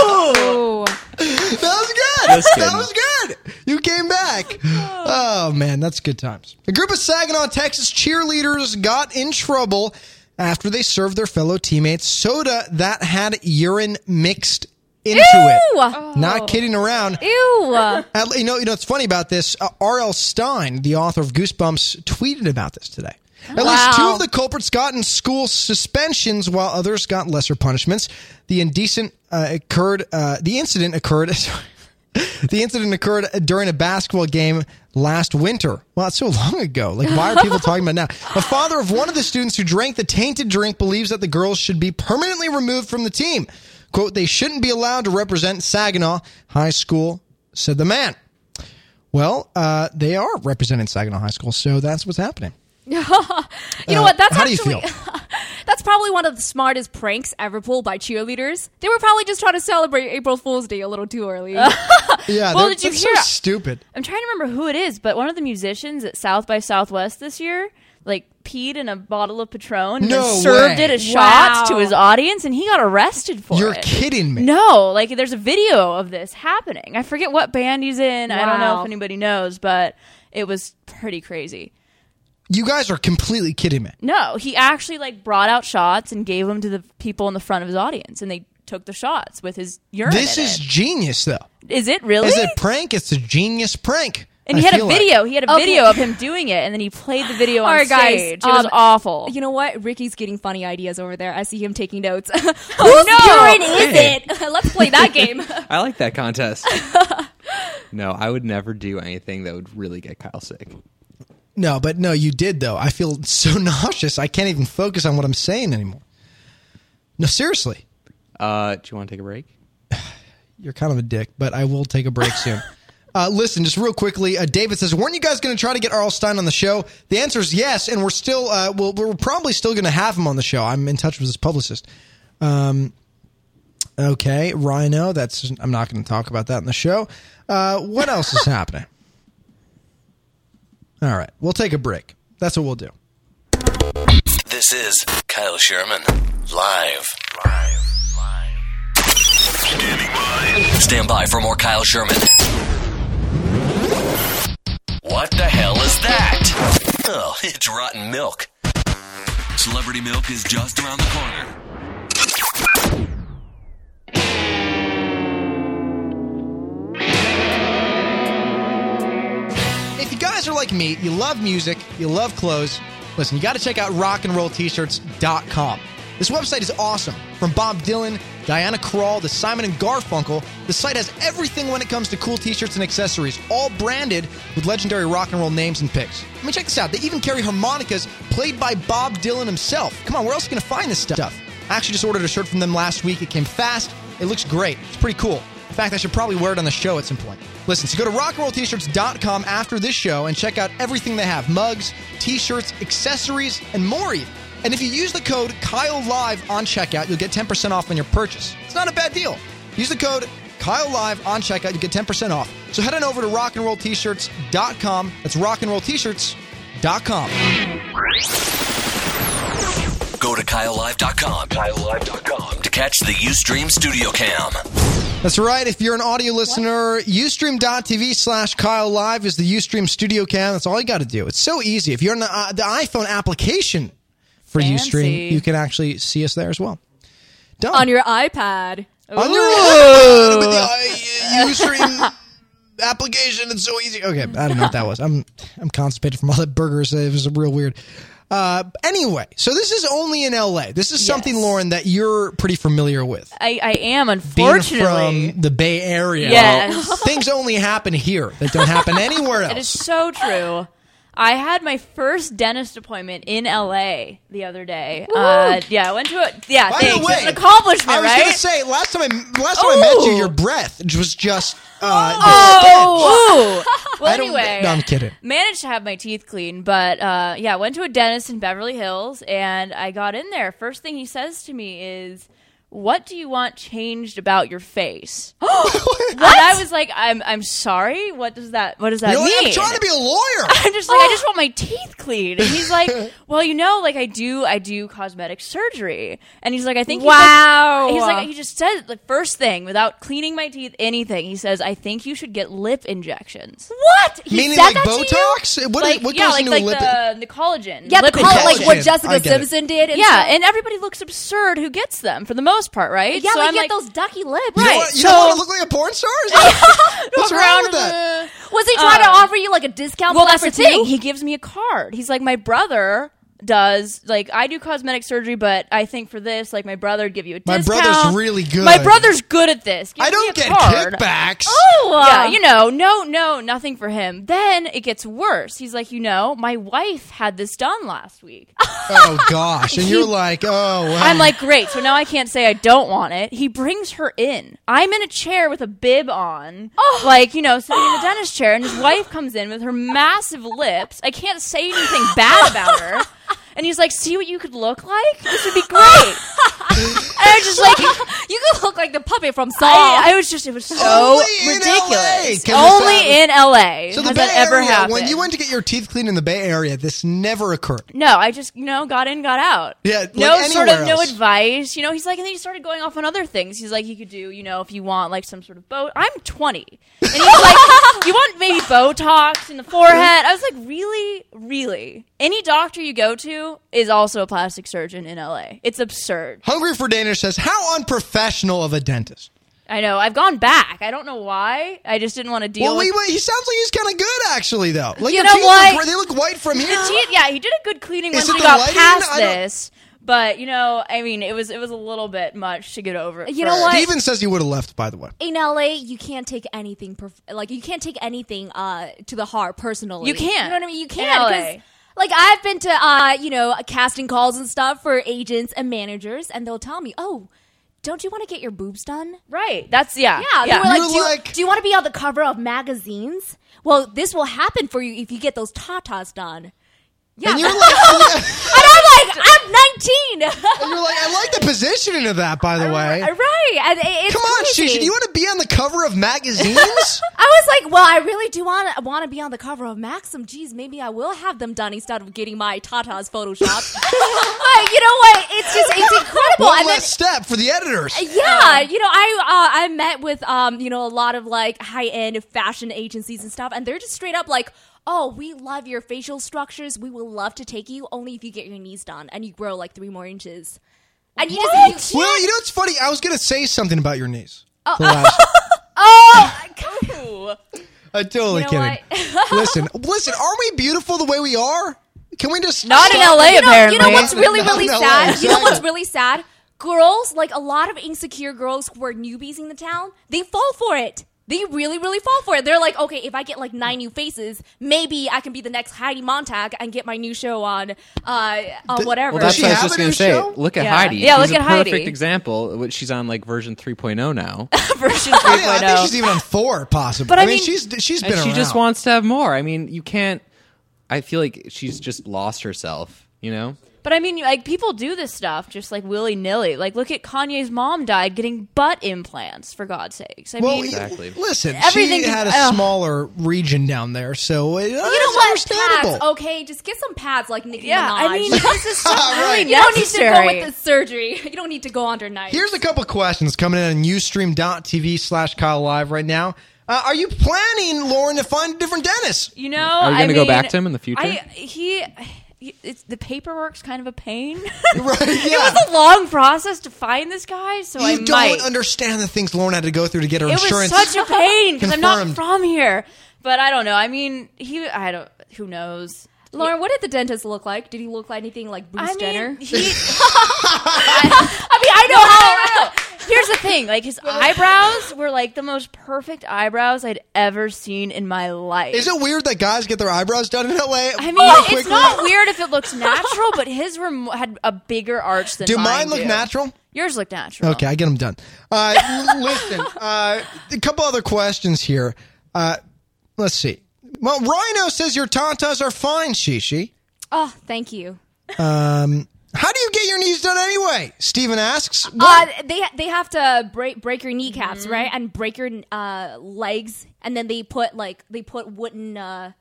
Speaker 3: Ooh.
Speaker 2: that was good.
Speaker 7: Oh.
Speaker 2: that
Speaker 7: Just kidding.
Speaker 2: was good. You came back. Oh man, that's good times. A group of Saginaw, Texas cheerleaders got in trouble after they served their fellow teammates soda that had urine mixed into
Speaker 3: Ew.
Speaker 2: it.
Speaker 3: Oh.
Speaker 2: Not kidding around.
Speaker 3: Ew.
Speaker 2: At- you know, you know, it's funny about this. Uh, R.L. Stein, the author of Goosebumps, tweeted about this today. At least two of the culprits got in school suspensions, while others got lesser punishments. The indecent uh, occurred. Uh, the incident occurred. sorry. the incident occurred during a basketball game last winter. Wow, it's so long ago. Like, why are people talking about it now? A father of one of the students who drank the tainted drink believes that the girls should be permanently removed from the team. "Quote: They shouldn't be allowed to represent Saginaw High School," said the man. Well, uh, they are representing Saginaw High School, so that's what's happening.
Speaker 3: You know what? That's
Speaker 2: How do you
Speaker 3: actually
Speaker 2: feel?
Speaker 3: that's probably one of the smartest pranks ever pulled by cheerleaders. They were probably just trying to celebrate April Fool's Day a little too early.
Speaker 2: Yeah,
Speaker 4: Well,
Speaker 2: that-
Speaker 4: did you
Speaker 2: that's so
Speaker 4: hear-
Speaker 2: stupid.
Speaker 4: I'm trying to remember who it is, but one of the musicians at South by Southwest this year, like peed in a bottle of Patron, and
Speaker 2: No
Speaker 4: then served
Speaker 2: way.
Speaker 4: it as shots
Speaker 3: Wow.
Speaker 4: to his audience, and he got arrested for
Speaker 2: You're
Speaker 4: it.
Speaker 2: kidding me.
Speaker 4: No, like there's a video of this happening. I forget what band he's in. I don't know
Speaker 3: Wow.
Speaker 4: if anybody knows, but it was pretty crazy.
Speaker 2: You guys are completely kidding me.
Speaker 4: No, he actually like brought out shots and gave them to the people in the front of his audience, and they took the shots with his urine.
Speaker 2: This
Speaker 4: in
Speaker 2: is
Speaker 4: it.
Speaker 2: genius, though.
Speaker 4: is it really?
Speaker 2: Is it a prank? It's a genius prank.
Speaker 4: and
Speaker 2: I
Speaker 4: he had a
Speaker 2: feel like.
Speaker 4: video. He had a
Speaker 3: Okay.
Speaker 4: video of him doing it, and then he played the video on
Speaker 3: All right, guys,
Speaker 4: stage. It was
Speaker 3: um,
Speaker 4: awful.
Speaker 3: You know what? Ricky's getting funny ideas over there. I see him taking notes. Oh, Whose
Speaker 4: no!
Speaker 3: urine is it? Let's play that game.
Speaker 7: I like that contest. no, I would never do anything that would really get Kyle sick.
Speaker 2: No, but no, you did though. I feel so nauseous. I can't even focus on what I'm saying anymore. No, seriously,
Speaker 7: Uh, do you want to take a break?
Speaker 2: you're kind of a dick, but I will take a break soon. Uh, listen, just real quickly. Uh, David says, "Weren't you guys going to try to get Arl Stein on the show?" The answer is yes, and we're still, uh, we'll, we're probably still going to have him on the show. I'm in touch with his publicist. Um, okay, Rhino. That's I'm not going to talk about that in the show. Uh, what else is happening? All right, we'll take a break. That's what we'll do.
Speaker 1: This is Kyle Sherman live. Live. Live. Stand by for more Kyle Sherman. What the hell is that? Oh, it's rotten milk. Celebrity milk is just around the corner.
Speaker 2: If you guys are like me, you love music, you love clothes, listen, you got to check out rockandrolltshirts.com. This website is awesome. From Bob Dylan, Diana Krall, to Simon and Garfunkel, the site has everything when it comes to cool t-shirts and accessories, all branded with legendary rock and roll names and picks. I mean, check this out. They even carry harmonicas played by Bob Dylan himself. Come on, where else are you going to find this stuff? I actually just ordered a shirt from them last week. It came fast. It looks great. It's pretty cool. In fact, I should probably wear it on the show at some point. Listen, so go to rockandrolltshirts.com after this show and check out everything they have mugs, t shirts, accessories, and more even. And if you use the code KyleLive on checkout, you'll get 10% off on your purchase. It's not a bad deal. Use the code KyleLive on checkout, you get 10% off. So head on over to rockandrolltshirts.com. That's rockandrolltshirts.com.
Speaker 1: Go to KyleLive.com. KyleLive.com to catch the Ustream Studio Cam.
Speaker 2: That's right. If you're an audio listener, ustream.tv slash Kyle Live is the Ustream studio cam. That's all you got to do. It's so easy. If you're on the, uh, the iPhone application for
Speaker 4: Fancy.
Speaker 2: Ustream, you can actually see us there as well. Done.
Speaker 3: On your iPad.
Speaker 2: On your iPhone with the i- Ustream application. It's so easy. Okay, I don't know what that was. I'm I'm constipated from all the burgers. It was real weird. Uh, anyway, so this is only in LA. This is something,
Speaker 4: Yes.
Speaker 2: Lauren, that you're pretty familiar with
Speaker 4: I, I am
Speaker 2: being
Speaker 4: unfortunately.
Speaker 2: from the Bay Area,
Speaker 4: Yes.
Speaker 2: things only happen here that don't happen anywhere else.
Speaker 4: It is so true. I had my first dentist appointment in LA the other day. Uh, yeah, I went to a yeah.
Speaker 2: By
Speaker 4: thanks.
Speaker 2: the way,
Speaker 4: it's an accomplishment,
Speaker 2: I was
Speaker 4: right?
Speaker 2: gonna say last time I last time I met you,
Speaker 4: Ooh.
Speaker 2: your breath was just. Uh,
Speaker 4: oh, ooh. well,
Speaker 2: I don't-
Speaker 4: anyway,
Speaker 2: no, I'm kidding.
Speaker 4: Managed to have my teeth clean, but uh, yeah, went to a dentist in Beverly Hills, and I got in there. First thing he says to me is. What do you want changed about your face? And I was like, I'm I'm sorry. What does that What does that
Speaker 2: You're like,
Speaker 4: mean?
Speaker 2: I'm trying to be a lawyer.
Speaker 4: I'm just like, I just want my teeth clean. And he's like, well, you know, like I do, I do cosmetic surgery. And he's like, I think. he's like-
Speaker 3: Wow.
Speaker 4: He's like, he just said the first thing without cleaning my teeth, anything. He says, I think you should get lip injections.
Speaker 3: what? He
Speaker 2: Meaning
Speaker 3: said
Speaker 2: like
Speaker 3: that to you?
Speaker 2: Botox. What,
Speaker 4: like,
Speaker 2: what
Speaker 4: yeah,
Speaker 2: goes
Speaker 4: like,
Speaker 2: into
Speaker 4: like
Speaker 2: a lip?
Speaker 4: the, the collagen.
Speaker 3: Yeah,
Speaker 4: lip
Speaker 3: call it like
Speaker 4: injection.
Speaker 2: injection.
Speaker 3: what
Speaker 2: I
Speaker 3: Jessica
Speaker 2: get it.
Speaker 3: Simpson did. And
Speaker 4: Yeah,
Speaker 3: stuff.
Speaker 4: and everybody looks absurd who gets them for the most part, right?
Speaker 3: yeah,
Speaker 4: so
Speaker 3: like,
Speaker 4: I'm
Speaker 3: get
Speaker 4: like,
Speaker 3: those ducky lips.
Speaker 2: you don't
Speaker 4: right,
Speaker 2: want, you
Speaker 4: so-
Speaker 2: don't want to look like a porn star. Is that- What's wrong
Speaker 4: around
Speaker 2: with that?
Speaker 4: the-
Speaker 3: Was he trying
Speaker 4: Um,
Speaker 3: to offer you like a discount?
Speaker 4: Well,
Speaker 3: plan
Speaker 4: that's the
Speaker 3: for two?
Speaker 4: thing. He gives me a card. He's like, my brother does like I do cosmetic surgery, but I think for this, like my brother would give you a
Speaker 2: My
Speaker 4: discount.
Speaker 2: brother's really good.
Speaker 4: My brother's good at this. Give
Speaker 2: I
Speaker 4: me
Speaker 2: don't
Speaker 4: a
Speaker 2: get
Speaker 4: card.
Speaker 2: kickbacks.
Speaker 3: Oh, uh,
Speaker 4: Yeah, you know, no, no, nothing for him. Then it gets worse. He's like, you know, my wife had this done last week.
Speaker 2: Oh gosh, and you're like, oh, well.
Speaker 4: I'm like, great. So now I can't say I don't want it. He brings her in. I'm in a chair with a bib on,
Speaker 3: Oh.
Speaker 4: like you know, sitting in the dentist chair, and his wife comes in with her massive lips. I can't say anything bad about her. And he's like, "See what you could look like? This would be great." I was just like,
Speaker 3: you could look like the puppet from Saw.
Speaker 4: I, I was just, it was so
Speaker 2: Only in LA
Speaker 4: ridiculous.
Speaker 2: can this happen.
Speaker 4: Only in LA
Speaker 2: So the
Speaker 4: has
Speaker 2: Bay
Speaker 4: that ever
Speaker 2: Area,
Speaker 4: happened.
Speaker 2: when you went to get your teeth cleaned in the Bay Area, this never occurred.
Speaker 4: No, I just you know got in, got out.
Speaker 2: Yeah, like
Speaker 4: no sort of
Speaker 2: anywhere
Speaker 4: no
Speaker 2: else.
Speaker 4: advice. You know, he's like, and then he started going off on other things. He's like, you could do, you know, if you want like some sort of boat. I'm 20, and he's like, you want maybe Botox in the forehead. I was like, really, really. Any doctor you go to is also a plastic surgeon in LA. It's absurd.
Speaker 2: Hungry for Danish says, "How unprofessional of a dentist."
Speaker 4: I know. I've gone back. I don't know why. I just didn't want to deal
Speaker 2: Well,
Speaker 4: with.
Speaker 2: we, he sounds like he's kind of good, actually, though. Like
Speaker 4: You
Speaker 2: your
Speaker 4: know
Speaker 2: teeth,
Speaker 4: what?
Speaker 2: Are, gr- they look white from here.
Speaker 4: The teeth, yeah, he did a good cleaning
Speaker 2: Is
Speaker 4: once
Speaker 2: it
Speaker 4: he
Speaker 2: the
Speaker 4: got
Speaker 2: lighting?
Speaker 4: past
Speaker 2: I don't-
Speaker 4: this. But you know, I mean, it was it was a little bit much to get over. at
Speaker 3: You know
Speaker 4: first.
Speaker 3: what?
Speaker 2: Steven says he would have left, by the way.
Speaker 3: in LA, you can't take anything perf- like you can't take anything uh, to the heart personally.
Speaker 4: You can't.
Speaker 3: You know what I mean? You
Speaker 4: In
Speaker 3: can't. 'cause,
Speaker 4: LA.
Speaker 3: Like I've been to uh, you know casting calls and stuff for agents and managers, and they'll tell me, "Oh, don't you want to get your boobs done?"
Speaker 4: Right? That's yeah.
Speaker 3: Yeah, they were like,
Speaker 2: You're
Speaker 3: do, you-
Speaker 2: like-
Speaker 3: do you want to be on the cover of magazines? Well, this will happen for you if you get those tatas done." Yeah,
Speaker 2: And you're
Speaker 3: and
Speaker 2: like,
Speaker 3: I'm like, I'm 19.
Speaker 2: and you're like, I like the positioning of that, by the way.
Speaker 3: Uh, Right. And it- it's
Speaker 2: Come on,
Speaker 3: crazy.
Speaker 2: Shisha, do you want to be on the cover of magazines?
Speaker 3: I was like, well, I really do want to want to be on the cover of Maxim. Geez, maybe I will have them done instead of getting my tatas photoshopped. like, you know what? It's just it's incredible.
Speaker 2: One
Speaker 3: and then,
Speaker 2: last step for the editors.
Speaker 3: yeah, you know, I uh, I met with um, you know, a lot of like high end fashion agencies and stuff, and they're just straight up like, oh, we love your facial structures. We will love to take you only if you get your knees done and you grow like three more inches. And you just you
Speaker 2: Well, you know what's funny? I was going to say something about your knees. The last- I'm Uh, totally
Speaker 3: You know
Speaker 2: kidding. listen, listen, aren't we beautiful the way we are? Can we just
Speaker 4: Not in LA,
Speaker 3: you know,
Speaker 4: apparently.
Speaker 3: you know what's really,
Speaker 2: No,
Speaker 3: really
Speaker 2: no,
Speaker 3: sad? You know
Speaker 2: exactly.
Speaker 3: what's really sad? Girls, like a lot of insecure girls who are newbies in the town, they fall for it. They really, really fall for it. They're like, okay, if I get like nine new faces, maybe I can be the next Heidi Montag and get my new show on, uh, on whatever.
Speaker 7: Well, that's
Speaker 2: she
Speaker 7: what I was
Speaker 2: have
Speaker 7: just
Speaker 2: a
Speaker 7: going
Speaker 2: new
Speaker 7: to say.
Speaker 2: show?
Speaker 7: Look at
Speaker 4: Yeah.
Speaker 7: Heidi.
Speaker 4: Yeah,
Speaker 7: She's
Speaker 4: look
Speaker 7: a
Speaker 4: at Heidi.
Speaker 7: Perfect example. which She's on like version 3.0 now,
Speaker 4: version
Speaker 2: Oh, Yeah, I
Speaker 4: 3.0.
Speaker 2: think she's even on four, possibly.
Speaker 4: But I mean-
Speaker 2: she's she's been
Speaker 7: and she
Speaker 2: around.
Speaker 7: just wants to have more. I mean, you can't. I feel like she's just lost herself. You know,
Speaker 4: but I mean, like people do this stuff just like willy nilly. Like, look at Kanye's mom died getting butt implants for God's sakes. I
Speaker 2: well,
Speaker 4: mean,
Speaker 7: Exactly.
Speaker 2: listen,
Speaker 4: Everything
Speaker 2: she
Speaker 4: can-
Speaker 2: had a
Speaker 4: ugh.
Speaker 2: smaller region down there, so it, you know
Speaker 3: you know what?
Speaker 2: Understandable.
Speaker 3: Pads,
Speaker 4: Oh,
Speaker 3: okay, just get some pads like Nicki
Speaker 4: yeah,
Speaker 3: Minaj.
Speaker 4: I mean, this is so really
Speaker 3: you don't need to go
Speaker 4: necessary.
Speaker 3: with the surgery. You don't need to go under knife.
Speaker 2: Here's a couple questions coming in on Ustream.tv slash Kyle Live right now. Uh, are you planning, Lauren, to find a different dentist?
Speaker 4: You know,
Speaker 7: you
Speaker 4: I
Speaker 7: gonna go
Speaker 4: mean,
Speaker 7: back to him in the future?
Speaker 4: I, he, he- it's, the paperwork's kind of a pain.
Speaker 2: Right? Yeah.
Speaker 4: It was a long process to find this guy, so I
Speaker 2: you don't
Speaker 4: might.
Speaker 2: understand the things Lauren had to go through to get her
Speaker 4: it
Speaker 2: insurance.
Speaker 4: was such a pain because I'm not
Speaker 2: Confirmed.
Speaker 4: from here. But I don't know. I mean, he. I don't. Who knows?
Speaker 3: Lauren, what did the dentist look like? Did he look like anything like Bruce
Speaker 4: I mean,
Speaker 3: Jenner?
Speaker 4: He, I, mean, I know how. Here's the thing: like his eyebrows were like the most perfect eyebrows I'd ever seen in my life.
Speaker 2: Is it weird that guys get their eyebrows done in Oh, LA?
Speaker 4: I mean,
Speaker 2: real
Speaker 4: it's
Speaker 2: quickly?
Speaker 4: not weird if it looks natural, but his were mo- had a bigger arch than
Speaker 2: Do
Speaker 4: mine.
Speaker 2: mine look
Speaker 4: do.
Speaker 2: natural?
Speaker 4: Yours look natural.
Speaker 2: Okay, I get them done. Uh, l- listen, uh, a couple other questions here. Uh, let's see. Well, Rhino says your tatas are fine, Shishi.
Speaker 3: oh, thank you.
Speaker 2: How do you get your knees done anyway? Steven asks.
Speaker 3: Uh,
Speaker 2: Um,
Speaker 3: they they have to break break your kneecaps,
Speaker 2: Mm-hmm.
Speaker 3: right, and break your uh, legs, and then they put like they put wooden uh,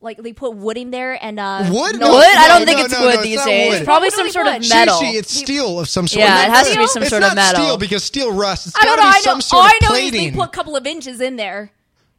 Speaker 3: like they put wood in there and uh,
Speaker 2: Wood?
Speaker 4: Wood?
Speaker 2: No,
Speaker 4: I don't
Speaker 2: no,
Speaker 4: think
Speaker 2: no,
Speaker 4: it's
Speaker 2: no,
Speaker 4: wood
Speaker 2: no, it's
Speaker 4: these
Speaker 2: not
Speaker 4: days.
Speaker 2: wood.
Speaker 4: It's Probably some
Speaker 3: Probably
Speaker 4: sort of
Speaker 3: wood.
Speaker 4: metal.
Speaker 2: Shishi, it's steel of some sort.
Speaker 4: Yeah,
Speaker 2: Not
Speaker 4: it has to
Speaker 2: metal.
Speaker 4: be some
Speaker 2: It's
Speaker 4: sort of
Speaker 2: not
Speaker 4: metal.
Speaker 2: steel because steel rusts. It's
Speaker 3: I don't
Speaker 2: got
Speaker 3: know.
Speaker 2: to
Speaker 3: I
Speaker 2: be
Speaker 3: know.
Speaker 2: some sort
Speaker 3: All
Speaker 2: of
Speaker 3: I know is
Speaker 2: plating.
Speaker 3: they put a couple of inches in there.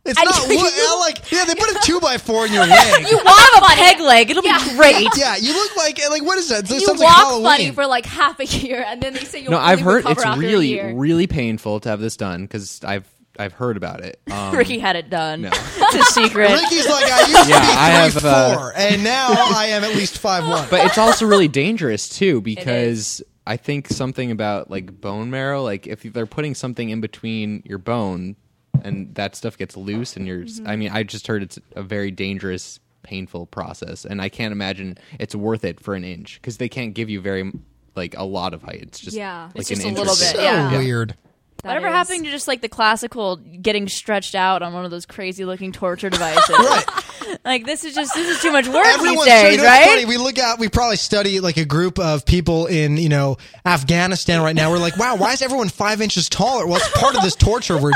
Speaker 2: it's not wood. I like yeah, they put a two by four in your leg.
Speaker 4: you have a peg leg. It'll
Speaker 3: Yeah.
Speaker 4: be great.
Speaker 2: yeah, you look like like what is that? It
Speaker 3: You
Speaker 2: sounds
Speaker 3: walk
Speaker 2: like Halloween.
Speaker 3: funny for like half a year, and then they say you'll
Speaker 7: no, I've
Speaker 3: fully
Speaker 7: heard
Speaker 3: recover
Speaker 7: it's
Speaker 3: after a
Speaker 7: really,
Speaker 3: year.
Speaker 7: really painful to have this done because I've I've heard about it. Um,
Speaker 4: Ricky had it done.
Speaker 7: No.
Speaker 4: It's a secret.
Speaker 2: Ricky's like I used
Speaker 7: Yeah,
Speaker 2: to be
Speaker 7: I have,
Speaker 2: three
Speaker 7: uh,
Speaker 2: four, and now I am at least five one.
Speaker 7: but it's also really dangerous too because
Speaker 4: is.
Speaker 7: I think something about like bone marrow, like if they're putting something in between your bone and that stuff gets loose and you're
Speaker 4: Mm-hmm.
Speaker 7: I mean, I just heard it's a very dangerous painful process and I can't imagine it's worth it for an inch cuz they can't give you very like a lot of height. It's just
Speaker 3: Yeah.
Speaker 7: like
Speaker 4: It's
Speaker 7: an
Speaker 4: just a
Speaker 7: inch or
Speaker 4: little
Speaker 7: so.
Speaker 4: bit, yeah.
Speaker 2: so weird.
Speaker 3: That
Speaker 4: Whatever
Speaker 3: is-
Speaker 4: happened to just like the classical getting stretched out on one of those crazy looking torture devices?
Speaker 2: Right.
Speaker 4: Like this is just this is too much work
Speaker 2: Everyone's
Speaker 4: these days,
Speaker 2: you know, it's
Speaker 4: right?
Speaker 2: funny. We look out. We probably study like a group of people in you know Afghanistan right now. We're like, wow, why is everyone five inches taller? Well, it's part of this torture we're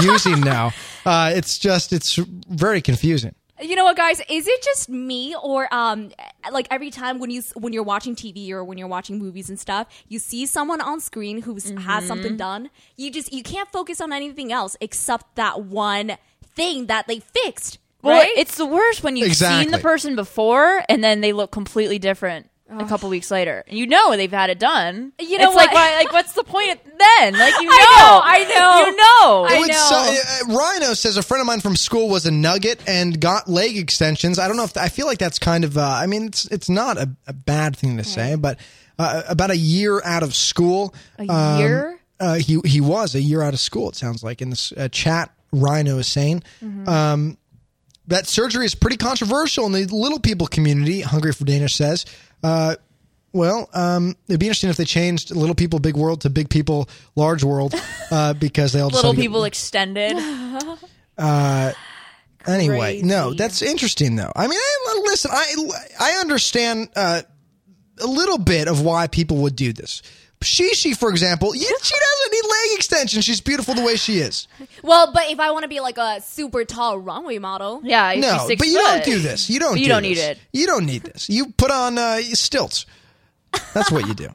Speaker 2: using now. Uh, it's just it's very confusing.
Speaker 3: You know what, guys? Is it just me, or um, like every time when you s- when you're watching TV or when you're watching movies and stuff, you see someone on screen who has
Speaker 4: Mm-hmm.
Speaker 3: something done. You just you can't focus on anything else except that one thing that they fixed.
Speaker 4: Well,
Speaker 3: right?
Speaker 4: it's the worst when you've seen
Speaker 2: Exactly.
Speaker 4: the person before and then they look completely different a couple weeks later. You know they've had it done.
Speaker 3: You know
Speaker 4: it's like
Speaker 3: what?
Speaker 4: why, like what's the point of- then? Like you know,
Speaker 3: I know, I know.
Speaker 4: you know.
Speaker 3: I
Speaker 2: It would su- uh, uh, Rhino says a friend of mine from school was a nugget and got leg extensions. I don't know if I feel like that's kind of. Uh, I mean, it's it's not a, a bad thing to say, but uh, about a year out of school. A
Speaker 4: year?
Speaker 2: Uh, he he was a year out of school. It sounds like in this uh, chat, Rhino is saying.
Speaker 4: Mm-hmm.
Speaker 2: Um, that surgery is pretty controversial in the little people community. Hungry for Danish says. Uh, well, um, it'd be interesting if they changed little people, big world to big people, large world, uh, because they all
Speaker 4: Little
Speaker 2: decided to get-
Speaker 4: people extended.
Speaker 2: Anyway, no,
Speaker 3: Crazy.
Speaker 2: that's interesting though. I mean, I, listen, I I understand uh, a little bit of why people would do this. Shishi, for example, yeah, she doesn't need leg extensions. She's beautiful the way she is.
Speaker 3: well, but if I want to be like a super tall runway model,
Speaker 4: yeah, she's
Speaker 2: No,
Speaker 4: six
Speaker 2: but you
Speaker 4: foot.
Speaker 2: don't do this. You don't.
Speaker 4: But you
Speaker 2: do
Speaker 4: don't need
Speaker 2: this.
Speaker 4: it.
Speaker 2: You don't need this. You put on uh, stilts. That's what you do.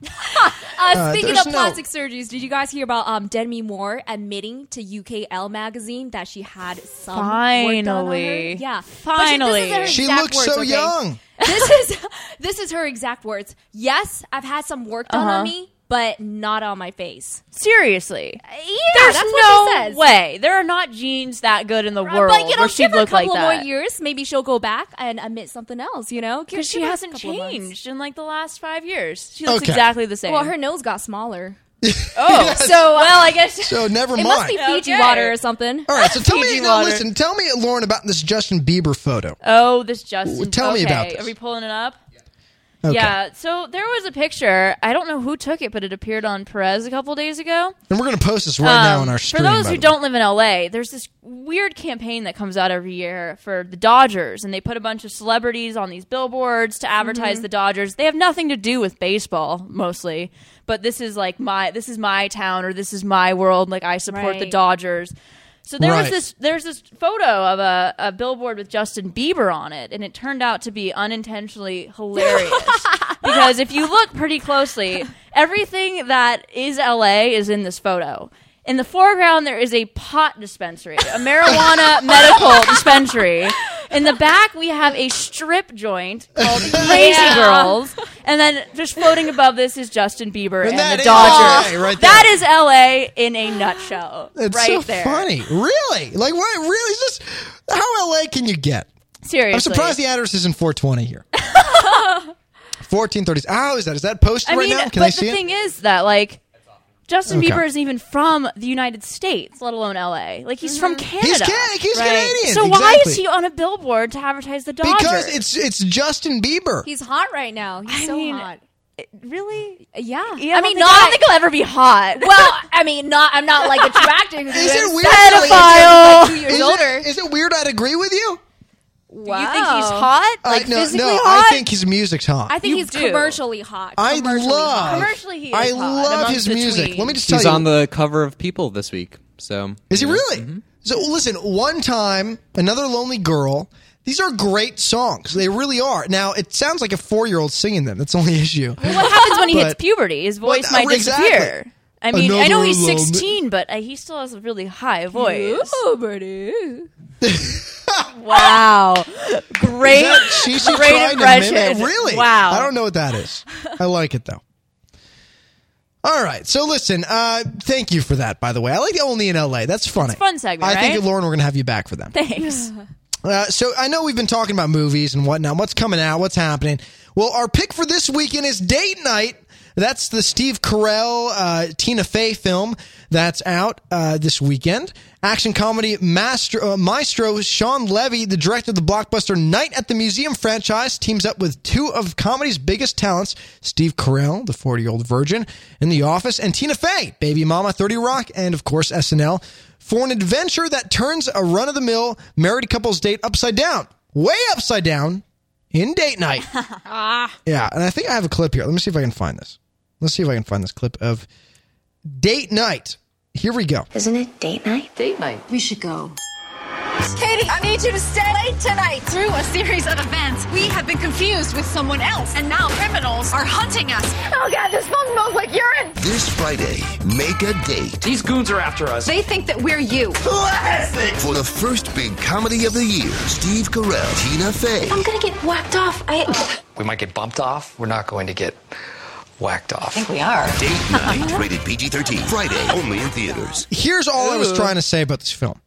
Speaker 3: Uh, speaking
Speaker 2: there's
Speaker 3: of
Speaker 2: no-
Speaker 3: plastic surgeries, did you guys hear about um, Demi Moore admitting to UKL magazine that she had some work done on her?
Speaker 4: Finally.
Speaker 3: Yeah,
Speaker 4: Finally.
Speaker 3: But this is her
Speaker 2: she
Speaker 3: exact
Speaker 2: looks
Speaker 3: words,
Speaker 2: so
Speaker 3: okay?
Speaker 2: young.
Speaker 3: This is this is her exact words. Yes, I've had some work done
Speaker 4: Uh-huh.
Speaker 3: on me, but not on my face.
Speaker 4: Seriously.
Speaker 3: Yeah,
Speaker 4: There's
Speaker 3: that's
Speaker 4: no
Speaker 3: what she says. Uh,
Speaker 4: way. There are not genes that good in the world
Speaker 3: but you know,
Speaker 4: where
Speaker 3: give
Speaker 4: she'd
Speaker 3: her a
Speaker 4: look like
Speaker 3: couple of
Speaker 4: that.
Speaker 3: more years, maybe she'll go back and admit something else. You know,
Speaker 4: Because she hasn't changed in like the last five years. She looks
Speaker 2: Okay.
Speaker 4: exactly the same.
Speaker 3: Well, her nose got smaller.
Speaker 4: oh, so well, I guess
Speaker 2: So never
Speaker 3: It
Speaker 2: mind.
Speaker 3: must be Fiji
Speaker 4: Okay.
Speaker 3: water or something.
Speaker 2: All right, so tell me.
Speaker 4: PG
Speaker 2: No,
Speaker 4: water.
Speaker 2: listen. Tell me, Lauren, about this Justin Bieber photo.
Speaker 4: Oh, this Justin.
Speaker 2: Ooh, tell me
Speaker 4: okay.
Speaker 2: about this.
Speaker 4: Are we pulling it up?
Speaker 2: Okay.
Speaker 4: Yeah. So there was a picture. I don't know who took it, but it appeared on Perez a couple days ago.
Speaker 2: And we're going to post this right now
Speaker 4: Um,
Speaker 2: on our stream.
Speaker 4: For those
Speaker 2: by
Speaker 4: who
Speaker 2: the way.
Speaker 4: don't live in LA, there's this weird campaign that comes out every year for the Dodgers, and they put a bunch of celebrities on these billboards to advertise the Dodgers. They have nothing to do with baseball mostly, but this is like my this is my town or this is my world. Like I support the
Speaker 3: Right.
Speaker 4: Dodgers. So there was
Speaker 2: Right.
Speaker 4: this there's this photo of a, a billboard with Justin Bieber on it, and it turned out to be unintentionally hilarious. because if you look pretty closely, everything that is LA is in this photo. In the foreground, there is a pot dispensary, a marijuana medical dispensary. In the back, we have a strip joint called Crazy
Speaker 3: Yeah.
Speaker 4: Girls, and then just floating above this is Justin Bieber and,
Speaker 2: that
Speaker 4: the
Speaker 2: is
Speaker 4: Dodgers.
Speaker 2: LA right
Speaker 4: That
Speaker 2: there.
Speaker 4: is LA in a nutshell,
Speaker 2: It's
Speaker 4: right
Speaker 2: so
Speaker 4: there.
Speaker 2: funny. Really? Like, what? Really? Is this how LA can you get?
Speaker 4: Seriously,
Speaker 2: I'm surprised the address isn't 420 here. 1430s. How is that? Is that posted
Speaker 4: I
Speaker 2: right
Speaker 4: mean,
Speaker 2: now? Can
Speaker 4: but
Speaker 2: I see
Speaker 4: the
Speaker 2: it?
Speaker 4: thing is that like Justin
Speaker 2: Okay.
Speaker 4: Bieber isn't even from the United States, let alone LA. Like he's from Canada.
Speaker 2: Mm-hmm. He's Can- he's Canadian,
Speaker 4: So why
Speaker 2: exactly.
Speaker 4: is he on a billboard to advertise the Dodgers?
Speaker 2: because it's it's Justin Bieber.
Speaker 3: He's hot right now. He's
Speaker 4: I
Speaker 3: so
Speaker 4: mean,
Speaker 3: hot.
Speaker 4: really.
Speaker 3: Yeah,
Speaker 4: Yeah, I, mean, not, I don't think he'll ever be hot.
Speaker 3: well, I mean, not. I'm not like attracted. to
Speaker 2: Is
Speaker 3: him.
Speaker 2: it weird?
Speaker 3: Pedophile.
Speaker 2: Like,
Speaker 3: Two years
Speaker 2: is,
Speaker 3: older.
Speaker 2: it, is it weird? I'd agree with you.
Speaker 3: wow.
Speaker 4: You think he's hot?
Speaker 2: I-
Speaker 4: Like
Speaker 2: no,
Speaker 4: physically
Speaker 2: no.
Speaker 4: hot?
Speaker 2: I think his music's hot.
Speaker 3: I think
Speaker 4: You
Speaker 3: he's
Speaker 4: do.
Speaker 3: commercially hot.
Speaker 2: I
Speaker 3: Commercially
Speaker 2: love.
Speaker 3: hot.
Speaker 4: Commercially, he is
Speaker 2: I
Speaker 4: hot
Speaker 2: love
Speaker 4: amongst
Speaker 2: his
Speaker 4: the
Speaker 2: music.
Speaker 4: tweens.
Speaker 2: Let me just tell
Speaker 7: He's
Speaker 2: you.
Speaker 7: on the cover of People this week. So
Speaker 2: Is he
Speaker 7: you know.
Speaker 2: really? So listen, one time, another lonely girl. These are great songs. They really are. Now it sounds like a four-year-old singing them. That's the only issue.
Speaker 4: what happens when he hits
Speaker 2: But-
Speaker 4: puberty? His voice
Speaker 2: Well,
Speaker 4: might
Speaker 2: exactly.
Speaker 4: disappear. I mean, I
Speaker 2: Another
Speaker 4: know he's
Speaker 2: lonely-
Speaker 4: 16, but uh, he still has a really high voice.
Speaker 3: Commercially.
Speaker 4: Wow. Great.
Speaker 2: She should
Speaker 4: Great
Speaker 2: try to mimic-
Speaker 4: impression.
Speaker 2: Really?
Speaker 4: Wow.
Speaker 2: I don't know what that is. I like it though. All right. So listen, uh, thank you for that, by the way. I like the only in LA. That's funny.
Speaker 4: fun segment,
Speaker 2: I think,
Speaker 4: right?
Speaker 2: Lauren, we're going to have you back for them.
Speaker 4: Thanks.
Speaker 2: Uh, so I know we've been talking about movies and whatnot. What's coming out? What's happening? Well, our pick for this weekend is Date Night. That's the Steve Carell, uh, Tina Fey film that's out uh, this weekend. Action comedy maestro, uh, maestro Sean Levy, the director of the blockbuster Night at the Museum franchise, teams up with two of comedy's biggest talents, Steve Carell, the 40 year old virgin, in The Office, and Tina Fey, Baby Mama, 30 Rock, and of course SNL for an adventure that turns a run of the mill married couple's date upside down. way upside down in date night. yeah, and I think I have a clip here. Let me see if I can find this. Let's see if I can find this clip of date night. Here we go.
Speaker 11: Isn't it date night? Date night. We should go.
Speaker 12: Katie, I need you to stay late tonight. Through a series of events, we have been confused with someone else, and now criminals are hunting us. Oh god, this phone smells like urine.
Speaker 13: This Friday, make a date.
Speaker 14: These goons are after us.
Speaker 12: They think that we're you.
Speaker 13: For the first big comedy of the year, Steve Carell, Tina Fey.
Speaker 11: I'm gonna get whacked off. I.
Speaker 15: We might get bumped off. We're not going to get whacked off. I
Speaker 11: think we are.
Speaker 13: Date night, rated PG 13. Friday, only in theaters.
Speaker 2: Here's all I was trying to say about this film.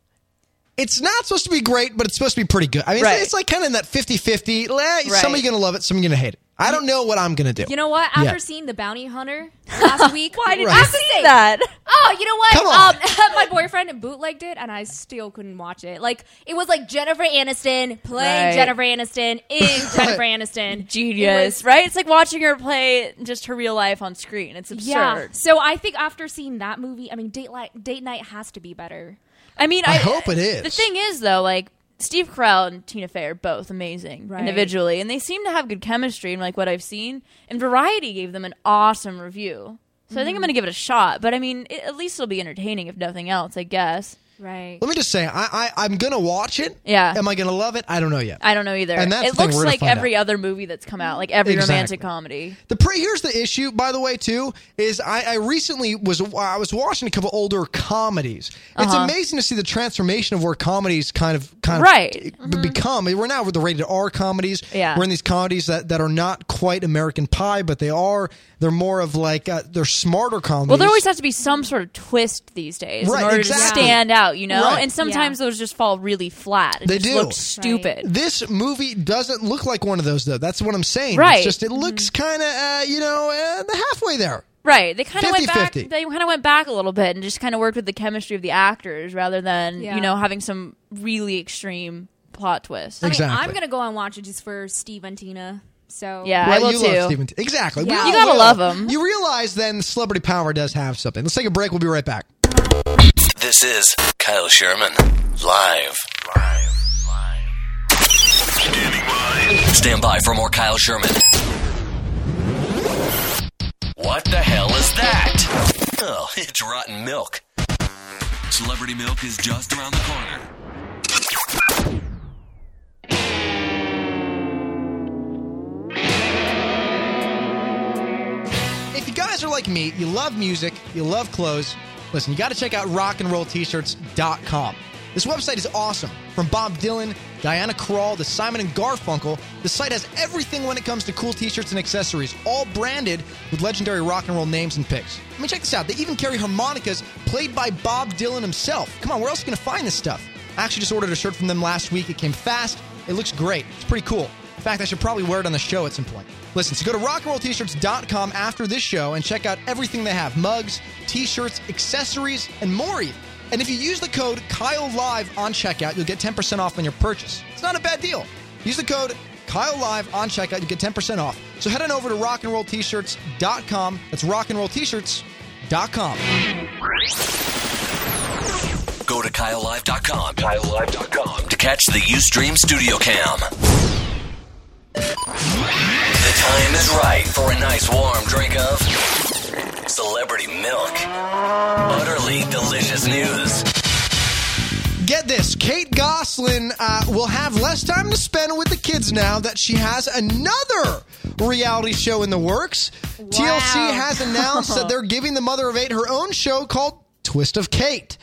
Speaker 2: It's not supposed to be great, but it's supposed to be pretty good. I mean, it's-
Speaker 4: Right.
Speaker 2: it's, like kind of in that 50 50. Some of you going to love it, some of you going to hate it. I don't know what I'm going to do.
Speaker 3: You know what? After
Speaker 2: Yeah.
Speaker 3: seeing The Bounty Hunter last week, why
Speaker 2: did Right. you
Speaker 4: see that?
Speaker 3: Oh, you know what?
Speaker 2: Come on.
Speaker 3: Um, my boyfriend bootlegged it, and I still couldn't watch it. Like it was like Jennifer Aniston playing
Speaker 4: Right.
Speaker 3: Jennifer Aniston is Jennifer Aniston.
Speaker 4: Genius,
Speaker 3: It was-
Speaker 4: right? It's like watching her play just her real life on screen. It's absurd.
Speaker 3: Yeah. So I think after seeing that movie, I mean, date night, date night has to be better.
Speaker 4: I mean,
Speaker 2: I
Speaker 4: I,
Speaker 2: hope it is.
Speaker 4: The thing is, though, like Steve Carell and Tina Fey are both amazing
Speaker 3: Right.
Speaker 4: individually, and they seem to have good chemistry. And like what I've seen, and Variety gave them an awesome review. So I think
Speaker 2: Mm-hmm.
Speaker 4: I'm going to give it a shot. But I mean, it, at least it'll be entertaining, if nothing else. I guess.
Speaker 3: Right.
Speaker 2: Let me just say, I, I, I'm going to watch it.
Speaker 4: Yeah.
Speaker 2: Am I going to love it? I don't know yet.
Speaker 4: I don't know either.
Speaker 2: And that's
Speaker 4: it
Speaker 2: the thing,
Speaker 4: looks
Speaker 2: we're gonna
Speaker 4: like
Speaker 2: find
Speaker 4: every other movie that's come out, like every
Speaker 2: Exactly.
Speaker 4: romantic comedy.
Speaker 2: The pre here's the issue, by the way, too, is I, I recently was I was watching a couple older comedies. It's
Speaker 4: Uh-huh.
Speaker 2: amazing to see the transformation of where comedies kind of kind
Speaker 4: Right. Mm-hmm.
Speaker 2: of b- become. We're now with the rated R comedies.
Speaker 4: Yeah.
Speaker 2: We're in these comedies that, that are not quite American Pie, but they are. They're more of like uh, they're smarter comedies.
Speaker 4: Well, there always has to be some sort of twist these days
Speaker 2: Right,
Speaker 4: in order to
Speaker 2: exactly.
Speaker 4: stand out, you know.
Speaker 2: Right.
Speaker 4: And sometimes those just fall really flat. It
Speaker 2: They
Speaker 4: just
Speaker 2: do.
Speaker 4: look stupid.
Speaker 2: this movie doesn't look like one of those though. That's what I'm saying.
Speaker 4: Right. Mm-hmm.
Speaker 2: It's just it looks kind of uh, you know uh, the halfway there.
Speaker 4: Right. They kind of went back.
Speaker 2: 50-50.
Speaker 4: They kind of went back a little bit and just kind of worked with the chemistry of the actors rather than
Speaker 3: Yeah.
Speaker 4: you know having some really extreme plot twist.
Speaker 3: I mean,
Speaker 2: Exactly.
Speaker 3: I'm gonna go and watch it just for Steve and Tina. So
Speaker 4: Yeah, I
Speaker 2: Right,
Speaker 4: will
Speaker 2: you
Speaker 4: too.
Speaker 2: love Steven. T- Exactly. We
Speaker 3: Yeah.
Speaker 2: all
Speaker 4: You gotta
Speaker 2: will.
Speaker 4: love him.
Speaker 2: You realize then celebrity power does have something. Let's take a break. We'll be right back.
Speaker 1: This is Kyle Sherman live. Live. Live. Stand by for more Kyle Sherman. What the hell is that? Oh, it's rotten milk. Celebrity milk is just around the corner.
Speaker 2: If you guys are like me, you love music, you love clothes, listen, you got to check out rockandrolltshirts.com. This website is awesome. From Bob Dylan, Diana Krall, to Simon and Garfunkel, the site has everything when it comes to cool t-shirts and accessories, all branded with legendary rock and roll names and picks. I mean, check this out. They even carry harmonicas played by Bob Dylan himself. Come on, where else are you going to find this stuff? I actually just ordered a shirt from them last week. It came fast. It looks great. It's pretty cool. In fact, I should probably wear it on the show at some point. Listen, so go to rockandrolltshirts.com after this show and check out everything they have mugs, t shirts, accessories, and more even. And if you use the code KyleLive on checkout, you'll get 10% off on your purchase. It's not a bad deal. Use the code KyleLive on checkout, you get 10% off. So head on over to rockandrolltshirts.com. That's rockandrolltshirts.com.
Speaker 1: Go to KyleLive.com. KyleLive.com to catch the Ustream Studio Cam. The time is right for a nice warm drink of celebrity milk. Utterly delicious news.
Speaker 2: Get this, Kate Goslin uh, will have less time to spend with the kids now that she has another reality show in the works. TLC has announced that they're giving the mother of eight her own show called Twist of Kate.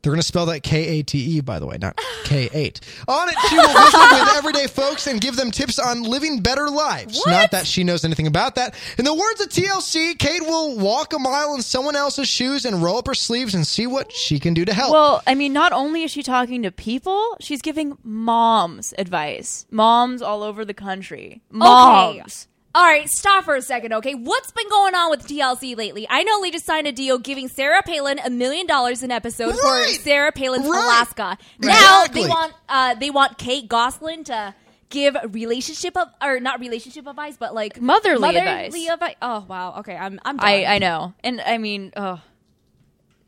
Speaker 2: They're going to spell that K A T E, by the way, not K 8. On it, she will visit with everyday folks and give them tips on living better lives. Not that she knows anything about that. In the words of TLC, Kate will walk a mile in someone else's shoes and roll up her sleeves and see what she can do to help.
Speaker 4: Well, I mean, not only is she talking to people, she's giving moms advice. Moms all over the country. Moms.
Speaker 3: All right, stop for a second, okay? What's been going on with TLC lately? I know Lee just signed a deal giving Sarah Palin a million dollars an episode
Speaker 2: Right.
Speaker 3: for Sarah Palin's
Speaker 2: Right.
Speaker 3: Alaska.
Speaker 2: Exactly.
Speaker 3: Now they want uh, they want Kate Goslin to give relationship of or not relationship advice, but like
Speaker 4: Motherly advice.
Speaker 3: advi- Oh wow, okay, I'm I'm done.
Speaker 4: I I know, and I mean, oh.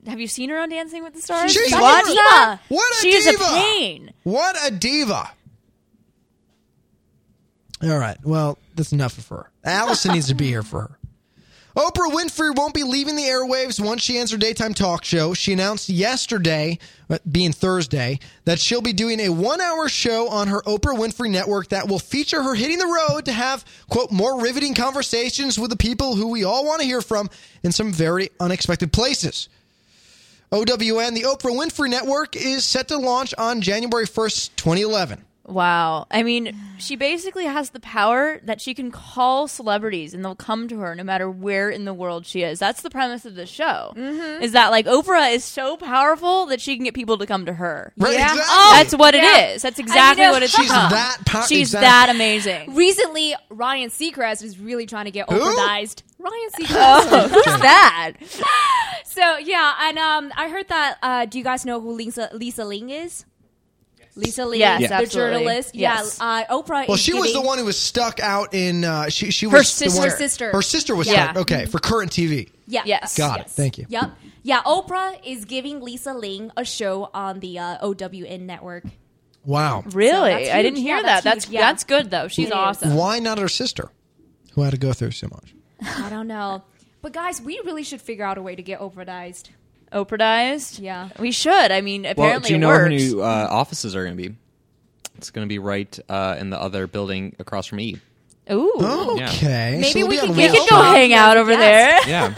Speaker 4: Have you seen her on Dancing with the Stars?
Speaker 2: She's
Speaker 4: She's
Speaker 3: uh,
Speaker 2: a
Speaker 4: what?
Speaker 2: diva. What a
Speaker 4: she is a
Speaker 2: diva.
Speaker 4: pain.
Speaker 2: What a diva. All right. Well, that's enough of her. Allison needs to be here for her. Oprah Winfrey won't be leaving the airwaves once she ends her daytime talk show. She announced yesterday, uh, being Thursday, that she'll be doing a one hour show on her Oprah Winfrey network that will feature her hitting the road to have, quote, more riveting conversations with the people who we all want to hear from in some very unexpected places. OWN, the Oprah Winfrey Network, is set to launch on January 1st, 2011.
Speaker 4: Wow. I mean, she basically has the power that she can call celebrities and they'll come to her no matter where in the world she is. That's the premise of the show.
Speaker 3: Mm-hmm.
Speaker 4: Is that like Oprah is so powerful that she can get people to come to her. Oh,
Speaker 3: Right, Yeah. exactly.
Speaker 4: That's what it is.
Speaker 3: Yeah.
Speaker 4: That's
Speaker 3: And you
Speaker 4: exactly
Speaker 3: know-
Speaker 4: what it's
Speaker 3: She's
Speaker 4: become.
Speaker 3: that pow-
Speaker 4: She's
Speaker 3: exactly.
Speaker 4: that amazing.
Speaker 3: Recently, Ryan Seacrest was really trying to get
Speaker 4: Who?
Speaker 3: Oprah-ized. Ryan Seacrest.
Speaker 4: Oh, who's that?
Speaker 3: So yeah, and um, I heard that. Uh, do you guys know who Lisa Lisa Ling is? Lisa Ling,
Speaker 4: Yes,
Speaker 3: the
Speaker 4: absolutely.
Speaker 3: journalist.
Speaker 4: Yes.
Speaker 3: Yeah, uh, Oprah.
Speaker 2: Well,
Speaker 3: is
Speaker 2: she was the
Speaker 3: giving-
Speaker 2: one who was stuck out in. Uh, she she
Speaker 3: Her
Speaker 2: was The
Speaker 3: sister.
Speaker 2: one,
Speaker 3: Her sister.
Speaker 2: Her sister was
Speaker 3: Yeah.
Speaker 2: stuck. Okay, for current TV.
Speaker 3: Yeah. Yes.
Speaker 2: Got
Speaker 3: Yes.
Speaker 2: it. Thank you.
Speaker 3: Yep. Yeah, Oprah is giving Lisa Ling a show on the uh, OWN network.
Speaker 2: Wow.
Speaker 4: Really?
Speaker 3: that's
Speaker 4: I didn't
Speaker 3: huge.
Speaker 4: hear
Speaker 3: Yeah,
Speaker 4: that.
Speaker 3: that's
Speaker 4: That's
Speaker 3: huge. Yeah.
Speaker 4: that's good though. She's
Speaker 3: It is.
Speaker 4: awesome.
Speaker 2: Why not her sister, who had to go through so much?
Speaker 3: I don't know, but guys, we really should figure out a way to get Oprahized.
Speaker 4: Oprahized?
Speaker 3: Yeah.
Speaker 4: We should. I mean, apparently
Speaker 7: well, do you
Speaker 4: it
Speaker 7: know where her
Speaker 4: works.
Speaker 7: new uh, offices are going to be? It's going to be right uh, in the other building across from E.
Speaker 4: Ooh.
Speaker 7: Yeah.
Speaker 2: Okay.
Speaker 4: Maybe
Speaker 2: we'll be
Speaker 4: we could
Speaker 2: on Wall
Speaker 4: get- we could go
Speaker 3: Oh,
Speaker 2: Street.
Speaker 4: hang out over Yes. there.
Speaker 7: Yeah.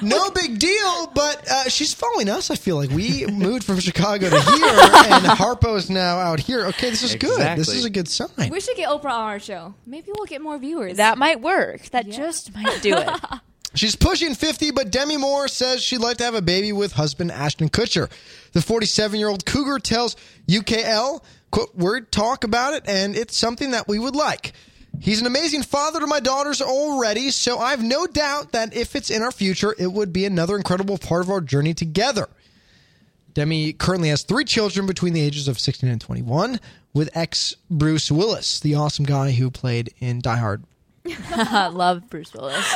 Speaker 2: No big deal, but uh, she's following us. I feel like we moved from Chicago to here, and Harpo is now out here. Okay, this is good. This
Speaker 7: Exactly.
Speaker 2: is a good sign.
Speaker 3: We should get Oprah on our show. Maybe we'll get more viewers.
Speaker 4: That might work. That just might do it.
Speaker 2: She's pushing 50, but Demi Moore says she'd like to have a baby with husband Ashton Kutcher. The 47 year old cougar tells UKL, quote, word talk about it, and it's something that we would like. He's an amazing father to my daughters already, so I've no doubt that if it's in our future, it would be another incredible part of our journey together. Demi currently has three children between the ages of 16 and 21 with ex Bruce Willis, the awesome guy who played in Die Hard.
Speaker 4: Love Bruce Willis.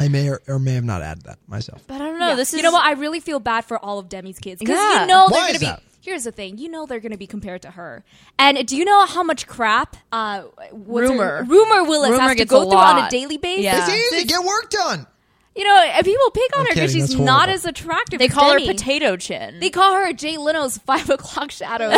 Speaker 2: I may or, or may have not added that myself.
Speaker 4: But I don't know. This is
Speaker 3: you know what? I really feel bad for all of Demi's kids because
Speaker 4: Yeah.
Speaker 3: you know
Speaker 4: Why
Speaker 3: they're
Speaker 4: is
Speaker 3: going to be.
Speaker 4: that?
Speaker 3: Here's the thing: you know they're going to be compared to her. And do you know how much crap uh, what's her-
Speaker 4: Rumor.
Speaker 3: rumor Willis
Speaker 4: Rumor
Speaker 3: has to
Speaker 4: gets
Speaker 3: go
Speaker 4: a
Speaker 3: through on a
Speaker 4: lot.
Speaker 3: daily basis?
Speaker 4: Yeah.
Speaker 2: It's easy. Get work done.
Speaker 3: You know, and people pick on
Speaker 4: I'm
Speaker 3: her because
Speaker 4: kidding,
Speaker 3: she's
Speaker 4: that's
Speaker 3: not
Speaker 4: horrible.
Speaker 3: as attractive.
Speaker 4: They
Speaker 3: as
Speaker 4: call her
Speaker 3: Demi.
Speaker 4: potato chin.
Speaker 3: They call her Jay Leno's five o'clock shadow.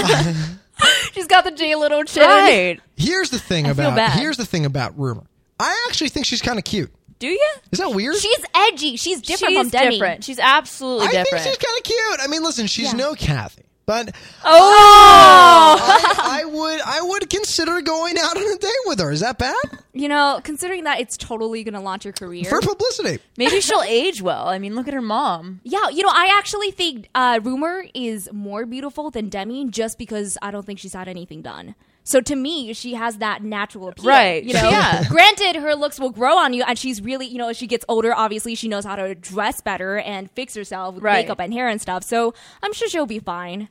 Speaker 3: she's got the Jay Leno chin.
Speaker 4: Right.
Speaker 2: Here's the thing
Speaker 4: feel
Speaker 2: about
Speaker 4: bad.
Speaker 2: here's the thing about rumor. I actually think she's kind of cute.
Speaker 4: Do you?
Speaker 2: Is that weird?
Speaker 3: She's edgy. She's different
Speaker 4: She's
Speaker 3: from Demi.
Speaker 4: different. She's absolutely
Speaker 2: I think
Speaker 4: different.
Speaker 2: she's kind of cute. I mean, listen, she's no Kathy, but
Speaker 4: Oh!
Speaker 2: I, I would I would consider going out on a date with her. Is that bad
Speaker 3: You know, considering that it's totally going to launch your career
Speaker 2: for publicity?
Speaker 4: Maybe she'll age well. I mean, look at her mom.
Speaker 3: Yeah, you know, I actually think uh, Rumor is more beautiful than Demi just because I don't think she's had anything done. So to me, she has that natural appeal.
Speaker 4: Right,
Speaker 3: You know,
Speaker 4: yeah.
Speaker 3: granted, her looks will grow on you, and she's really, you know, as she gets older, obviously, she knows how to dress better and fix herself with
Speaker 4: Right.
Speaker 3: makeup and hair and stuff. So I'm sure she'll be fine.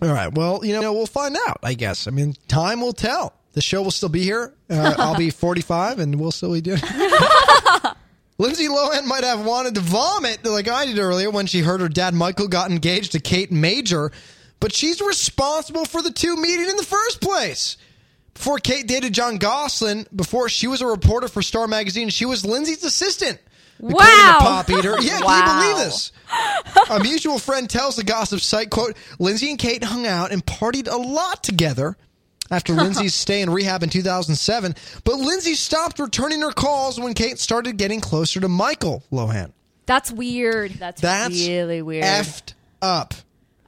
Speaker 2: All right. Well, you know, we'll find out. I guess. I mean, time will tell. The show will still be here. Uh, I'll be 45, and we'll still be doing. Lindsay Lohan might have wanted to vomit like I did earlier when she heard her dad Michael got engaged to Kate Major, but she's responsible for the two meeting in the first place. Before Kate dated John Goslin, before she was a reporter for Star Magazine, she was Lindsay's assistant. According to
Speaker 14: Wow.
Speaker 2: Pop Eater. Yeah, can you
Speaker 14: Wow.
Speaker 2: believe this? a mutual friend tells the gossip site, quote, Lindsay and Kate hung out and partied a lot together after Lindsay's stay in rehab in 2007, but Lindsay stopped returning her calls when Kate started getting closer to Michael Lohan.
Speaker 3: That's weird. That's,
Speaker 2: That's
Speaker 4: really weird.
Speaker 2: Effed up.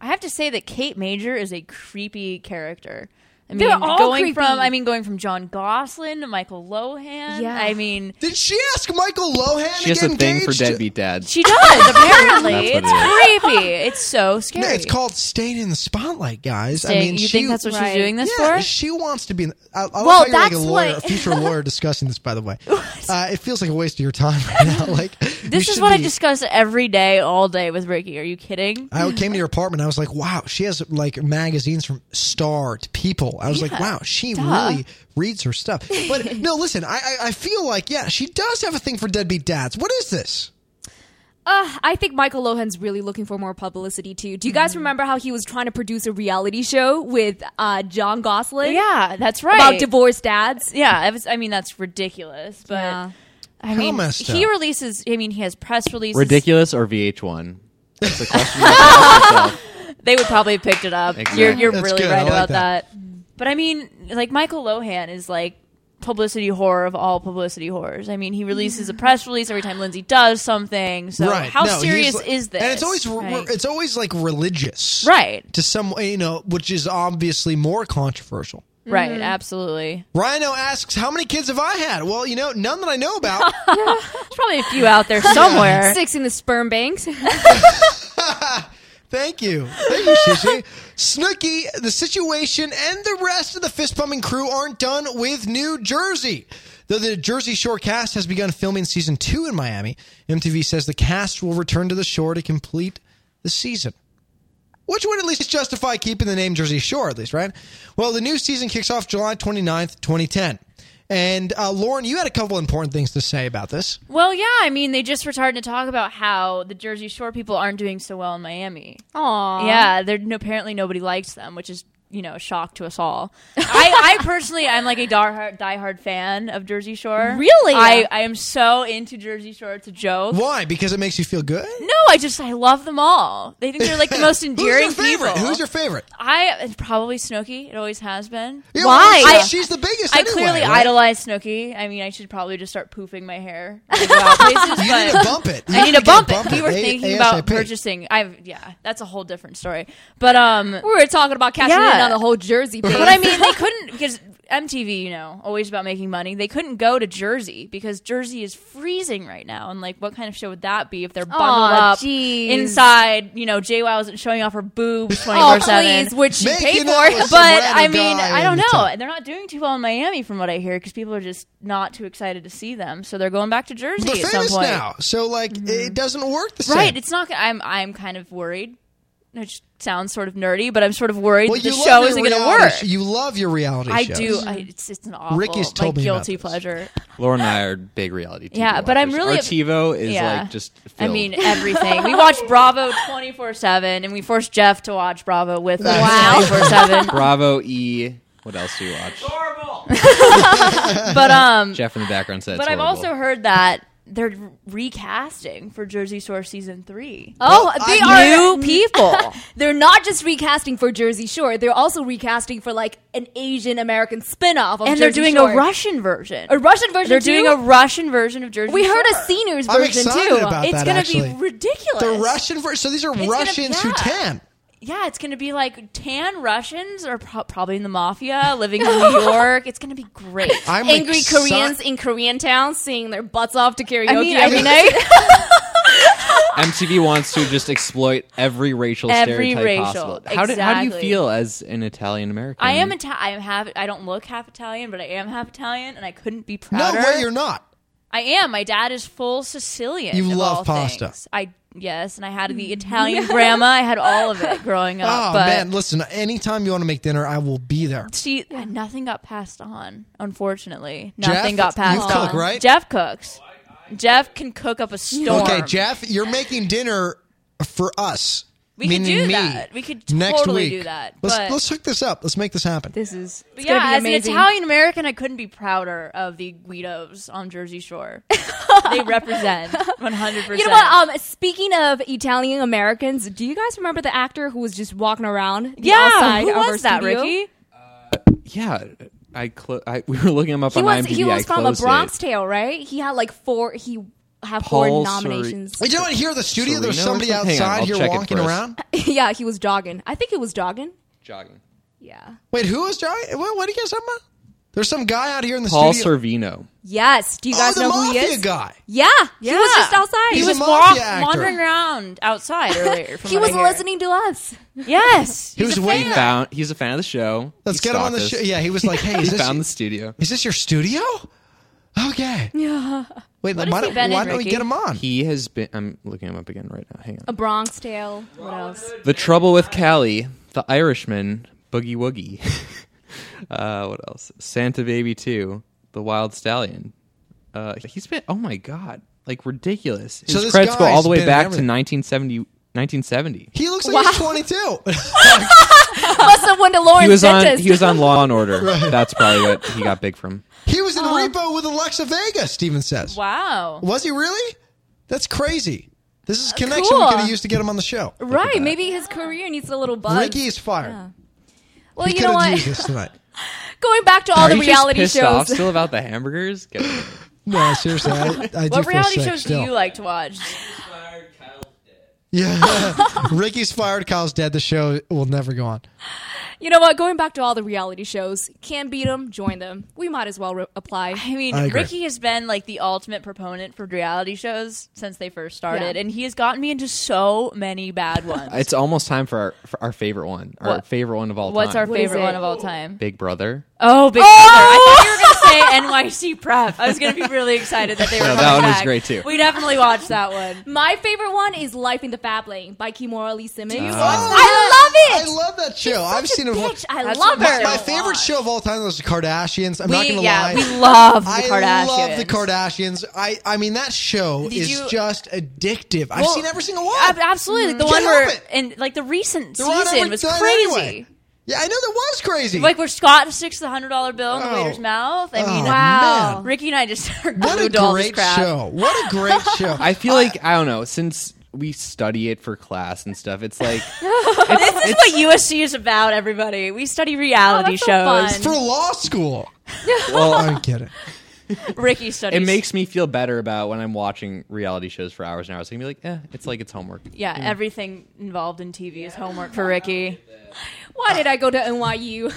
Speaker 4: I have to say that Kate Major is a creepy character. I mean,
Speaker 3: They're all
Speaker 4: going
Speaker 3: creepy.
Speaker 4: from I mean, going from John Goslin to Michael Lohan.
Speaker 2: Yeah.
Speaker 4: I mean,
Speaker 2: did she ask Michael Lohan
Speaker 7: She has a thing for deadbeat dads.
Speaker 4: She does apparently.
Speaker 7: That's what
Speaker 4: it's
Speaker 7: it
Speaker 4: creepy. It's so scary.
Speaker 2: No, it's called staying in the spotlight, guys. I
Speaker 4: Staying-
Speaker 2: mean,
Speaker 4: you
Speaker 2: she,
Speaker 4: think that's what she's Right. doing this
Speaker 2: yeah,
Speaker 4: for?
Speaker 2: She wants to be. In, I, I love
Speaker 4: Well,
Speaker 2: how you're like a
Speaker 4: that's
Speaker 2: lawyer,
Speaker 4: what-
Speaker 2: a future lawyer discussing this. By the way, uh, it feels like a waste of your time right now. Like
Speaker 4: This is what I discuss every day, all day with Ricky. Are you kidding?
Speaker 2: I came to your apartment. I was like, "Wow, she has like magazines from Star to People." I was like,
Speaker 4: Yeah,
Speaker 2: "Wow, she
Speaker 4: duh.
Speaker 2: really reads her stuff." But no, listen, I, I I feel like yeah, she does have a thing for deadbeat dads. What is this?
Speaker 3: Uh, I think Michael Lohan's really looking for more publicity too. Do you guys
Speaker 4: Mm-hmm.
Speaker 3: remember how he was trying to produce a reality show with uh, John Gosling?
Speaker 4: Yeah, that's right.
Speaker 3: About divorced dads.
Speaker 4: Yeah, I, was, I mean that's ridiculous, but I mean
Speaker 7: messed
Speaker 4: he
Speaker 7: up.
Speaker 4: releases. I mean he has press releases.
Speaker 7: Ridiculous or VH1? That's a question.
Speaker 4: They would probably have picked it up.
Speaker 7: Exactly.
Speaker 4: You're, you're
Speaker 7: That's
Speaker 4: really
Speaker 7: good. I
Speaker 4: right
Speaker 7: like
Speaker 4: about
Speaker 7: that.
Speaker 4: that. But I mean, like Michael Lohan is like publicity horror of all publicity horrors. I mean, he releases a press release every time Lindsay does something. So
Speaker 2: right.
Speaker 4: how
Speaker 2: No, he's
Speaker 4: serious
Speaker 2: like-
Speaker 4: is this?
Speaker 2: And it's always re-
Speaker 4: right?
Speaker 2: it's always like religious,
Speaker 4: right?
Speaker 2: To some you know, which is obviously more controversial.
Speaker 4: Right, absolutely.
Speaker 2: Rhino asks, "How many kids have I had?" Well, you know, none that I know about.
Speaker 4: There's probably a few out there somewhere.
Speaker 3: Six in the sperm banks.
Speaker 2: Thank you. Thank you, Shishi. Snooki, the situation and the rest of the fist pumping crew aren't done with New Jersey. Though the Jersey Shore cast has begun filming season two in Miami, MTV says the cast will return to the shore to complete the season. Which would at least justify keeping the name Jersey Shore, at least, right? Well, the new season kicks off July 29th, 2010. And uh, Lauren, you had a couple important things to say about this.
Speaker 4: Well, yeah, I mean, they just were starting to talk about how the Jersey Shore people aren't doing so well in Miami.
Speaker 3: Aw.
Speaker 4: Yeah, they're no, apparently nobody likes them, which is you know a shock to us all. I, I personally, I'm like a diehard, diehard fan of Jersey Shore.
Speaker 3: Really?
Speaker 4: I, I am so into Jersey Shore. It's a joke.
Speaker 2: Why? Because it makes you feel good?
Speaker 4: No, I just I love them all. They think they're like the most endearing
Speaker 2: Who's your favorite?
Speaker 4: people.
Speaker 2: Who's your favorite?
Speaker 4: I it's probably Snooki. It always has been.
Speaker 2: Yeah, well, Why? she's- she's the biggest
Speaker 4: I
Speaker 2: anyway,
Speaker 4: clearly
Speaker 2: right?
Speaker 4: idolize Snooki. I mean, I should probably just start poofing my hair. when I go out places,
Speaker 2: You need
Speaker 4: but-
Speaker 2: to bump it. You
Speaker 4: I need
Speaker 2: need
Speaker 4: to
Speaker 2: to
Speaker 4: bump,
Speaker 2: bump
Speaker 4: it.
Speaker 2: it.
Speaker 4: We were
Speaker 2: A-
Speaker 4: thinking about
Speaker 2: ASAP.
Speaker 4: purchasing. I yeah, that's a whole different story. But um, we
Speaker 3: were talking about cashing
Speaker 4: yeah.
Speaker 3: in on the whole Jersey thing.
Speaker 4: But I mean, they couldn't because MTV, you know, always about making money. They couldn't go to Jersey because Jersey is freezing right now. And like, what kind of show would that be if they're bundled
Speaker 3: Aw,
Speaker 4: up
Speaker 3: jeez.
Speaker 4: inside? You know, JY wasn't showing off her boobs twenty four seven,
Speaker 3: Oh, please, which she Making paid out for. with
Speaker 4: But
Speaker 3: some
Speaker 4: I
Speaker 3: random
Speaker 4: mean,
Speaker 3: guy
Speaker 4: I don't
Speaker 3: in
Speaker 4: know.
Speaker 3: town.
Speaker 4: They're not doing too well in Miami, from what I hear, because people are just not too excited to see them. So they're going back to Jersey
Speaker 2: They're
Speaker 4: at some
Speaker 2: famous
Speaker 4: point. Mm-hmm.
Speaker 2: now, so like it doesn't work the same.
Speaker 4: Right. It's not. gonna- I'm. I'm kind of worried. Which sounds sort of nerdy, but I'm sort of worried
Speaker 2: Well,
Speaker 4: that the
Speaker 2: you love
Speaker 4: show
Speaker 2: your
Speaker 4: isn't going to
Speaker 2: reality
Speaker 4: work.
Speaker 2: sh- you love your reality.
Speaker 4: I
Speaker 2: shows.
Speaker 4: do. I, it's it's an awful.
Speaker 2: Ricky's told
Speaker 4: my
Speaker 2: me about
Speaker 4: guilty pleasure.
Speaker 7: Lauren and I are big reality. TV
Speaker 4: Yeah, but I'm
Speaker 7: watchers.
Speaker 4: really
Speaker 7: Our TiVo is
Speaker 4: yeah.
Speaker 7: like just.
Speaker 4: I
Speaker 7: Filled.
Speaker 4: mean everything. we watch Bravo 24 seven, and we forced Jeff to watch Bravo with us 24 seven.
Speaker 7: Bravo E. What else do you watch?
Speaker 4: But um,
Speaker 7: Jeff in the background said.
Speaker 4: but
Speaker 7: it's
Speaker 4: I've
Speaker 7: horrible.
Speaker 4: also heard that they're recasting for Jersey Shore season three.
Speaker 3: Oh, they are
Speaker 4: new people.
Speaker 3: They're not just recasting for Jersey Shore. They're also recasting for like an Asian American spin-off of
Speaker 4: and they're
Speaker 3: Jersey
Speaker 4: doing
Speaker 3: Shore.
Speaker 4: a Russian version.
Speaker 3: A Russian version
Speaker 4: They're
Speaker 3: too?
Speaker 4: doing a Russian version of Jersey.
Speaker 3: We heard a
Speaker 4: Shore.
Speaker 3: seniors I'm version,
Speaker 2: excited too. about
Speaker 4: it's
Speaker 2: that,
Speaker 4: gonna
Speaker 2: actually.
Speaker 4: be ridiculous.
Speaker 2: The Russian version. So these are
Speaker 4: It's gonna-
Speaker 2: Russians
Speaker 4: yeah.
Speaker 2: who tan.
Speaker 4: Yeah, it's going to be like tan Russians or pro- probably in the mafia, living in New York. It's going to be great.
Speaker 2: I'm
Speaker 3: angry
Speaker 2: exci-
Speaker 3: Koreans in Koreantown singing their butts off to karaoke.
Speaker 4: I mean, I
Speaker 3: every
Speaker 4: mean,
Speaker 3: night.
Speaker 7: MTV wants to just exploit every racial
Speaker 4: Every
Speaker 7: stereotype
Speaker 4: racial,
Speaker 7: possible. How, do, how do you
Speaker 4: exactly.
Speaker 7: feel as an Italian American?
Speaker 4: I am Ita- I am half. I don't look half Italian, but I am half Italian, and I couldn't be
Speaker 2: No
Speaker 4: prouder.
Speaker 2: way, you're not.
Speaker 4: I am. My dad is full Sicilian.
Speaker 2: You
Speaker 4: of
Speaker 2: love
Speaker 4: all
Speaker 2: pasta. Mm.
Speaker 4: things. I yes, and I had the Italian grandma. I had all of it growing up.
Speaker 2: oh
Speaker 4: but
Speaker 2: man, listen. Anytime you want to make dinner, I will be there.
Speaker 4: She nothing got passed on. Unfortunately,
Speaker 2: Jeff,
Speaker 4: nothing got
Speaker 2: you
Speaker 4: passed on.
Speaker 2: cook, right?
Speaker 4: Jeff cooks. Jeff can cook up a storm.
Speaker 2: Okay, Jeff, you're making dinner for us.
Speaker 4: We could
Speaker 2: meaning
Speaker 4: do
Speaker 2: me,
Speaker 4: that. We could
Speaker 2: next
Speaker 4: totally
Speaker 2: week.
Speaker 4: do that,
Speaker 2: Let's
Speaker 4: but-
Speaker 2: let's hook this up. Let's make this happen.
Speaker 3: This is
Speaker 4: But
Speaker 3: gonna
Speaker 4: yeah,
Speaker 3: be
Speaker 4: as an
Speaker 3: amazing.
Speaker 4: Italian American, I couldn't be prouder of the Guidos on Jersey Shore. they represent 100. percent
Speaker 3: You know what? Um, speaking of Italian Americans, do you guys remember the actor who was just walking around? The
Speaker 4: Yeah,
Speaker 3: outside
Speaker 4: who
Speaker 3: of our
Speaker 4: was that,
Speaker 3: studio?
Speaker 4: Ricky?
Speaker 7: Yeah, I, clo- I we were looking him up
Speaker 3: He
Speaker 7: on
Speaker 3: was
Speaker 7: IMDb.
Speaker 3: he was
Speaker 7: I
Speaker 3: from The
Speaker 7: closed it.
Speaker 3: Bronx Tale, right? He had like four. He had
Speaker 7: Paul
Speaker 3: four nominations.
Speaker 2: Wait, you know what? Here at the studio, there's
Speaker 7: Sereno or
Speaker 2: somebody
Speaker 7: something? Hang on,
Speaker 2: outside
Speaker 7: I'll
Speaker 2: here
Speaker 7: check it
Speaker 2: walking
Speaker 7: first.
Speaker 2: around.
Speaker 3: yeah, he was jogging. I think it was jogging.
Speaker 7: Jogging.
Speaker 3: Yeah.
Speaker 2: Wait, who is Johnny? What, what are you guys talking about? There's some guy out here in the
Speaker 7: Paul
Speaker 2: studio.
Speaker 7: Servino.
Speaker 3: Yes. Do you guys
Speaker 2: oh, the
Speaker 3: know who he
Speaker 2: mafia
Speaker 3: is?
Speaker 2: guy.
Speaker 3: Yeah, He was just outside.
Speaker 4: He
Speaker 2: He's a
Speaker 4: was
Speaker 2: mafia
Speaker 4: walk-
Speaker 2: actor.
Speaker 4: wandering around outside earlier. From
Speaker 3: he
Speaker 4: what I
Speaker 3: was
Speaker 4: hear.
Speaker 3: listening to us.
Speaker 4: Yes.
Speaker 2: He was
Speaker 7: He
Speaker 2: waiting.
Speaker 7: found. He's a fan of the show.
Speaker 2: Let's
Speaker 7: He
Speaker 2: get him on
Speaker 7: stalked
Speaker 2: the
Speaker 7: us.
Speaker 2: show. Yeah, he was like, "Hey,
Speaker 7: he
Speaker 2: is this
Speaker 7: found the studio.
Speaker 2: is this your studio? Okay,
Speaker 3: Yeah.
Speaker 2: wait,
Speaker 3: What
Speaker 2: why
Speaker 3: has he
Speaker 2: don't,
Speaker 3: been in,
Speaker 2: why don't we
Speaker 3: Ricky?
Speaker 2: get him on?"
Speaker 7: He has been. I'm looking him up again right now. Hang on.
Speaker 3: A Bronx Tale. What else?
Speaker 7: The Trouble with Cali, The Irishman, Boogie Woogie. uh, what else? Santa Baby 2, The Wild Stallion. Uh, he's been, oh my God. like ridiculous. His
Speaker 2: So this
Speaker 7: credits go
Speaker 2: guy's
Speaker 7: all the way
Speaker 2: been
Speaker 7: back
Speaker 2: everything.
Speaker 7: to 1970. 1970.
Speaker 2: He looks like he's 22.
Speaker 3: Must have went to Lawrence
Speaker 7: He was on.
Speaker 3: Dentist.
Speaker 7: He was on Law and Order.
Speaker 2: Right.
Speaker 7: That's probably what he got big from.
Speaker 2: He was in
Speaker 3: Uh-huh.
Speaker 2: Repo with Alexa Vega, Steven says.
Speaker 4: Wow.
Speaker 2: Was he really? That's crazy. This
Speaker 4: Uh,
Speaker 2: is a connection we
Speaker 3: cool.
Speaker 2: could have used to get him on the show.
Speaker 3: Right, maybe his career needs a little buzz.
Speaker 2: Ricky is fired.
Speaker 3: Well,
Speaker 2: he
Speaker 3: you know
Speaker 2: could have
Speaker 3: what?
Speaker 2: used this tonight.
Speaker 3: Going back to all
Speaker 7: Are
Speaker 3: the
Speaker 7: you just
Speaker 3: reality
Speaker 7: pissed
Speaker 3: shows.
Speaker 7: off still about the hamburgers? Get out of here.
Speaker 2: No, seriously, I, I do
Speaker 4: what reality
Speaker 2: feel sick
Speaker 4: shows
Speaker 2: still.
Speaker 4: do you like to watch?
Speaker 2: Yeah, Ricky's fired. Kyle's dead. The show will never go on.
Speaker 3: You know what? Going back to all the reality shows, can't beat them, join them. We might as well re- apply.
Speaker 4: I mean,
Speaker 2: I agree.
Speaker 4: Ricky has been like the ultimate proponent for reality shows since they first started,
Speaker 3: Yeah.
Speaker 4: and he has gotten me into so many bad ones.
Speaker 7: It's almost time for our for our favorite one. Our
Speaker 4: What?
Speaker 7: favorite one of all
Speaker 4: What's
Speaker 7: time.
Speaker 4: our favorite one of all time?
Speaker 7: Big Brother.
Speaker 4: Oh, Big Brother. I thought you were going to say NYC Prep. I was going to be really excited that they were
Speaker 7: No, that
Speaker 4: coming
Speaker 7: one was
Speaker 4: back.
Speaker 7: great, too.
Speaker 4: We definitely watched that one.
Speaker 3: My favorite one is Life in the Fab Lane by Kimora Lee Simmons.
Speaker 7: Do you
Speaker 4: Oh,
Speaker 2: watch
Speaker 3: I love it.
Speaker 2: Oh, I love that show. I've seen it.
Speaker 3: bitch. I
Speaker 2: That's
Speaker 3: love
Speaker 2: my-
Speaker 3: her.
Speaker 2: My, favorite show of all time was the Kardashians. I'm not
Speaker 4: We-
Speaker 2: gonna
Speaker 4: yeah,
Speaker 2: lie.
Speaker 4: we love the
Speaker 2: I love the
Speaker 4: Kardashians.
Speaker 2: Kardashians. I I mean that show
Speaker 4: Did
Speaker 2: is
Speaker 4: you-
Speaker 2: just addictive. I've
Speaker 4: Well,
Speaker 2: seen every single one.
Speaker 4: Ab- absolutely. The
Speaker 2: Can't
Speaker 4: one
Speaker 2: help
Speaker 4: where,
Speaker 2: Mm. it.
Speaker 4: and like the recent
Speaker 2: They're on
Speaker 4: season
Speaker 2: every
Speaker 4: was
Speaker 2: time
Speaker 4: crazy.
Speaker 2: anyway. Yeah, I know that was crazy.
Speaker 4: Like where Scott sticks the hundred dollar bill in the
Speaker 2: Oh.
Speaker 4: waiter's mouth. I mean,
Speaker 2: Oh, Wow. man.
Speaker 4: Ricky and I just are
Speaker 2: what a
Speaker 4: glued to all this
Speaker 2: great
Speaker 4: crap.
Speaker 2: show! What a great show!
Speaker 7: I feel like I don't know since we study it for class and stuff. It's like it's,
Speaker 4: This is what USC is about, everybody. We study reality
Speaker 3: Oh, that's
Speaker 4: shows.
Speaker 2: for law school.
Speaker 7: well,
Speaker 2: I'm kidding.
Speaker 4: Ricky studies.
Speaker 7: it makes me feel better about when I'm watching reality shows for hours and hours. I can be like, eh, it's like it's homework.
Speaker 4: yeah, everything involved in TV is homework for Ricky.
Speaker 3: Why did I go to NYU?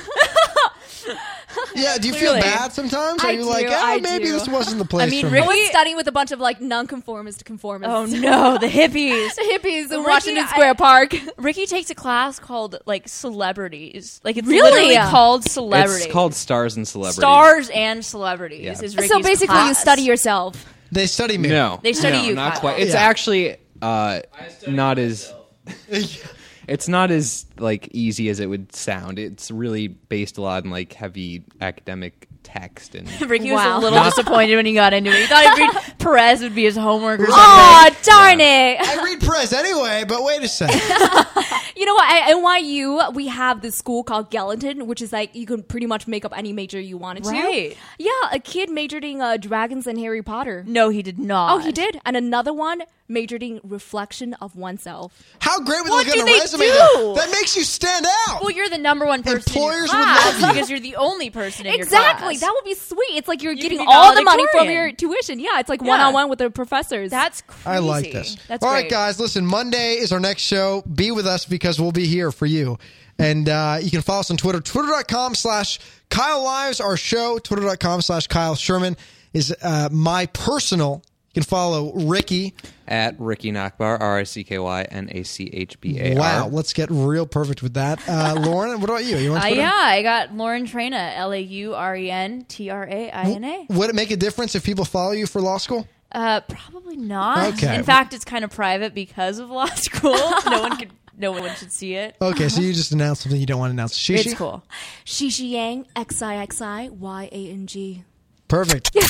Speaker 2: Yeah, do you
Speaker 4: Clearly.
Speaker 2: feel bad sometimes? Are
Speaker 3: I
Speaker 2: you like,
Speaker 3: do,
Speaker 2: ah,
Speaker 3: I
Speaker 2: maybe
Speaker 3: do.
Speaker 2: this wasn't the place
Speaker 4: mean,
Speaker 2: for me?
Speaker 3: I
Speaker 4: Ricky-
Speaker 3: was studying with a bunch of like nonconformist conformists.
Speaker 4: Oh no, the hippies.
Speaker 3: hippies in
Speaker 4: Ricky,
Speaker 3: Washington
Speaker 4: I-
Speaker 3: Square Park.
Speaker 4: Ricky takes a class called like celebrities. Like it's
Speaker 3: Really?
Speaker 4: literally
Speaker 3: Yeah.
Speaker 4: called celebrity.
Speaker 7: It's called Stars and Celebrities.
Speaker 4: stars and celebrities.
Speaker 7: Yeah.
Speaker 4: Is Ricky's
Speaker 3: so basically, you
Speaker 4: class.
Speaker 3: study yourself.
Speaker 2: They study me.
Speaker 7: No,
Speaker 4: They study
Speaker 7: no,
Speaker 4: you,
Speaker 7: Not
Speaker 4: Kyle.
Speaker 7: quite. It's
Speaker 2: Yeah.
Speaker 7: actually uh, not as. it's not as like easy as it would sound. It's really based a lot in like heavy academic text and.
Speaker 4: Ricky
Speaker 3: Wow.
Speaker 4: was a little disappointed when he got into it. He thought he'd read Perez would be his homework or something.
Speaker 3: Oh darn it!
Speaker 2: I read press anyway, but wait a second.
Speaker 3: You know what? At NYU, we have this school called Gallatin, which is like you can pretty much make up any major you wanted to.
Speaker 4: Right.
Speaker 3: Yeah, a kid majored in uh, dragons and Harry Potter.
Speaker 4: No, he did not.
Speaker 3: Oh, he did. And another one majored in reflection of oneself.
Speaker 2: How great would
Speaker 4: What
Speaker 2: they look
Speaker 4: do
Speaker 2: on a
Speaker 4: they
Speaker 2: resume?
Speaker 4: do?
Speaker 2: though? That makes you stand out.
Speaker 4: Well, you're the number one person in your
Speaker 2: Employers would
Speaker 4: class
Speaker 2: love you.
Speaker 4: because you're the only person in your
Speaker 3: Exactly.
Speaker 4: class.
Speaker 3: That would be sweet. It's like you're
Speaker 4: You
Speaker 3: getting
Speaker 4: can be
Speaker 3: all the money from your
Speaker 4: valedictorian.
Speaker 3: tuition. Yeah, it's like
Speaker 4: Yeah.
Speaker 3: one on one with the professors.
Speaker 4: That's crazy.
Speaker 2: I like this.
Speaker 4: That's
Speaker 2: All right,
Speaker 4: great.
Speaker 2: guys. Listen, Monday is our next show. Be with us because we'll be here for you. And uh, you can follow us on Twitter, twitter.com slash Kyle Lives, our show, twitter.com slash Kyle Sherman is uh, my personal. You can follow Ricky.
Speaker 7: at Ricky Nakbar, R I C K Y N A C H B A R.
Speaker 2: Wow, let's get real perfect with that. Uh, Lauren, what about you? You on
Speaker 4: Uh,
Speaker 2: Twitter?
Speaker 4: yeah, I got Lauren Trina, L A U R E N T R A I N A.
Speaker 2: Would it make a difference if people follow you for law school?
Speaker 4: Uh, probably not.
Speaker 2: Okay.
Speaker 4: In fact, it's kind of private because of law school. no one could. No one should see it.
Speaker 2: Okay, so you just announced something you don't want to announce. Shishi?
Speaker 4: Uh-huh. It's cool.
Speaker 3: Shishi Yang, XIXI, YANG.
Speaker 2: Perfect.
Speaker 1: This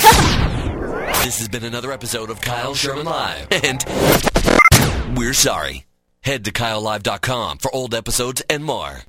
Speaker 1: has been another episode of Kyle Sherman Live. And we're sorry. Head to KyleLive.com for old episodes and more.